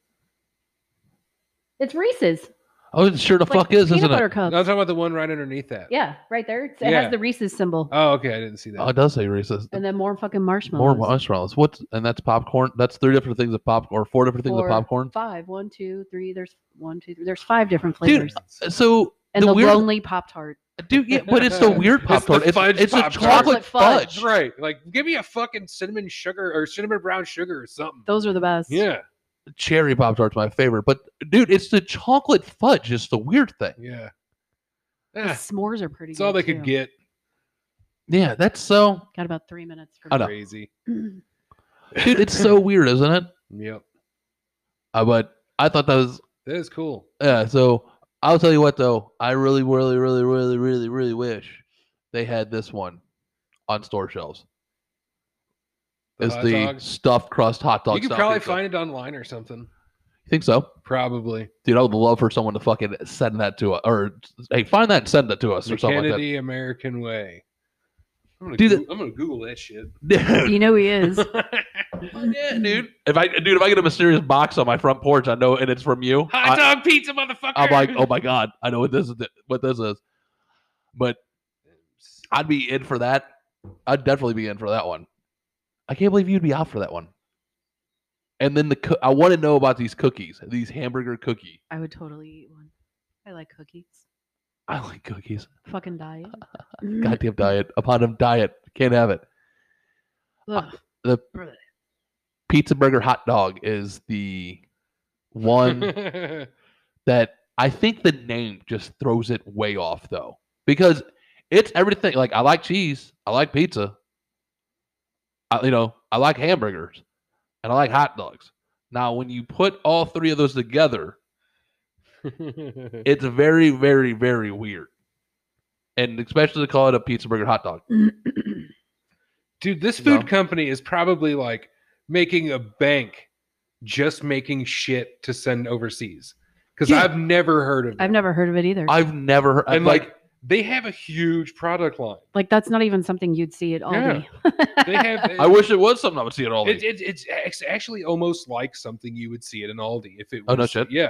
Speaker 2: It's Reese's. It's
Speaker 1: Oh, it sure the
Speaker 2: like
Speaker 1: fuck is,
Speaker 2: peanut
Speaker 1: isn't
Speaker 2: butter
Speaker 1: it?
Speaker 3: No, I'm
Speaker 2: cups.
Speaker 3: talking about the one right underneath that.
Speaker 2: Oh. Yeah, right there. It's- It
Speaker 3: Yeah.
Speaker 2: has the Reese's symbol,
Speaker 3: Oh, okay. I didn't see that.
Speaker 1: Oh, it does say Reese's.
Speaker 2: and then more fucking
Speaker 1: More
Speaker 2: marshmallows.
Speaker 1: marshmallows. What's and that's popcorn. That's three different things of popcorn, or four different things
Speaker 2: Four.
Speaker 1: of popcorn.
Speaker 2: Five, one, two, three. There's one, two, three. There's five different
Speaker 1: Dude,
Speaker 2: flavors,
Speaker 1: So
Speaker 2: and
Speaker 1: the
Speaker 2: the,
Speaker 1: weird-
Speaker 2: lonely Pop Tart.
Speaker 1: Dude, yeah, but it's the weird
Speaker 3: It's the
Speaker 1: pop tart. It's,
Speaker 3: fudge
Speaker 1: it's a
Speaker 3: Pop-Tart.
Speaker 1: chocolate
Speaker 2: Chocolate
Speaker 1: fudge.
Speaker 2: fudge.
Speaker 3: That's right. Like, give me a fucking cinnamon sugar or cinnamon brown sugar or something.
Speaker 2: Those are the best.
Speaker 3: yeah.
Speaker 1: Cherry pop tart's my favorite, but dude, it's the chocolate fudge. It's the weird thing.
Speaker 3: Yeah.
Speaker 2: The
Speaker 3: Yeah.
Speaker 2: s'mores are pretty.
Speaker 3: It's all
Speaker 2: good,
Speaker 3: they could
Speaker 2: too.
Speaker 3: get.
Speaker 1: Yeah, that's so.
Speaker 2: Got about three minutes. For
Speaker 1: I know.
Speaker 3: Crazy.
Speaker 2: me.
Speaker 1: Dude, it's so weird, isn't it?
Speaker 3: Yep.
Speaker 1: Uh, but I thought that was
Speaker 3: That is cool.
Speaker 1: yeah. So I'll tell you what though, I really, really, really, really, really, really wish they had this one on store shelves.
Speaker 3: The
Speaker 1: Is
Speaker 3: hot
Speaker 1: the
Speaker 3: dog?
Speaker 1: stuffed crust hot dog?
Speaker 3: you could
Speaker 1: stuffing
Speaker 3: probably
Speaker 1: stuff.
Speaker 3: find it online or something.
Speaker 1: You think so,
Speaker 3: Probably.
Speaker 1: dude? I would love for someone to fucking send that to us, or hey, find that and send that to us, or
Speaker 3: The
Speaker 1: something like
Speaker 3: Kennedy American Way. I'm gonna,
Speaker 1: Do
Speaker 3: Goo-
Speaker 1: the-
Speaker 3: I'm gonna Google that shit.
Speaker 1: that.
Speaker 2: You know he is.
Speaker 1: yeah, dude. If I, dude, if I get a mysterious box on my front porch, I know, and it's from you. I-
Speaker 3: Hot dog pizza, motherfucker.
Speaker 1: I'm like, oh my god, I know what this is. What this is, but I'd be in for that. I'd definitely be in for that one. I can't believe you'd be out for that one. And then the coo- I want to know about these cookies, these hamburger cookie.
Speaker 2: I would totally eat one. I like cookies.
Speaker 1: I like cookies.
Speaker 2: Fucking diet. Mm.
Speaker 1: Goddamn diet, upon a diet, can't have it.
Speaker 2: Ugh.
Speaker 1: the-
Speaker 2: Blech.
Speaker 1: Pizza burger hot dog is the one that I think the name just throws it way off though. Because it's everything like I like cheese, I like pizza. I, you know, I like hamburgers and I like hot dogs. Now when you put all three of those together, it's very very very weird. And especially to call it a pizza burger hot dog.
Speaker 3: Dude, this
Speaker 1: No.
Speaker 3: food company is probably like making a bank just making shit to send overseas. Because
Speaker 1: Yeah. uh,
Speaker 3: I've never heard of
Speaker 2: I've
Speaker 3: them.
Speaker 2: never heard of it either.
Speaker 1: I've never heard
Speaker 3: and like, they have a huge product line.
Speaker 2: like that's not even something you'd see at
Speaker 3: Yeah.
Speaker 2: Aldi.
Speaker 3: They have
Speaker 1: I wish it was something I would see at all.
Speaker 3: It, it, it's it's actually almost like something you would see at an Aldi if it was.
Speaker 1: Oh, no shit.
Speaker 3: Yeah,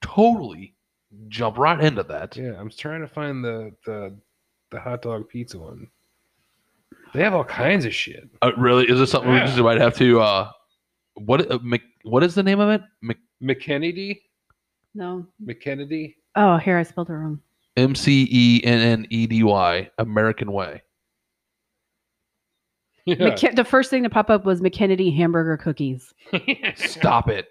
Speaker 1: totally jump right into that.
Speaker 3: yeah. I'm trying to find the the the hot dog pizza one. They have all kinds of shit.
Speaker 1: Uh, really? Is this something we
Speaker 3: Yeah.
Speaker 1: just might have to uh what uh, Mc, what is the name of it? Mc,
Speaker 3: McKennedy,
Speaker 2: No.
Speaker 3: McKennedy.
Speaker 2: Oh, here I spelled it wrong.
Speaker 1: M C E N N E D Y American Way.
Speaker 3: Yeah.
Speaker 2: McK- the first thing to pop up was McKennedy hamburger cookies.
Speaker 1: Stop it.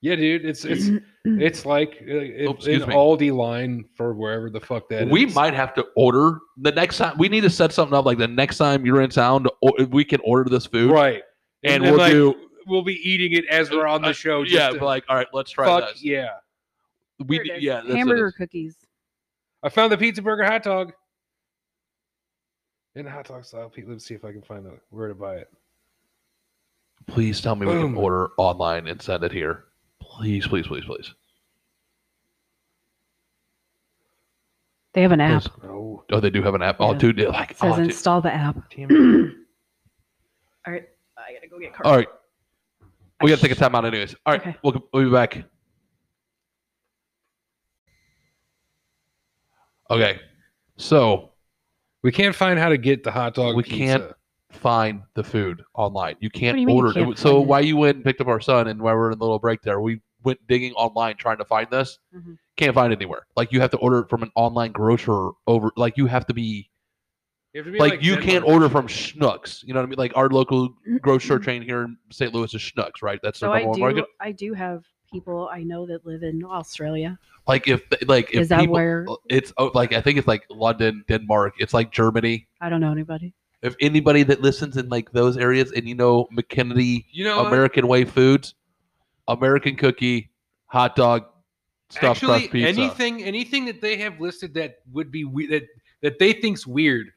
Speaker 3: yeah, dude. It's it's it's like uh, it,
Speaker 1: Oops,
Speaker 3: an
Speaker 1: Oh, excuse me.
Speaker 3: Aldi line for wherever the fuck that is.
Speaker 1: we might have to order the next time. We need to set something up like the next time you're in town to, or, we can order this food.
Speaker 3: right,
Speaker 1: And we'll do-
Speaker 3: We'll be eating it as we're on
Speaker 1: Uh,
Speaker 3: the
Speaker 2: Oh,
Speaker 3: show. Just
Speaker 1: Yeah,
Speaker 3: to-
Speaker 1: but like, all right, let's try
Speaker 3: fuck
Speaker 1: this.
Speaker 3: yeah.
Speaker 1: We
Speaker 2: There it
Speaker 1: d-
Speaker 2: is.
Speaker 1: yeah, that's it.
Speaker 2: hamburger cookies.
Speaker 3: I found the pizza burger hot dog. In the hot dog style, Pete, let's see if I can find the where to buy it.
Speaker 1: Please tell me we can
Speaker 3: Boom.
Speaker 1: order online and send it here. Please, please, please, please.
Speaker 2: They have an app.
Speaker 1: Please.
Speaker 3: No.
Speaker 1: Oh, they do have an app. Oh,
Speaker 2: Yeah.
Speaker 1: dude, they're like,
Speaker 2: It says
Speaker 1: oh, dude.
Speaker 2: install the app.
Speaker 3: Damn it.
Speaker 2: All right. I gotta go get Carl.
Speaker 1: all right. We got to take a time out, anyways. All right,
Speaker 2: Okay.
Speaker 1: we'll, we'll be back. Okay, so
Speaker 3: We can't find how to get the hot dog.
Speaker 1: We
Speaker 3: pizza.
Speaker 1: can't- find the food online. You can't
Speaker 2: do you mean you
Speaker 1: order
Speaker 2: can't
Speaker 1: it. So
Speaker 2: find it?
Speaker 1: while you went and picked up our son and while we are in the little break there, we went digging online trying to find this.
Speaker 2: Mhm.
Speaker 1: Can't find it anywhere. Like you have to order it from an online grocer over like you have to be
Speaker 3: You have to be
Speaker 1: like, you
Speaker 3: Denmark.
Speaker 1: can't order from Schnucks. You know what I mean? Like our local grocer chain here in St. Louis is Schnucks, right? That's the
Speaker 2: Mm-hmm. So I
Speaker 1: number one
Speaker 2: do.
Speaker 1: market.
Speaker 2: I do have people I know that live in Australia.
Speaker 1: Like if like if
Speaker 2: Is that
Speaker 1: people
Speaker 2: where?
Speaker 1: it's oh, like I think it's like London, Denmark, it's like Germany.
Speaker 2: I don't know anybody.
Speaker 1: If anybody that listens in like those areas and you know McKinney
Speaker 3: You know, what?
Speaker 1: American way foods, American cookie, hot dog, stuffed
Speaker 3: actually,
Speaker 1: crust pizza.
Speaker 3: anything, anything that they have listed that would be we- that that they think's weird,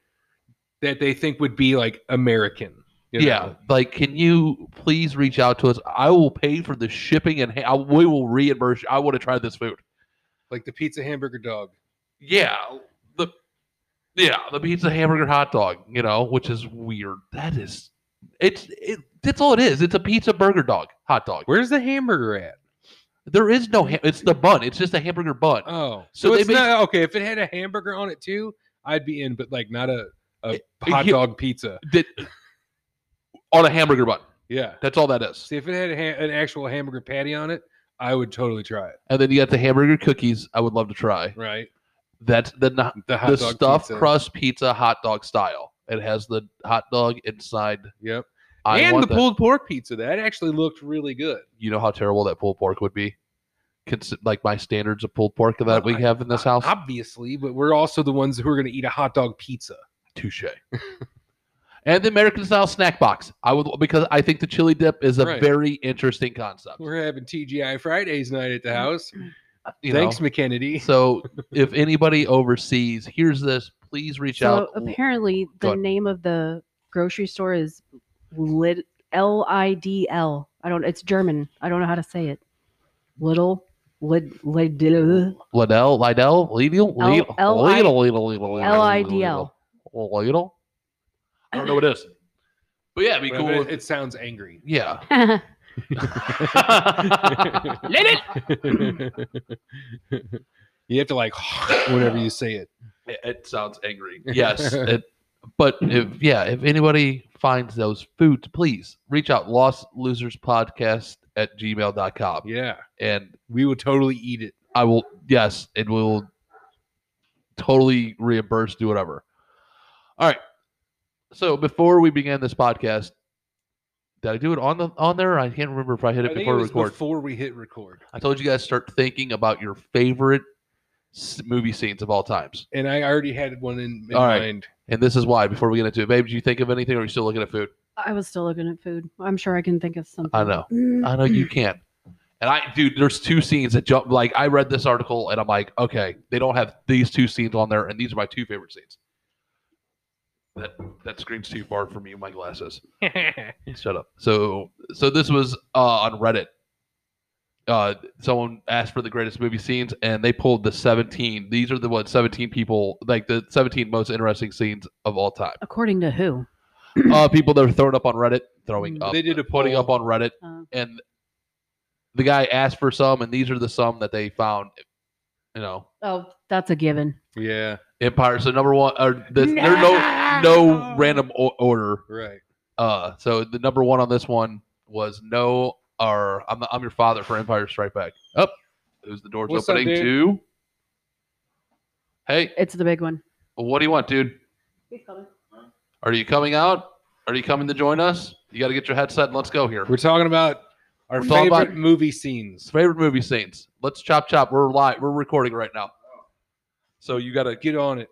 Speaker 3: that they think would be like American. you know?
Speaker 1: yeah, like can you please reach out to us? I will pay for the shipping and ha- I, we will reimburse. you. I want to try this food.
Speaker 3: like the pizza hamburger dog.
Speaker 1: Yeah, the yeah the pizza, hamburger, hot dog. You know, which is weird. That is, it's it. That's all it is. It's a pizza, burger, dog, hot dog.
Speaker 3: Where's the hamburger at?
Speaker 1: There is no. Ha- it's the bun. It's just a hamburger bun.
Speaker 3: Oh,
Speaker 1: So
Speaker 3: so,
Speaker 1: they
Speaker 3: it's
Speaker 1: bas-
Speaker 3: not okay. If it had a hamburger on it too, I'd be in, but like not a a
Speaker 1: It-
Speaker 3: hot
Speaker 1: you-
Speaker 3: dog pizza.
Speaker 1: That- on a hamburger bun.
Speaker 3: Yeah.
Speaker 1: That's all that is.
Speaker 3: See, if it had a ha- an actual hamburger patty on it, I would totally try it.
Speaker 1: And then you got the hamburger cookies. I would love to try.
Speaker 3: Right.
Speaker 1: That's the n-
Speaker 3: The hot
Speaker 1: the
Speaker 3: dog
Speaker 1: stuffed
Speaker 3: pizza.
Speaker 1: crust pizza hot dog style. It has the hot dog inside.
Speaker 3: Yep.
Speaker 1: I
Speaker 3: and
Speaker 1: want
Speaker 3: the
Speaker 1: that.
Speaker 3: pulled pork pizza. That actually looked really good.
Speaker 1: You know how terrible that pulled pork would be. Consi- like my standards of pulled pork that we
Speaker 3: I-
Speaker 1: have in this house.
Speaker 3: Obviously, but we're also the ones who are going to eat a hot dog pizza.
Speaker 1: Touche. and the American style snack box. I would because I think the chili dip is a
Speaker 3: Right.
Speaker 1: very interesting concept.
Speaker 3: We're having TGI Fridays night at the house.
Speaker 1: you know?
Speaker 3: Thanks, McKennedy.
Speaker 1: So if anybody overseas hears this, please reach
Speaker 2: So
Speaker 1: out.
Speaker 2: apparently,
Speaker 1: Go
Speaker 2: the
Speaker 1: on.
Speaker 2: name of the grocery store is Lid L I D L. I don't. It's German. I don't know how to say it. Little Lid Lid uh,
Speaker 1: Liddell, Liddell, Lidl,
Speaker 2: L-
Speaker 1: Lidl,
Speaker 2: L I-
Speaker 1: Lidl, Lidl, Lidl,
Speaker 2: L I D
Speaker 1: Lidl.
Speaker 2: L.
Speaker 1: Lidl. I don't know what it is, but yeah, it'd be
Speaker 3: But
Speaker 1: cool.
Speaker 3: it,
Speaker 1: if-
Speaker 3: it sounds angry.
Speaker 1: yeah.
Speaker 3: Let it. you have to like whenever you say it.
Speaker 1: It, it sounds angry. Yes. It, but if, yeah, if anybody finds those foods, please reach out lost losers podcast at gmail.com.
Speaker 3: Yeah,
Speaker 1: And
Speaker 3: we would totally eat it.
Speaker 1: I will, yes, it will totally reimburse, do whatever. All right. So before we began this podcast, did I do it on the on there? I can't remember if I hit it
Speaker 3: I think
Speaker 1: before
Speaker 3: it
Speaker 1: we
Speaker 3: was
Speaker 1: record.
Speaker 3: before we hit record.
Speaker 1: I told you guys start thinking about your favorite s- movie scenes of all times.
Speaker 3: And I already had one in, in
Speaker 1: All right.
Speaker 3: mind.
Speaker 1: And this is why. Before we get into it, babe, do you think of anything, or are you still looking at food?
Speaker 2: I was still looking at food. I'm sure I can think of something.
Speaker 1: I know,
Speaker 2: Mm.
Speaker 1: I know you can. And I, dude, there's two scenes that jump. Like I read this article, and I'm like, okay, they don't have these two scenes on there, and these are my two favorite scenes. That that screen's too far for me and my glasses. Shut up. So so this was uh, on Reddit. Uh, someone asked for the greatest movie scenes, and they pulled the 17. These are the what 17 people like the 17 most interesting scenes of all time.
Speaker 2: According to who?
Speaker 1: uh, people that are throwing up on Reddit, throwing up.
Speaker 3: Mm, They did a
Speaker 1: putting
Speaker 3: poll.
Speaker 1: up on Reddit,
Speaker 2: Uh,
Speaker 1: and the guy asked for some, and these are the some that they found. You know,
Speaker 2: oh, that's a given.
Speaker 3: yeah,
Speaker 1: Empire. So number one, or the, there are no no
Speaker 3: No.
Speaker 1: random o- order.
Speaker 3: right.
Speaker 1: Uh, so the number one on this one was no. Or I'm I'm your father for Empire Strike Back. Up, who's the doors
Speaker 3: What's up,
Speaker 1: opening
Speaker 3: dude?
Speaker 1: to? Hey,
Speaker 2: It's the big one.
Speaker 1: what do you want, dude? Are you coming out? Are you coming to join us? You got to get your headset and let's go here.
Speaker 3: We're talking about our
Speaker 1: We're
Speaker 3: favorite
Speaker 1: talking about-
Speaker 3: movie scenes.
Speaker 1: favorite movie scenes. Let's chop chop. We're live. We're recording right now. So you got to
Speaker 3: Get on it.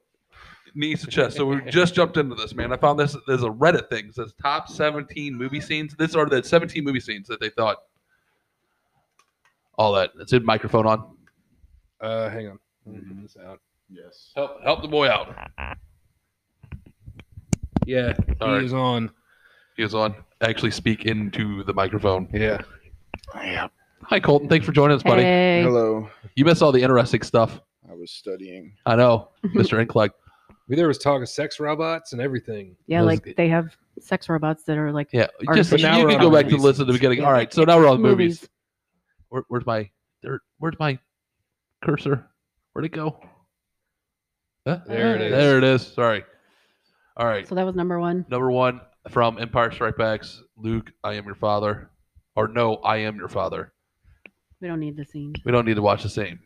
Speaker 1: knees to chest. So we just jumped into this, man. I found this. There's a Reddit thing. It says top 17 movie scenes. This are the 17 movie scenes that they thought. All that. That's it. Microphone on.
Speaker 3: Uh, hang on. Let me get this out.
Speaker 4: Yes.
Speaker 1: Help help the boy out.
Speaker 3: Yeah, he
Speaker 1: All right.
Speaker 3: is on.
Speaker 1: He was on. Actually, speak into the microphone.
Speaker 3: Yeah,
Speaker 4: Yeah.
Speaker 1: Hi, Colton. Thanks for joining us, buddy.
Speaker 2: Hey.
Speaker 4: Hello.
Speaker 1: You missed all the interesting stuff.
Speaker 4: I was studying.
Speaker 1: I know, Mr. Incleg.
Speaker 3: there was talk of sex robots and everything.
Speaker 2: Yeah,
Speaker 1: Those-
Speaker 2: like they have sex robots that are like
Speaker 1: Yeah,
Speaker 2: Or-
Speaker 1: just
Speaker 2: But
Speaker 1: you
Speaker 3: now we're
Speaker 1: can
Speaker 3: on
Speaker 1: go
Speaker 3: the
Speaker 1: back to
Speaker 3: movies.
Speaker 1: listen to the beginning.
Speaker 2: Yeah.
Speaker 1: All right, so now we're on the movies.
Speaker 2: movies.
Speaker 1: Where, where's my there, where's my cursor? Where'd it go? Huh?
Speaker 3: There it is.
Speaker 1: There it is. Sorry. All right.
Speaker 2: So that was number one.
Speaker 1: Number one from Empire Strike Back's Luke, I am your father. Or no, I am your father.
Speaker 2: We don't need the scene.
Speaker 1: We don't need to watch the same.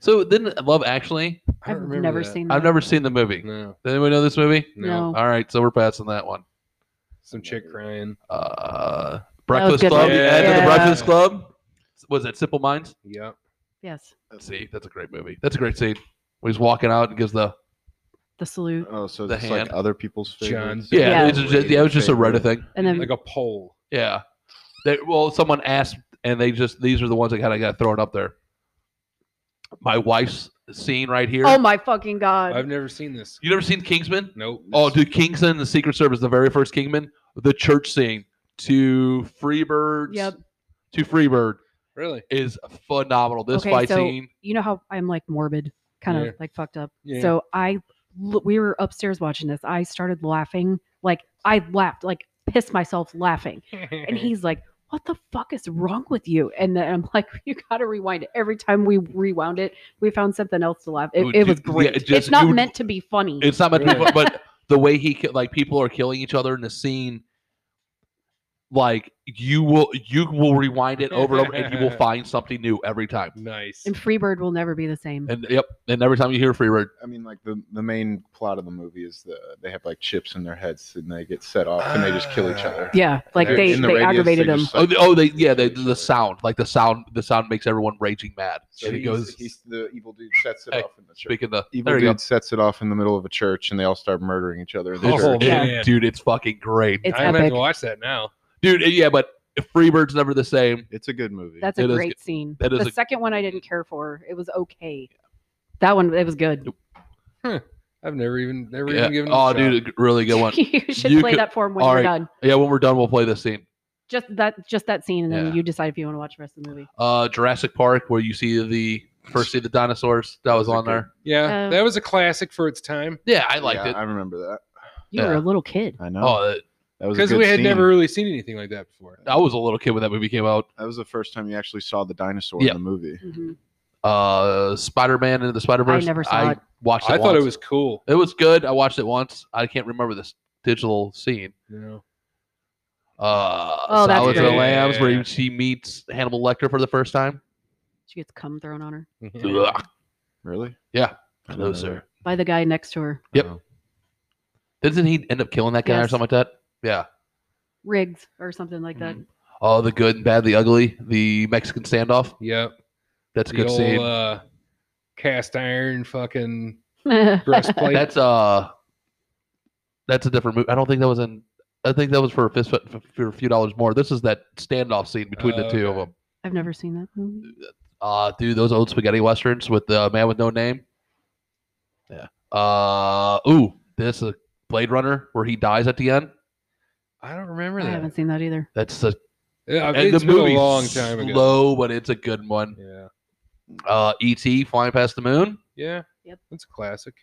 Speaker 1: So then Love Actually,
Speaker 3: I don't
Speaker 2: I've
Speaker 3: remember
Speaker 2: never
Speaker 3: that.
Speaker 2: seen. That.
Speaker 1: I've never seen the movie. Does
Speaker 3: No,
Speaker 1: anyone know this movie?
Speaker 2: No.
Speaker 3: no,
Speaker 1: All right, so we're passing that one.
Speaker 3: some chick crying.
Speaker 1: Uh
Speaker 2: That was
Speaker 1: Breakfast
Speaker 2: good.
Speaker 1: Club, the
Speaker 3: Yeah.
Speaker 1: end of the
Speaker 2: Yeah.
Speaker 1: Breakfast Club. Was it Simple Minds?
Speaker 3: Yeah,
Speaker 2: Yes,
Speaker 1: See, that's a great movie. That's a great scene. When he's walking out and gives the
Speaker 2: the salute,
Speaker 3: Uh,
Speaker 4: Oh, so
Speaker 1: The
Speaker 4: it's
Speaker 1: hand.
Speaker 4: like other people's
Speaker 3: John.
Speaker 4: favorites.
Speaker 1: yeah,
Speaker 2: Yeah.
Speaker 1: It's just, yeah, it was just a Reddit thing.
Speaker 2: and then
Speaker 3: like a pole.
Speaker 1: Yeah, they, well, someone asked, and they just these are the ones that kind of got thrown up there. My wife's scene right here.
Speaker 2: oh my fucking god,
Speaker 3: I've never seen this.
Speaker 1: you never seen Kingsman?
Speaker 3: Nope.
Speaker 1: Oh, dude, Kingsman, the Secret Service, the very first Kingsman, the church scene to Freebirds.
Speaker 2: Yep.
Speaker 1: To Freebird
Speaker 3: Really?
Speaker 1: is phenomenal. This
Speaker 2: Okay,
Speaker 1: fight
Speaker 2: so-
Speaker 1: scene.
Speaker 2: you know how I'm like morbid, kind of
Speaker 3: Yeah.
Speaker 2: like fucked up.
Speaker 3: Yeah.
Speaker 2: So I, l- we were upstairs watching this. I started laughing, like I laughed, like pissed myself laughing. And he's like, "What the fuck is wrong with you?" And then I'm like, "You gotta rewind it." Every time we rewound it, we found something else to laugh. It,
Speaker 1: Ooh,
Speaker 2: it
Speaker 1: dude,
Speaker 2: was
Speaker 1: yeah,
Speaker 2: great.
Speaker 1: it just-
Speaker 2: it's not
Speaker 1: you-
Speaker 2: meant to be funny.
Speaker 1: It's not meant to be,
Speaker 3: Really?
Speaker 1: but the way he ki- like people are killing each other in the scene, like you will you will rewind it over and over and you will find something new every time.
Speaker 3: Nice.
Speaker 2: And Freebird will never be the same.
Speaker 1: And yep, and every time you hear Freebird,
Speaker 4: I mean, like the the main plot of the movie is the they have like chips in their heads and they get set off and they just kill each other.
Speaker 2: yeah, Ah. like
Speaker 4: They're
Speaker 2: they
Speaker 4: in the
Speaker 2: they
Speaker 4: radius,
Speaker 2: aggravated
Speaker 4: they
Speaker 2: him.
Speaker 4: just,
Speaker 1: oh,
Speaker 4: like,
Speaker 1: the, oh they yeah they,
Speaker 4: kill each
Speaker 1: the
Speaker 4: other.
Speaker 1: sound like the sound the sound makes everyone raging mad.
Speaker 4: So
Speaker 1: and he
Speaker 4: he's,
Speaker 1: goes
Speaker 4: he's the evil dude sets it
Speaker 1: Hey,
Speaker 4: off in the church.
Speaker 1: speaking the
Speaker 4: Evil
Speaker 1: there you go.
Speaker 4: dude sets it off in the middle of a church and they all start murdering each other. In the
Speaker 1: It's-
Speaker 3: Oh,
Speaker 4: church.
Speaker 1: dude,
Speaker 3: man.
Speaker 1: dude, it's fucking great,
Speaker 2: It's
Speaker 3: I have
Speaker 2: epic.
Speaker 3: to watch that now.
Speaker 1: dude. Yeah, but Freebird's never the same.
Speaker 4: It's a good movie.
Speaker 2: That's a
Speaker 1: It is
Speaker 2: great scene.
Speaker 1: that is
Speaker 2: the
Speaker 1: a-
Speaker 2: second one I didn't care for. It was okay. That one it was good.
Speaker 3: I've never even never
Speaker 1: Yeah.
Speaker 3: even given. it a
Speaker 1: Oh,
Speaker 3: shot.
Speaker 1: dude, a really good one.
Speaker 2: you should
Speaker 1: You
Speaker 2: play
Speaker 1: could-
Speaker 2: that for him when
Speaker 1: all
Speaker 2: you're
Speaker 1: right.
Speaker 2: done.
Speaker 1: Yeah, when we're done, we'll play this scene.
Speaker 2: Just that just that scene and then
Speaker 1: Yeah.
Speaker 2: you decide if you want to watch the rest of the movie.
Speaker 1: Uh, Jurassic Park, where you see the first see the dinosaurs that was
Speaker 4: was a
Speaker 1: on there.
Speaker 3: Yeah,
Speaker 2: Uh,
Speaker 3: that was a classic for its time
Speaker 1: Yeah, I liked
Speaker 4: Yeah,
Speaker 1: it.
Speaker 4: I remember that.
Speaker 2: You were
Speaker 1: Yeah.
Speaker 2: a little kid.
Speaker 4: I know.
Speaker 1: oh, that-
Speaker 4: that was a
Speaker 3: because
Speaker 4: good
Speaker 3: we had
Speaker 4: scene.
Speaker 3: never really seen anything like that before.
Speaker 1: I was a little kid when that movie came out.
Speaker 4: That was the first time you actually saw the dinosaur
Speaker 1: Yeah.
Speaker 4: in the movie.
Speaker 2: Mhm.
Speaker 1: Uh, Spider Man and the Spider Verse.
Speaker 2: I never saw it.
Speaker 1: Watched it.
Speaker 3: I thought it
Speaker 1: once.
Speaker 3: was cool.
Speaker 1: It was good. I watched it once. I can't remember this digital scene.
Speaker 3: You know,
Speaker 1: Uh,
Speaker 2: Oh, that's
Speaker 1: Silence of the
Speaker 3: great.
Speaker 1: Lambs, where
Speaker 3: Yeah.
Speaker 1: he- she meets Hannibal Lecter for the first time.
Speaker 2: She gets cum thrown on her
Speaker 3: Mm-hmm.
Speaker 1: Ugh,
Speaker 4: Really?
Speaker 1: Yeah.
Speaker 4: I don't know
Speaker 1: closer.
Speaker 2: by the guy next to her.
Speaker 4: that.
Speaker 1: Yep.
Speaker 4: Oh.
Speaker 1: Doesn't he end up killing that guy or
Speaker 2: Yes.
Speaker 1: something like that? Yeah.
Speaker 2: Riggs or something like that.
Speaker 1: Oh, the good and bad, the ugly, the Mexican standoff.
Speaker 3: Yep.
Speaker 1: That's a
Speaker 3: The
Speaker 1: good
Speaker 3: old
Speaker 1: scene.
Speaker 3: uh, cast iron fucking
Speaker 1: Mm-hmm.
Speaker 3: breastplate.
Speaker 1: That's uh, that's a different movie. I don't think that was in. I think that was for a fist for a few dollars more. This is that standoff scene between the
Speaker 3: Oh,
Speaker 1: two of
Speaker 3: okay.
Speaker 1: them.
Speaker 2: I've never seen that movie.
Speaker 1: Uh, dude, those old spaghetti westerns with the man with no name. Yeah. Uh, ooh, this is Blade Runner where he dies at the end.
Speaker 3: I don't remember
Speaker 2: I
Speaker 3: that.
Speaker 2: haven't seen that either.
Speaker 1: That's a
Speaker 3: Yeah,
Speaker 1: and
Speaker 3: it's
Speaker 1: the
Speaker 3: been
Speaker 1: movie's
Speaker 3: a long time ago.
Speaker 1: slow, but it's a good one.
Speaker 3: Yeah.
Speaker 1: Uh, E.T. flying past the moon,
Speaker 3: Yeah.
Speaker 2: Yep.
Speaker 3: That's a classic.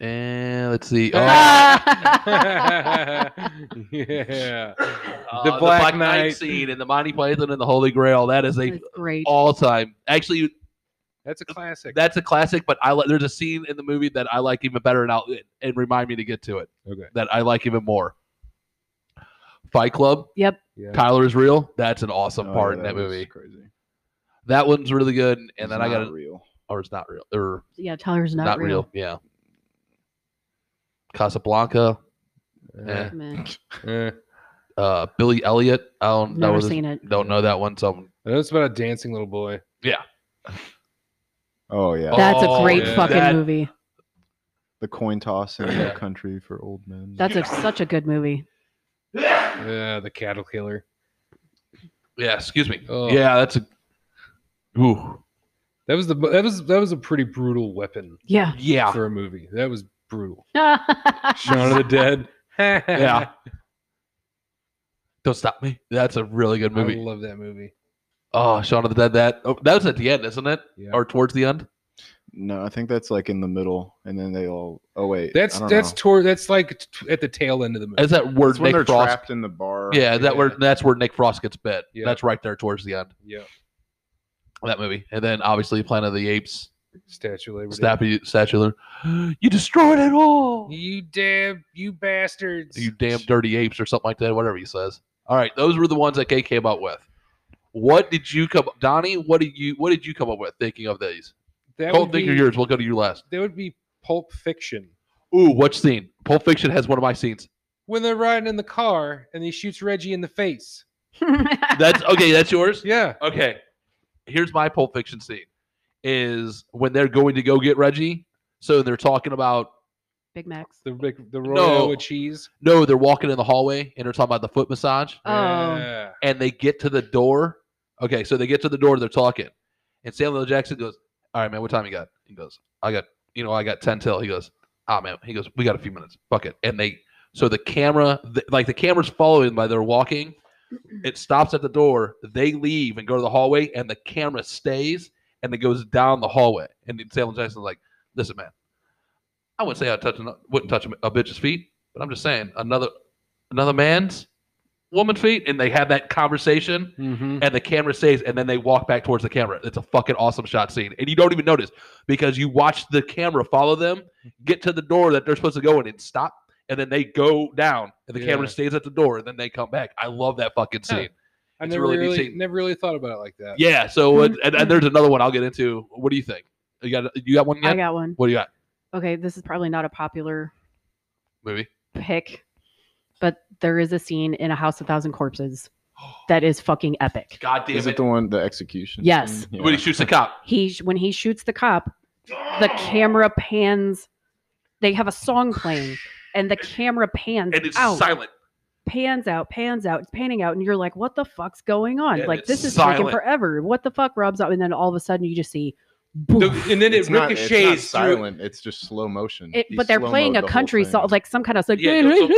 Speaker 1: and let's see. Oh,
Speaker 3: Ah! yeah.
Speaker 1: uh,
Speaker 3: The Black Knight.
Speaker 1: scene and the Monty Python and the Holy Grail. That is a
Speaker 2: That's great.
Speaker 1: all time. Actually,
Speaker 3: That's a classic.
Speaker 1: that's a classic, but I like there's a scene in the movie that I like even better, and I'll and remind me to get to it.
Speaker 3: Okay.
Speaker 1: That I like even more. Fight Club,
Speaker 2: Yep.
Speaker 3: yeah.
Speaker 1: Tyler is real. That's an awesome
Speaker 4: Oh,
Speaker 1: part
Speaker 4: yeah,
Speaker 1: in that
Speaker 4: was
Speaker 1: movie.
Speaker 4: Crazy.
Speaker 1: That one's really good, and
Speaker 4: It's
Speaker 1: then I got
Speaker 4: not real.
Speaker 1: or it's not real or
Speaker 2: Yeah, Tyler's not,
Speaker 1: not, real. Yeah. Casablanca,
Speaker 3: Eh,
Speaker 2: Meh.
Speaker 3: eh.
Speaker 1: uh, Billy Elliot. I don't know.
Speaker 2: Never
Speaker 1: this-
Speaker 2: seen it.
Speaker 1: Don't know that one. So I'm-
Speaker 3: I know it's about a dancing little boy.
Speaker 4: Oh yeah,
Speaker 1: That-
Speaker 2: That's
Speaker 1: Oh,
Speaker 2: a great
Speaker 3: yeah.
Speaker 2: fucking
Speaker 1: That-
Speaker 2: movie.
Speaker 4: the coin toss in
Speaker 1: Yeah.
Speaker 4: the country for old men.
Speaker 2: That's a, such a good movie.
Speaker 3: Yeah, the cattle killer.
Speaker 1: yeah. Excuse me.
Speaker 3: Oh.
Speaker 1: Yeah, that's a. Ooh.
Speaker 3: That was the that was that was a pretty brutal weapon
Speaker 2: Yeah.
Speaker 1: Yeah.
Speaker 3: for a movie. That was brutal. Shaun
Speaker 2: I
Speaker 3: of the Dead. yeah,
Speaker 1: Don't stop me. That's a really good movie.
Speaker 3: I love that movie.
Speaker 1: Oh, Shaun of the Dead. That oh, that was at the end, isn't it?
Speaker 3: Yeah.
Speaker 1: Or towards the end?
Speaker 4: no, I think that's like in the middle, and then they all. Oh wait,
Speaker 3: That's
Speaker 4: I don't
Speaker 3: that's
Speaker 4: know.
Speaker 3: tor- that's like t- at the tail end of the movie.
Speaker 1: Is that where
Speaker 4: It's when they're
Speaker 1: Nick Frost?
Speaker 4: trapped in the bar.
Speaker 1: Yeah, that where
Speaker 3: Yeah.
Speaker 1: that's where Nick Frost gets bit.
Speaker 3: Yeah.
Speaker 1: That's right there towards the end
Speaker 3: yeah,
Speaker 1: of that movie. And then obviously Planet of the Apes,
Speaker 3: Statue of Liberty.
Speaker 1: Snappy Statue. You destroyed it all.
Speaker 3: You damn you bastards.
Speaker 1: You damn dirty apes or something like that, whatever he says. All right, those were the ones that Kay came up with. What did you come Donnie, what did you what did you come up with thinking of these?
Speaker 3: that
Speaker 1: Colton,
Speaker 3: would
Speaker 1: think
Speaker 3: be,
Speaker 1: of yours. We'll go to you last.
Speaker 3: That would be Pulp Fiction
Speaker 1: Ooh, what scene? Pulp Fiction has one of my scenes.
Speaker 3: when they're riding in the car and he shoots Reggie in the face.
Speaker 1: That's okay, that's yours?
Speaker 3: Yeah,
Speaker 1: Okay. Here's my Pulp Fiction scene is when they're going to go get Reggie. So they're talking about
Speaker 2: Big Macs.
Speaker 3: the big- the Royal
Speaker 1: No.
Speaker 3: with cheese.
Speaker 1: no, they're walking in the hallway and they're talking about the foot massage
Speaker 2: Oh.
Speaker 3: Yeah.
Speaker 1: and they get to the door. Okay, so they get to the door, they're talking. And Samuel L. Jackson goes, All right, man, what time you got? He goes, I got you know, I got 10 till. He goes, Ah man. He goes, We got a few minutes. Fuck it. And they so the camera th- like the camera's following by their walking. It stops at the door. They leave and go to the hallway, and the camera stays and it goes down the hallway. And then Samuel Jackson's like, "Listen, man, I wouldn't say I touch an- wouldn't touch a bitch's feet, but I'm just saying another another man's woman feet." And they have that conversation,
Speaker 3: Mm-hmm.
Speaker 1: and the camera stays, and then they walk back towards the camera. It's a fucking awesome shot scene, and you don't even Mm-hmm. notice because you watch the camera follow them, get to the door that they're supposed to go in, and stop. and then they go down, and the camera
Speaker 3: Yeah.
Speaker 1: stays at the door, and then they come back. I love that fucking
Speaker 3: Yeah.
Speaker 1: scene.
Speaker 3: I
Speaker 1: It's
Speaker 3: never
Speaker 1: really
Speaker 3: really,
Speaker 1: neat scene.
Speaker 3: never really thought about it like that.
Speaker 1: Yeah. So it, and, and there's another one I'll get into. What do you think? You got you got one
Speaker 2: I
Speaker 1: yet?
Speaker 2: got one.
Speaker 1: what do you got?
Speaker 2: Okay, this is probably not a popular
Speaker 1: Movie.
Speaker 2: pick, but there is a scene in A House of Thousand Corpses that is fucking epic.
Speaker 1: God damn
Speaker 4: Is
Speaker 1: it!
Speaker 4: it the one, the execution?
Speaker 2: Yes.
Speaker 4: scene? Yeah.
Speaker 1: When he shoots the cop.
Speaker 2: He when he shoots the cop, the camera pans. They have a song playing, and the camera pans
Speaker 1: and it's
Speaker 2: out,
Speaker 1: silent.
Speaker 2: pans out, pans out, it's panning out, and you're like, "What the fuck's going on?
Speaker 1: And
Speaker 2: like
Speaker 1: it's
Speaker 2: this is
Speaker 1: silent.
Speaker 2: taking forever. What the fuck, Rob's up?" And then all of a sudden, you just see,
Speaker 3: The-
Speaker 2: boom.
Speaker 3: and then
Speaker 4: It's
Speaker 3: it
Speaker 4: not,
Speaker 3: ricochets
Speaker 4: it's not
Speaker 3: through.
Speaker 4: silent. It's just slow motion.
Speaker 2: It,
Speaker 4: He
Speaker 2: but they're
Speaker 4: slow-moed
Speaker 2: playing
Speaker 4: the
Speaker 2: a
Speaker 4: whole
Speaker 2: country
Speaker 4: thing.
Speaker 2: song, like some kind of like.
Speaker 1: Yeah, no, so-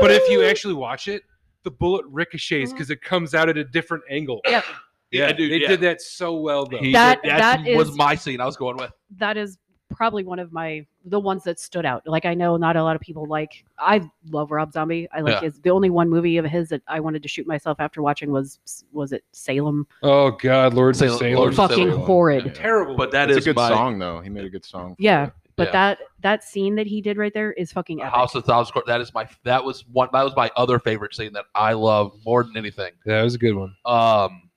Speaker 3: But if you actually watch it, the bullet ricochets
Speaker 2: Mm-hmm.
Speaker 3: because it comes out at a different angle.
Speaker 2: Yep.
Speaker 1: Yeah, dude,
Speaker 3: they
Speaker 1: yeah.
Speaker 3: did that so well though.
Speaker 1: He-
Speaker 2: That-
Speaker 1: that's-
Speaker 2: that
Speaker 1: was
Speaker 2: is-
Speaker 1: my scene. I was going with.
Speaker 2: that is probably one of my the ones that stood out. Like I know not a lot of people like I love Rob Zombie. I like
Speaker 1: Yeah.
Speaker 2: his the only one movie of his that I wanted to shoot myself after watching was was it Salem?
Speaker 3: oh God, Lord
Speaker 1: Salem-
Speaker 3: Salem.
Speaker 1: Lord-
Speaker 2: Fucking
Speaker 1: Salem.
Speaker 2: horrid.
Speaker 4: Yeah.
Speaker 3: Terrible.
Speaker 1: But that
Speaker 4: it's
Speaker 1: is
Speaker 4: a good
Speaker 1: my
Speaker 4: song though. He made a good song. for
Speaker 2: Yeah,
Speaker 4: it.
Speaker 2: But
Speaker 1: Yeah.
Speaker 2: that that scene that he did right there is fucking epic.
Speaker 1: House of Thousand Corpses. That is my that was one that was my other favorite scene that I love more than anything.
Speaker 3: that was a good one.
Speaker 1: Um,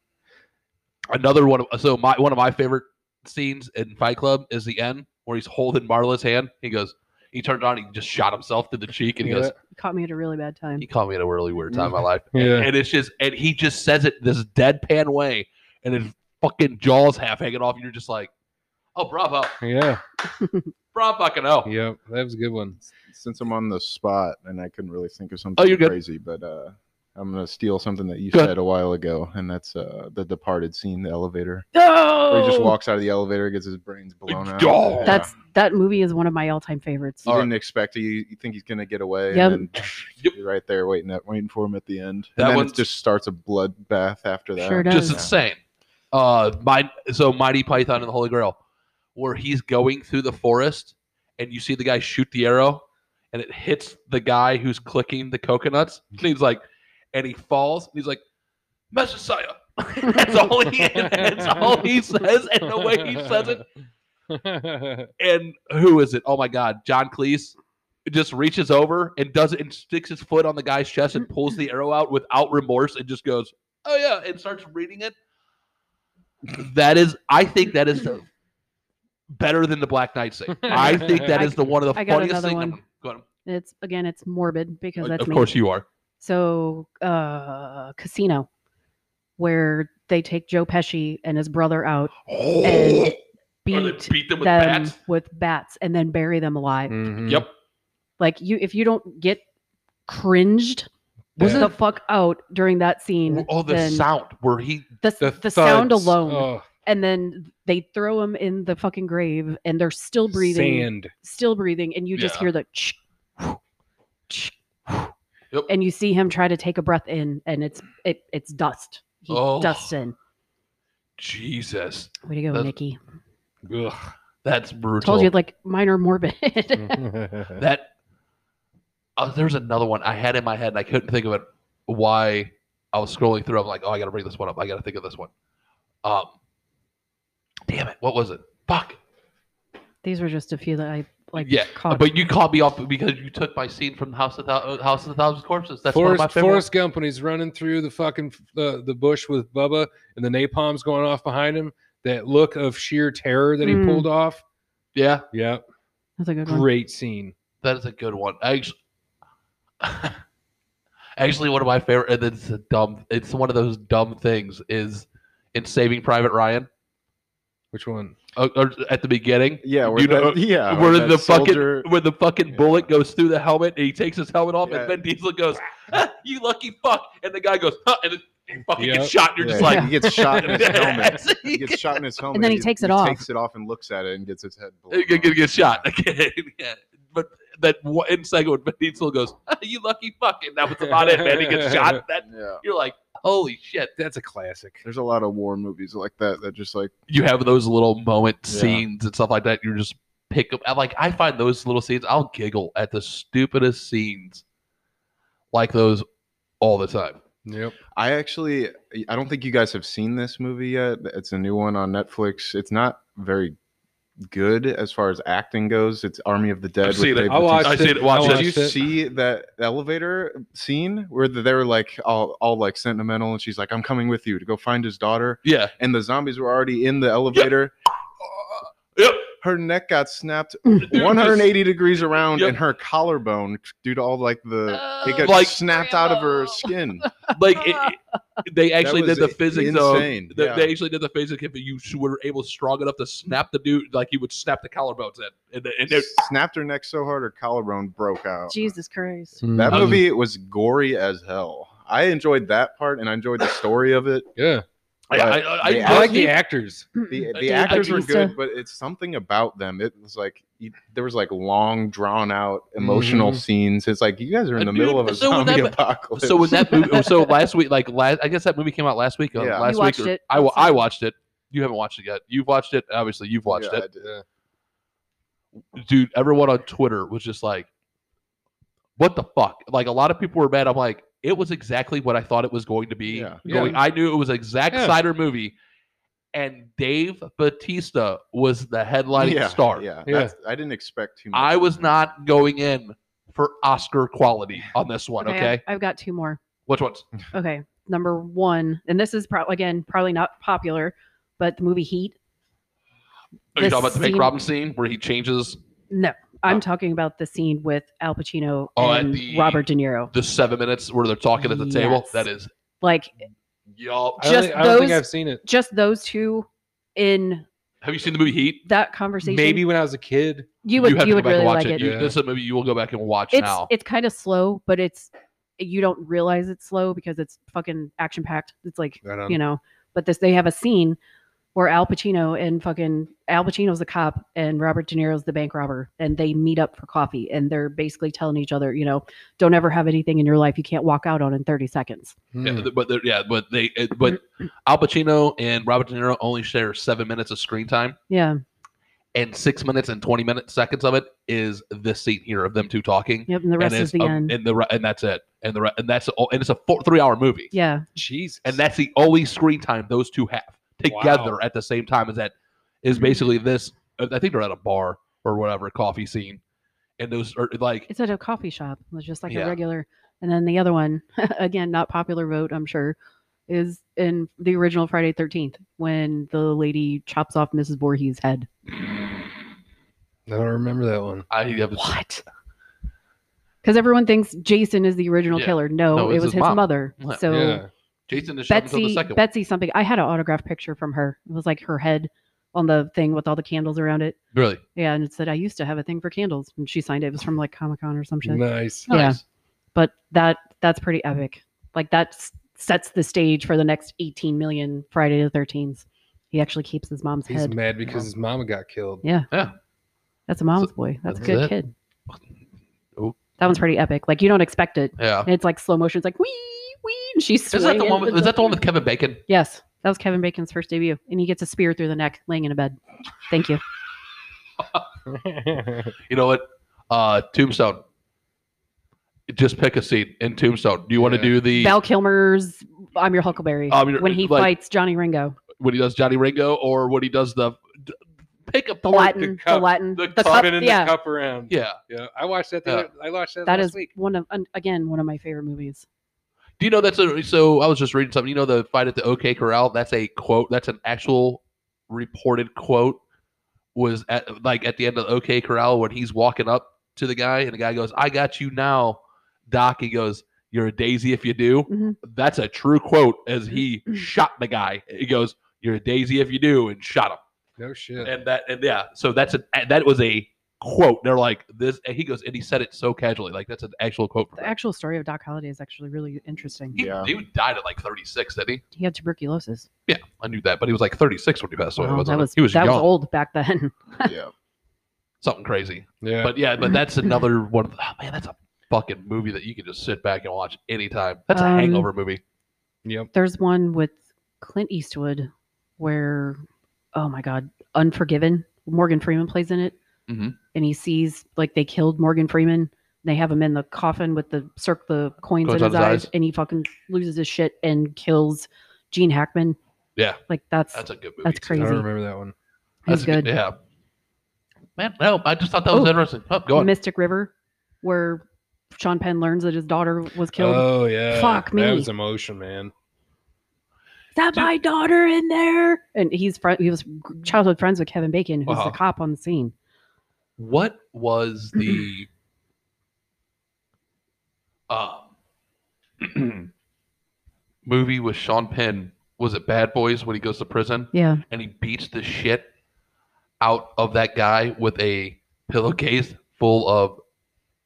Speaker 1: another one. Of, so my one of my favorite scenes in Fight Club is the end where he's holding Marla's hand. He goes, he turned on, he just shot himself through the cheek, and he
Speaker 3: Yeah.
Speaker 1: goes,
Speaker 2: He caught me at a really bad time.
Speaker 1: he caught me at a really weird time in my life.
Speaker 3: Yeah.
Speaker 1: And it's just, and he just says it this deadpan way, and his fucking jaws half hanging off. And you're just like, oh, bravo,
Speaker 3: Yeah.
Speaker 1: bravo, fucking oh.
Speaker 3: Yep. That was a good one.
Speaker 4: Since I'm on the spot and I couldn't really think of something
Speaker 1: Oh, you're good.
Speaker 4: crazy, but uh, I'm gonna steal something that you
Speaker 1: Go ahead.
Speaker 4: said a while ago, and that's uh, the Departed scene, the elevator. Where
Speaker 2: Oh,
Speaker 4: he just walks out of the elevator, gets his brains blown out.
Speaker 1: Oh!
Speaker 4: Yeah.
Speaker 2: That's that movie is one of my all time favorites.
Speaker 4: you
Speaker 1: All right.
Speaker 4: didn't expect it. You, you think he's gonna get away,
Speaker 2: Yep.
Speaker 4: and then
Speaker 1: Yep.
Speaker 4: you're right there waiting at, waiting for him at the end.
Speaker 1: That
Speaker 4: And then
Speaker 1: one's-
Speaker 4: it just starts a bloodbath after that.
Speaker 2: Sure does.
Speaker 1: just
Speaker 2: Yeah.
Speaker 1: insane. Uh, my so Mighty Python and the Holy Grail, where he's going through the forest and you see the guy shoot the arrow and it hits the guy who's clicking the coconuts. And he's like, and he falls. And he's like, Messiah. that's all he. That's all he says, and the way he says it. And who is it? Oh my God, John Cleese just reaches over and does it and sticks his foot on the guy's chest and pulls the arrow out without remorse and just goes, "Oh yeah," and starts reading it. That is, I think that is the- better than the Black Knight scene. I think that
Speaker 2: I-
Speaker 1: is the one of the
Speaker 2: I got
Speaker 1: funniest
Speaker 2: another
Speaker 1: things.
Speaker 2: one. It's again, it's morbid because that's
Speaker 1: Of
Speaker 2: me.
Speaker 1: course you are.
Speaker 2: So, uh, Casino, where they take Joe Pesci and his brother out
Speaker 1: Or
Speaker 2: and
Speaker 1: Oh, they
Speaker 2: beat
Speaker 1: beat them with
Speaker 2: them
Speaker 1: bats.
Speaker 2: with bats and then bury them alive.
Speaker 3: Mhm.
Speaker 1: Yep.
Speaker 2: Like you, if you don't get cringed
Speaker 3: Was
Speaker 2: the fuck out during that scene,
Speaker 1: Oh, the
Speaker 2: then
Speaker 1: sound where he
Speaker 2: the, the, sound
Speaker 3: thuds.
Speaker 2: alone,
Speaker 3: Oh,
Speaker 2: and then they throw him in the fucking grave, and they're still breathing,
Speaker 3: Sand.
Speaker 2: still breathing, and you just
Speaker 1: Yeah.
Speaker 2: hear the. Ch- ch-
Speaker 1: Yep.
Speaker 2: And you see him try to take a breath in, and it's it it's dust. He
Speaker 1: Oh.
Speaker 2: dusts in.
Speaker 1: Jesus,
Speaker 2: Way to go,
Speaker 1: That's-
Speaker 2: Nikki.
Speaker 3: Ugh.
Speaker 1: that's brutal. Mm.
Speaker 2: Told you like mine are morbid.
Speaker 1: That uh, there's another one I had in my head and I couldn't think of it. Why I was scrolling through, I'm like, oh, I gotta bring this one up. I gotta think of this one. Um, damn it, what was it? Fuck.
Speaker 2: These were just a few that I like.
Speaker 1: yeah,
Speaker 2: caught.
Speaker 1: but you caught me off because you took my scene from House of Thou- uh, House of the Thousand Corpses. That's one of my
Speaker 3: Forrest,
Speaker 1: favorite.
Speaker 3: Forrest Gump when he's running through the fucking uh, the bush with Bubba and the napalm's going off behind him. That look of sheer terror that he
Speaker 2: Mm.
Speaker 3: pulled off.
Speaker 1: Yeah,
Speaker 3: Yeah,
Speaker 2: that's a good one.
Speaker 3: great scene.
Speaker 1: that is a good one. Actually, actually, one of my favorite. And it's a dumb. It's one of those dumb things. Is in Saving Private Ryan
Speaker 3: Which one?
Speaker 1: uh, or at the beginning.
Speaker 4: Yeah, where
Speaker 1: You
Speaker 4: that,
Speaker 1: know-
Speaker 4: yeah,
Speaker 1: where
Speaker 4: that
Speaker 1: the
Speaker 4: soldier-
Speaker 1: fucking where the fucking
Speaker 4: Yeah.
Speaker 1: bullet goes through the helmet and he takes his helmet off
Speaker 4: Yeah.
Speaker 1: and Ben Diesel goes, "Ah, "You lucky fuck!" and the guy goes, huh, and then he fucking
Speaker 3: Yep.
Speaker 1: gets shot. And you're just
Speaker 4: Yeah,
Speaker 1: like,
Speaker 4: he gets shot in his helmet. He
Speaker 1: he
Speaker 4: gets shot in his helmet,
Speaker 2: then he takes it off.
Speaker 4: Takes it off and looks at it and gets his head blown.
Speaker 1: gets- gets-
Speaker 4: off.
Speaker 1: gets shot. Okay, yeah. But that one second when Ben Diesel goes, "Ah, "You lucky fuck!" and that was about it, man. He gets shot. That
Speaker 4: Yeah,
Speaker 1: you're like, "Holy shit!"
Speaker 3: That's a classic.
Speaker 4: there's a lot of war movies like that that just like
Speaker 1: You have those little moment
Speaker 4: Yeah.
Speaker 1: scenes and stuff like that. You're just pick up. I Like I find those little scenes, I'll giggle at the stupidest scenes, like those, all the time.
Speaker 3: Yep.
Speaker 4: I actually I don't think you guys have seen this movie yet. It's a new one on Netflix. It's not very good as far as acting goes. It's Army of the Dead.
Speaker 1: seen it.
Speaker 4: David
Speaker 3: I watched
Speaker 1: I
Speaker 4: Bautista.
Speaker 1: see
Speaker 3: it.
Speaker 1: it, watch
Speaker 3: I
Speaker 1: it.
Speaker 4: Did
Speaker 3: watched
Speaker 4: you
Speaker 3: it.
Speaker 4: see that elevator scene where they were like all, all like sentimental, and she's like, "I'm coming with you to go find his daughter,"
Speaker 1: Yeah.
Speaker 4: and the zombies were already in the elevator.
Speaker 1: Yep.
Speaker 4: Her neck got snapped
Speaker 1: Dude,
Speaker 4: 180 degrees around,
Speaker 1: Yep. Oh,
Speaker 4: and her collarbone, due to all like the it got
Speaker 1: Like-
Speaker 4: snapped out of her skin.
Speaker 1: just- like it, it- they actually
Speaker 4: was
Speaker 1: did the physics
Speaker 4: insane,
Speaker 1: of. They,
Speaker 4: yeah.
Speaker 1: they actually did the physics if you were able strong enough to snap the dude like you would snap the collarbones in, and, the- and it-
Speaker 4: snapped her neck so hard her collarbone broke out.
Speaker 2: Jesus Christ.
Speaker 4: That
Speaker 3: Um,
Speaker 1: Mhm.
Speaker 4: movie was gory as hell. I enjoyed that part, and I enjoyed the story of it.
Speaker 3: Yeah,
Speaker 1: I, I, I,
Speaker 4: They
Speaker 1: I-
Speaker 3: I like the
Speaker 1: yeah.
Speaker 3: actors.
Speaker 4: the,
Speaker 1: I
Speaker 4: the
Speaker 1: did-
Speaker 4: actors were
Speaker 2: Batista.
Speaker 4: good, but it's something about them. It was like you, there was like long, drawn out
Speaker 2: Mm-hmm.
Speaker 4: emotional
Speaker 3: Mhm.
Speaker 4: scenes. It's like you guys are in
Speaker 1: Uh,
Speaker 4: the middle
Speaker 1: dude,
Speaker 4: of a
Speaker 1: so when
Speaker 4: zombie
Speaker 1: that-
Speaker 4: apocalypse.
Speaker 1: So when that movie, so last week, like last, I guess that movie came out last week. uh,
Speaker 4: Yeah. You
Speaker 1: last
Speaker 2: watched
Speaker 1: week, or-
Speaker 2: it.
Speaker 1: I wa- I watched it. You haven't watched it yet. You've watched it. Obviously, you've watched
Speaker 4: Yeah,
Speaker 1: it.
Speaker 4: I did.
Speaker 1: dude, everyone on Twitter was just like, "What the fuck?" Like a lot of people were mad. I'm like, it was exactly what I thought it was going to be.
Speaker 4: Yeah.
Speaker 1: Going,
Speaker 3: Yeah.
Speaker 1: I knew it was an exact
Speaker 3: Yeah.
Speaker 1: cider movie, and Dave Batista was the headlining
Speaker 4: yeah,
Speaker 1: star.
Speaker 4: Yeah,
Speaker 3: Yeah.
Speaker 4: that's- I didn't expect too much.
Speaker 1: I
Speaker 4: from
Speaker 1: was
Speaker 4: it.
Speaker 1: not going in for Oscar quality on this one. Okay,
Speaker 2: I've- I've got two more.
Speaker 1: which ones?
Speaker 2: Okay, number one, and this is probably again probably not popular, but the movie Heat.
Speaker 1: Are you
Speaker 2: The
Speaker 1: talking about the Mick
Speaker 2: scene-
Speaker 1: Robin scene where he changes
Speaker 2: No, I'm
Speaker 1: Oh.
Speaker 2: talking about the scene with Al Pacino
Speaker 1: Oh, at
Speaker 2: and
Speaker 1: the-
Speaker 2: Robert De Niro.
Speaker 1: the seven minutes where they're talking at the table?
Speaker 2: Yes.
Speaker 1: That is,
Speaker 2: Like
Speaker 1: y'all.
Speaker 3: I don't,
Speaker 2: Just
Speaker 3: think, I don't think
Speaker 2: those-
Speaker 3: I've seen it.
Speaker 2: just those two in
Speaker 1: Have you seen the movie Heat?
Speaker 2: that conversation.
Speaker 3: Maybe when I was a kid.
Speaker 2: you would you,
Speaker 1: have to
Speaker 2: would
Speaker 1: go back and
Speaker 2: really
Speaker 1: watch
Speaker 2: like
Speaker 1: it.
Speaker 2: it.
Speaker 1: You-
Speaker 3: Yeah.
Speaker 1: This is a movie you will go back and watch
Speaker 2: It's
Speaker 1: now.
Speaker 2: it's kind of slow, but it's you don't realize it's slow because it's fucking action packed. It's like
Speaker 4: Right on.
Speaker 2: you know. But this, they have a scene where Al Pacino and fucking Al Pacino's a cop and Robert De Niro's the bank robber, and they meet up for coffee, and they're basically telling each other, you know, don't ever have anything in your life you can't walk out on in thirty seconds.
Speaker 1: Yeah,
Speaker 3: Hmm.
Speaker 1: th- but they're- yeah, but they uh, but Al Pacino and Robert De Niro only share seven minutes of screen time,
Speaker 2: Yeah,
Speaker 1: and six minutes and twenty minute seconds of it is this scene here of them two talking.
Speaker 2: yep. And the rest
Speaker 1: and
Speaker 2: is
Speaker 1: it's
Speaker 2: the
Speaker 1: a-
Speaker 2: end.
Speaker 1: and the re- and that's it, and the re- and that's all, and it's a four, three hour movie,
Speaker 2: yeah,
Speaker 3: Jesus.
Speaker 1: and that's the only screen time those two have together
Speaker 3: Wow.
Speaker 1: at the same time. Is that is basically this? uh, I think they're at a bar or whatever coffee scene, and those are like
Speaker 2: it's at a coffee shop. It's just like
Speaker 1: Yeah.
Speaker 2: a regular. And then the other one, again, not popular vote, I'm sure, is in the original Friday Thirteenth when the lady chops off Mrs. Voorhees' head.
Speaker 3: I don't remember that one.
Speaker 1: I have
Speaker 2: What? Because everyone thinks Jason is the original
Speaker 1: Yeah.
Speaker 2: killer. No,
Speaker 1: No,
Speaker 2: it
Speaker 1: it's
Speaker 2: was
Speaker 1: his
Speaker 2: his,
Speaker 1: mom.
Speaker 2: mother.
Speaker 1: Yeah.
Speaker 2: So
Speaker 3: yeah.
Speaker 1: Jason is until the
Speaker 2: Betsy,
Speaker 1: second
Speaker 2: Betsy something. I had an autographed picture from her. It was like her head on the thing with all the candles around it.
Speaker 1: one. Really
Speaker 2: Yeah, and it said I used to have a thing for candles, and she signed it. It was from like Comic Con or some shit.
Speaker 3: Nice.
Speaker 2: Oh, Yeah. But that that's pretty epic. Like that s- sets the stage for the next 18 million Friday the 13th. He actually keeps his mom's
Speaker 3: He's
Speaker 2: head.
Speaker 3: mad because his mama got killed.
Speaker 2: Yeah.
Speaker 1: Yeah.
Speaker 2: That's a mom's boy. That's,
Speaker 1: that's
Speaker 2: a good
Speaker 1: it.
Speaker 2: kid.
Speaker 1: Oh.
Speaker 2: That one's pretty epic. Like you don't expect it.
Speaker 1: Yeah.
Speaker 2: And it's like slow motion. It's like wee wee. And she's
Speaker 1: Is that the
Speaker 2: swinging
Speaker 1: one? With, is that the one with Kevin Bacon?
Speaker 2: Yes, that was Kevin Bacon's first debut, and he gets a spear through the neck, laying in a bed. Thank you.
Speaker 1: You know what? Uh, Tombstone. Just pick a scene in Tombstone. Do you want to
Speaker 3: Yeah.
Speaker 1: do the
Speaker 2: Val Kilmer's "I'm Your Huckleberry"
Speaker 1: Um, you're-
Speaker 2: when he
Speaker 1: like-
Speaker 2: fights Johnny Ringo,
Speaker 1: when he does Johnny Ringo or when he does the d- pick a
Speaker 2: the
Speaker 1: part-
Speaker 2: Latin, the,
Speaker 3: cup-
Speaker 2: Latin,
Speaker 1: the
Speaker 2: the,
Speaker 1: cup
Speaker 2: cup.
Speaker 3: Turning the
Speaker 2: Yeah,
Speaker 3: cup around.
Speaker 1: Yeah.
Speaker 3: Yeah, I watched that. The
Speaker 1: Yeah.
Speaker 3: other, I watched that,
Speaker 2: that
Speaker 3: last
Speaker 2: is
Speaker 3: week.
Speaker 2: one of an- again one of my favorite movies.
Speaker 1: Do you know that's a so? I was just reading something. You know the fight at the OK Corral. That's a quote. That's an actual reported quote. Was at like at the end of the OK Corral when he's walking up to the guy and the guy goes, "I got you now, Doc." He goes, "You're a daisy if you do."
Speaker 3: Mm-hmm.
Speaker 2: Mhm.
Speaker 1: That's a true quote as he shot the guy. He goes, "You're a daisy if you do," and shot him.
Speaker 3: No shit.
Speaker 1: and that and yeah so that's a that was a quote they're like this and he goes and he said it so casually like that's an actual quote from
Speaker 2: The
Speaker 1: him.
Speaker 2: actual story of Doc Holliday is actually really interesting.
Speaker 1: he,
Speaker 4: Yeah.
Speaker 1: he died at like 36 did he
Speaker 2: He had tuberculosis.
Speaker 1: yeah i knew that but he was like 36 when he passed away
Speaker 2: Wow,
Speaker 1: wasn't
Speaker 2: that
Speaker 1: he?
Speaker 2: was
Speaker 1: he was
Speaker 2: that
Speaker 1: young
Speaker 2: was old back then.
Speaker 4: yeah,
Speaker 1: something crazy
Speaker 3: Yeah.
Speaker 1: but yeah but that's another one of the- oh, man that's a fucking movie that you can just sit back and watch anytime that's a
Speaker 2: Um,
Speaker 1: hangover movie
Speaker 3: yep.
Speaker 2: There's one with Clint Eastwood where, oh my God, Unforgiven. Morgan Freeman plays in it.
Speaker 1: Mhm.
Speaker 2: And he sees, like, they killed Morgan Freeman. and They have him in the coffin with the circ, the coins, in his, eyes, and he fucking loses his shit and kills Gene Hackman.
Speaker 1: Yeah.
Speaker 2: like that's,
Speaker 1: that's a good movie
Speaker 2: that's
Speaker 1: too.
Speaker 3: I
Speaker 2: crazy.
Speaker 3: don't remember that one.
Speaker 1: That's
Speaker 2: he's
Speaker 1: a
Speaker 2: good.
Speaker 1: yeah Man, no, I just thought that was
Speaker 2: Oh.
Speaker 1: interesting. Oh, go on.
Speaker 2: Mystic River, where Sean Penn learns that his daughter was
Speaker 1: Uh,
Speaker 2: killed.
Speaker 3: Oh yeah.
Speaker 2: Fuck me.
Speaker 3: That was emotion, man.
Speaker 2: Is that my daughter in there? And he's fri he was childhood friends with Kevin Bacon,
Speaker 1: Mm.
Speaker 2: who's
Speaker 1: Wow.
Speaker 2: the cop on the scene.
Speaker 1: What was the um, movie with Sean Penn? Was it Bad Boys when he goes to prison
Speaker 2: Yeah,
Speaker 1: and he beats the shit out of that guy with a pillowcase full of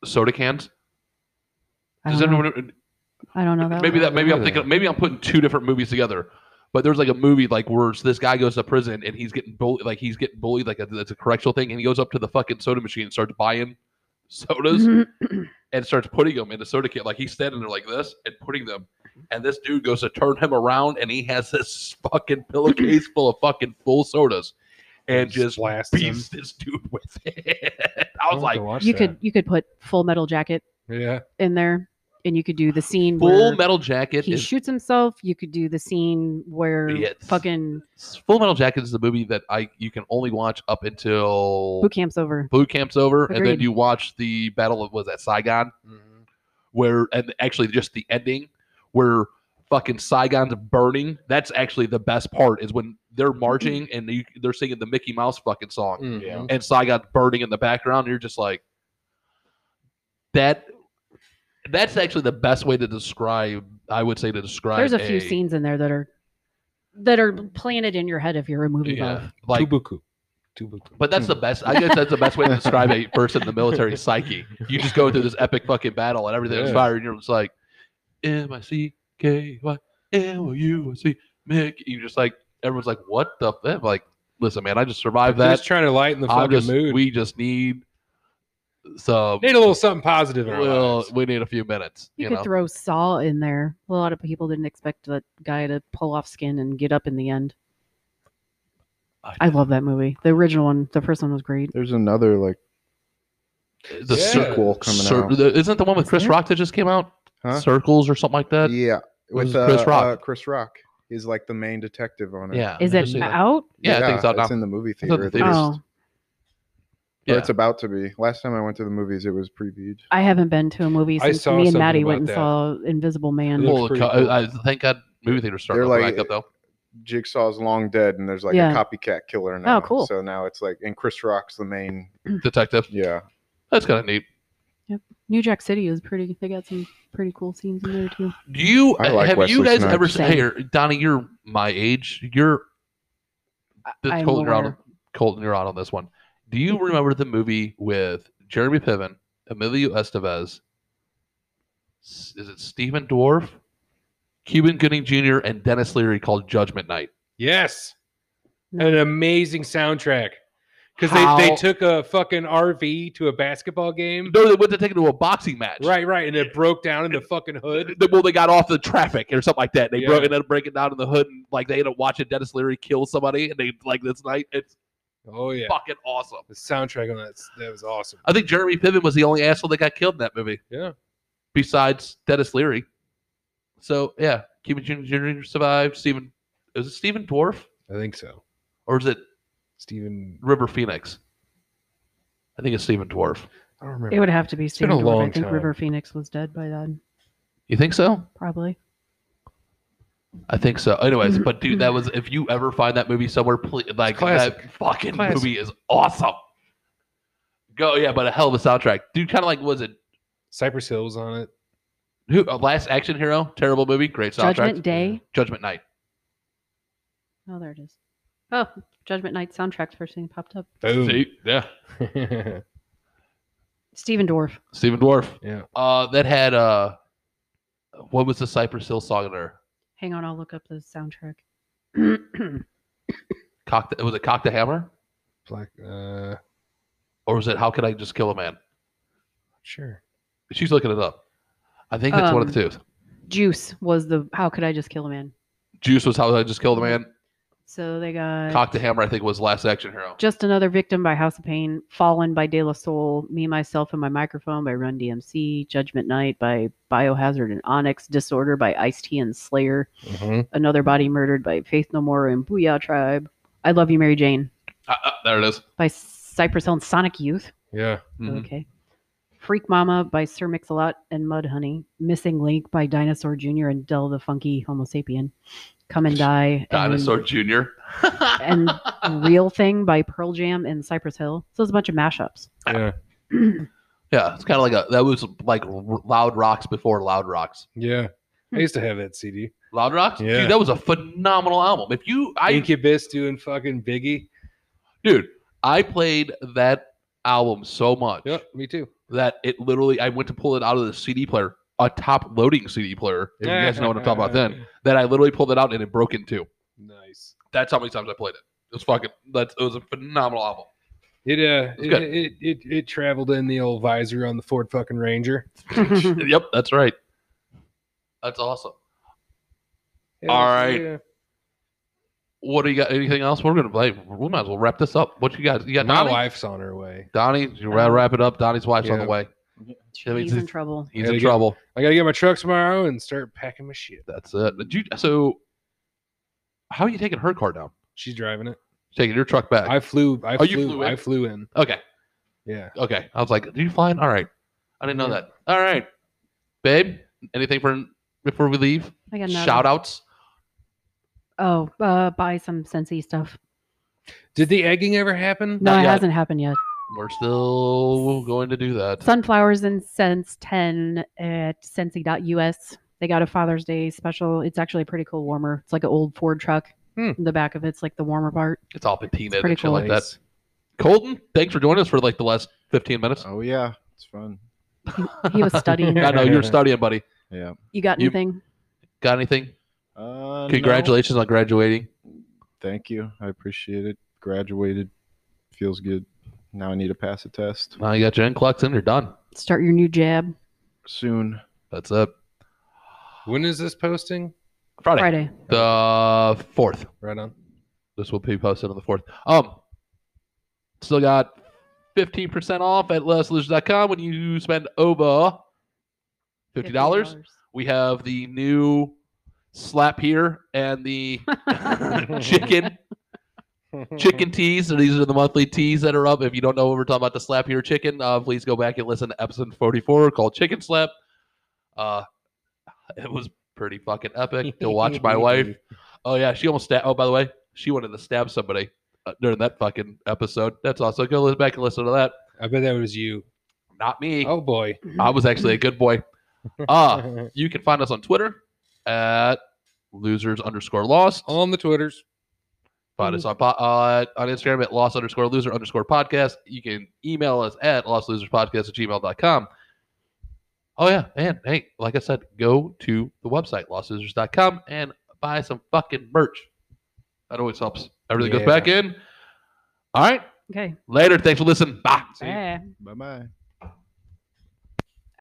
Speaker 1: soda cans?
Speaker 2: I
Speaker 1: Does
Speaker 2: don't, know.
Speaker 1: anyone
Speaker 2: I don't know that.
Speaker 1: maybe
Speaker 2: one.
Speaker 1: that maybe I'm
Speaker 3: Really?
Speaker 1: thinking maybe I'm putting two different movies together. But there's like a movie like where it's this guy goes to prison and he's getting bullied like he's getting bullied like that's a correctional thing and he goes up to the fucking soda machine and starts buying sodas
Speaker 2: Mm-hmm.
Speaker 1: and starts putting them in the soda can like he's standing there like this and putting them and this dude goes to turn him around and he has this fucking pillowcase full of fucking full sodas and just
Speaker 3: blast
Speaker 1: beats this dude with it. I was like
Speaker 2: you could you could put Full Metal Jacket
Speaker 3: Yeah.
Speaker 2: in there, and you could do the scene
Speaker 1: Full
Speaker 2: where
Speaker 1: Metal Jacket
Speaker 2: he
Speaker 1: is
Speaker 2: shoots himself. You could do the scene where
Speaker 1: Yes.
Speaker 2: fucking
Speaker 1: Full Metal Jacket is the movie that I you can only watch up until
Speaker 2: boot camp's over.
Speaker 1: boot camp's over, and then
Speaker 2: Agreed.
Speaker 1: you watch the Battle of was that Saigon, Mm-hmm. where and actually just the ending where fucking Saigon's burning. That's actually the best part is when they're
Speaker 2: Mm-hmm.
Speaker 1: marching and you, they're singing the Mickey Mouse fucking song,
Speaker 3: Yeah.
Speaker 2: Mm-hmm.
Speaker 1: and Saigon's burning in the background. And you're just like that. That's actually the best way to describe. I would say to describe.
Speaker 2: There's a few scenes in there that are that are planted in your head if you're a movie buff.
Speaker 1: Yeah, like
Speaker 3: Tubuku. Tubuku.
Speaker 1: But that's the best. I guess that's the best way to describe a person in the military psyche. You just go through this epic fucking battle and everything is
Speaker 3: Yeah.
Speaker 1: fire, and you're just like, M I C K Y M O U I C Mick. You just like everyone's like, what the? F-? I'm Like, listen, man, I just survived
Speaker 3: They're
Speaker 1: that.
Speaker 3: just trying to lighten the
Speaker 1: I'm
Speaker 3: fucking
Speaker 1: just,
Speaker 3: mood. We
Speaker 1: we just need some.
Speaker 3: need a little something positive in our
Speaker 1: Well,
Speaker 3: lives.
Speaker 1: we need a few minutes.
Speaker 2: You,
Speaker 1: You,
Speaker 2: could
Speaker 1: know,
Speaker 2: throw Saw in there. A lot of people didn't expect that guy to pull off skin and get up in the end. I love that movie. The original one, the first one was great.
Speaker 4: There's another like
Speaker 1: the
Speaker 3: Yeah.
Speaker 1: cir-
Speaker 4: sequel coming
Speaker 1: cir-
Speaker 4: out.
Speaker 1: the- isn't the one with Chris
Speaker 2: there?
Speaker 1: Rock that just came out?
Speaker 4: Huh?
Speaker 1: Circles or something like that.
Speaker 4: yeah,
Speaker 1: is
Speaker 4: with uh,
Speaker 1: Chris
Speaker 4: Chris
Speaker 1: Rock.
Speaker 4: Rock. Uh, Chris Rock is like the main detective on it.
Speaker 1: Yeah.
Speaker 2: Is
Speaker 1: I
Speaker 2: it
Speaker 1: just seen that.
Speaker 2: out?
Speaker 1: Yeah, I think it's out now.
Speaker 4: in the movie
Speaker 1: It's out in
Speaker 4: theater.
Speaker 1: the
Speaker 4: There's-
Speaker 1: theaters.
Speaker 2: Oh,
Speaker 4: or
Speaker 1: Yeah.
Speaker 4: it's about to be. Last time I went to the movies, it was previewed.
Speaker 2: I haven't been to a movie
Speaker 3: I
Speaker 2: since
Speaker 3: saw
Speaker 2: me and
Speaker 3: something
Speaker 2: Maddie went
Speaker 3: about
Speaker 2: and
Speaker 3: that.
Speaker 2: saw Invisible Man.
Speaker 3: Looks
Speaker 1: Well,
Speaker 3: pretty
Speaker 1: co-
Speaker 3: cool.
Speaker 1: I, I thank God movie theaters started
Speaker 4: They're
Speaker 1: opening
Speaker 4: like-
Speaker 1: back up though.
Speaker 4: Jigsaw's long dead, and there's like
Speaker 2: Yeah. Oh,
Speaker 4: a copycat killer now.
Speaker 2: cool.
Speaker 4: So now it's like, and Chris Rock's the main.
Speaker 1: detective.
Speaker 4: Yeah,
Speaker 1: That's kind of neat.
Speaker 2: New Jack City is pretty. They got some pretty cool scenes in there too.
Speaker 1: Do you
Speaker 4: I like
Speaker 1: have you
Speaker 4: Wesley
Speaker 1: guys
Speaker 4: Snipes.
Speaker 1: ever seen?
Speaker 2: Same.
Speaker 1: Hey, or- Donnie, you're my age. You're
Speaker 2: I-
Speaker 1: this
Speaker 2: I'm Mm-hmm.
Speaker 1: Colton, you're on,
Speaker 2: aware.
Speaker 1: Colton, you're on on this one. Do you remember the movie with Jeremy Piven, Emilio Estevez? s- Is it Stephen Dwarf, Cuban Gooding Jr., and Dennis Leary called Judgment Night?
Speaker 3: Yes.
Speaker 2: No.
Speaker 3: An amazing soundtrack. Because they,
Speaker 1: How-
Speaker 3: they took a fucking RV to a basketball game.
Speaker 1: No, they went to take it to a boxing match.
Speaker 3: Right, right. And it broke down in the fucking hood.
Speaker 1: They- Well, they got off the traffic or something like that. They
Speaker 3: Yeah.
Speaker 1: broke ended up breaking down in the hood, and like they ended up watching Dennis Leary kill somebody, and they like this night. It's
Speaker 3: Oh, yeah.
Speaker 1: fucking awesome.
Speaker 3: The soundtrack on that, that was awesome.
Speaker 1: I think Jeremy Piven was the only asshole that got killed in that movie.
Speaker 3: Yeah.
Speaker 1: Besides Dennis Leary. So yeah, Cuban Jr. Jr. survived. Stephen is it Stephen Dwarf
Speaker 3: I think so.
Speaker 1: or is it
Speaker 3: Steven,
Speaker 1: River Phoenix? I think it's Stephen Dwarf.
Speaker 3: I don't remember.
Speaker 2: It would have to be
Speaker 3: been
Speaker 2: Stephen
Speaker 3: a
Speaker 2: Dorff. I
Speaker 3: long
Speaker 2: think
Speaker 3: time.
Speaker 2: River Phoenix was dead by then,
Speaker 1: You think so?
Speaker 2: probably.
Speaker 1: I think so. Anyways, but dude, that was if you ever find that movie somewhere, please like that
Speaker 3: classic.
Speaker 1: fucking
Speaker 3: Classic.
Speaker 1: movie is awesome. Go yeah, but a hell of a soundtrack, dude. Kind of like was it
Speaker 3: Cypress Hills on it.
Speaker 1: who uh, Last Action Hero? Terrible movie, great soundtrack.
Speaker 2: Judgment Day.
Speaker 1: Judgment Night.
Speaker 2: Oh, there it is. Oh, Judgment Night soundtrack's first thing popped up.
Speaker 3: Boom.
Speaker 1: See, yeah,
Speaker 2: Steven Dorff.
Speaker 1: Stephen Dwarf.
Speaker 3: yeah.
Speaker 1: Uh, that had uh, what was the Cypress Hill song in there?
Speaker 2: Hang on, I'll look up the soundtrack.
Speaker 1: Cock the, was it Cock the Hammer
Speaker 3: Black, uh,
Speaker 1: or was it How Can I Just Kill a Man?
Speaker 3: sure.
Speaker 1: She's looking it up. I think that's one of the two.
Speaker 2: Juice was the How Could I Just Kill a Man?
Speaker 1: Juice was How I Just Killed a Man.
Speaker 2: So they got
Speaker 1: Cock the Hammer, I think, was Last Action Hero.
Speaker 2: Just Another Victim by House of Pain, Fallen by De La Soul, Me, Myself, and My Microphone by Run DMC, Judgment Night by Biohazard and Onyx, Disorder by Ice T and Slayer,
Speaker 1: Mm-hmm.
Speaker 2: Another Body Murdered by Faith No More and Booyah Tribe, I Love You, Mary Jane
Speaker 1: Ah, ah, Uh, there it is.
Speaker 2: by Cypress Hill and Sonic Youth.
Speaker 3: Yeah.
Speaker 1: Mhm.
Speaker 2: Okay. Freak Mama by Sir Mix-a-Lot and Mud Honey. Missing Link by Dinosaur Jr. and Del the Funky Homo Sapien. Come and Die. and-
Speaker 1: Dinosaur Jr.
Speaker 2: And, Real Thing by Pearl Jam and Cypress Hill. So it's a bunch of mashups.
Speaker 3: Yeah.
Speaker 1: yeah, it's kind of like a that was like r- Loud Rocks before Loud Rocks.
Speaker 3: Yeah. I used to have that CD.
Speaker 1: Loud Rocks,
Speaker 3: Yeah.
Speaker 1: dude, that was a phenomenal album. If you, I
Speaker 3: Incubus doing fucking Biggie.
Speaker 1: dude, I played that album so much
Speaker 3: Yeah, me too.
Speaker 1: that it literally, I went to pull it out of the CD player, a top loading CD player. If you guys know what I'm talking about, then that I literally pulled it out and it broke in two.
Speaker 3: Nice.
Speaker 1: That's how many times I played it. It was fucking. That's it was a phenomenal album.
Speaker 3: It uh
Speaker 1: It's
Speaker 3: it,
Speaker 1: good.
Speaker 3: it, it it traveled in the old visor on the Ford fucking Ranger.
Speaker 1: yep, that's right. That's awesome.
Speaker 3: Hell
Speaker 1: All right.
Speaker 3: yeah.
Speaker 1: What do you got? Anything else? We're gonna play. We might as well wrap this up. What you got? You got
Speaker 3: My
Speaker 1: Donnie?
Speaker 3: wife's on her way.
Speaker 1: Donnie, you ra- wrap it up. Donnie's wife's on the
Speaker 3: Yeah.
Speaker 1: way. That means
Speaker 2: He's in
Speaker 1: he's,
Speaker 2: trouble.
Speaker 1: he's
Speaker 3: There
Speaker 1: in
Speaker 3: you go.
Speaker 1: trouble.
Speaker 3: I gotta get my truck tomorrow and start packing my shit.
Speaker 1: That's it. Did you, so, how are you taking her car down?
Speaker 3: She's driving it.
Speaker 1: Taking your truck back?
Speaker 3: I flew. I
Speaker 1: Oh, you
Speaker 3: flew.
Speaker 1: flew in?
Speaker 3: I flew in.
Speaker 1: okay,
Speaker 3: Yeah.
Speaker 1: okay. I was like, "Are you flying?" All right. I didn't know
Speaker 3: Yeah.
Speaker 1: that. All right, babe. Anything for before we leave?
Speaker 2: I got nothing.
Speaker 1: Shout outs.
Speaker 2: Oh, uh, buy some Sensi stuff.
Speaker 3: Did the egging ever happen?
Speaker 2: No,
Speaker 1: Not
Speaker 2: it
Speaker 1: yet.
Speaker 2: hasn't happened yet.
Speaker 1: We're still going to do that.
Speaker 2: Sunflowers and Scents 10 at Sensi.us. They got a Father's Day special. It's actually a pretty cool warmer. It's like an old Ford truck.
Speaker 3: Hmm.
Speaker 2: The back of it's like the warmer part.
Speaker 1: It's all patina and
Speaker 2: pretty
Speaker 1: shit
Speaker 2: cool.
Speaker 1: like that. Colton, thanks for joining us for like the last 15 minutes.
Speaker 4: Oh yeah, it's fun.
Speaker 2: He was studying.
Speaker 1: I know you're studying, buddy.
Speaker 4: Yeah.
Speaker 2: You got
Speaker 1: You-
Speaker 2: anything?
Speaker 1: Got anything?
Speaker 4: Uh, no.
Speaker 1: Congratulations on graduating.
Speaker 4: Thank you. I appreciate it. Graduated. Feels good. Now I need to pass a test
Speaker 1: Now you got your NCLEX and you're done.
Speaker 2: Start your new jab
Speaker 4: soon.
Speaker 1: That's it.
Speaker 3: When is this posting?
Speaker 1: Friday,
Speaker 2: Friday.
Speaker 1: the fourth.
Speaker 3: Right on.
Speaker 1: This will be posted on the fourth. Um, still got 15% off at lesluge.com when you spend over $50. We have the new slap here and the chicken chicken teas. So these are the monthly teas that are up. If you don't know what we're talking about, the slap here chicken, uh, please go back and listen to episode 44 called Chicken Slap. Uh, it was pretty fucking epic to watch my wife. Oh, yeah. She almost stabbed. Oh, by the way, she wanted to stab somebody uh, during that fucking episode. That's also go li- back and listen to that.
Speaker 3: I bet that was you.
Speaker 1: Not me.
Speaker 3: Oh boy.
Speaker 1: I was actually a good boy. Uh, you can find us on Twitter at losers underscore lost.
Speaker 3: on the Twitters. Mm.
Speaker 1: Find us on po- uh, on Instagram at lost underscore loser underscore podcast. You can email us at lostloserspodcast at gmail.com. Oh, yeah. And hey, like I said, go to the website, lostlosers.com, and buy some fucking merch. That always helps. Everything goes
Speaker 3: Yeah.
Speaker 1: back in. All right.
Speaker 2: Okay.
Speaker 1: Later. Thanks for listening. Bye.
Speaker 3: See you.
Speaker 2: Bye.
Speaker 4: Bye bye.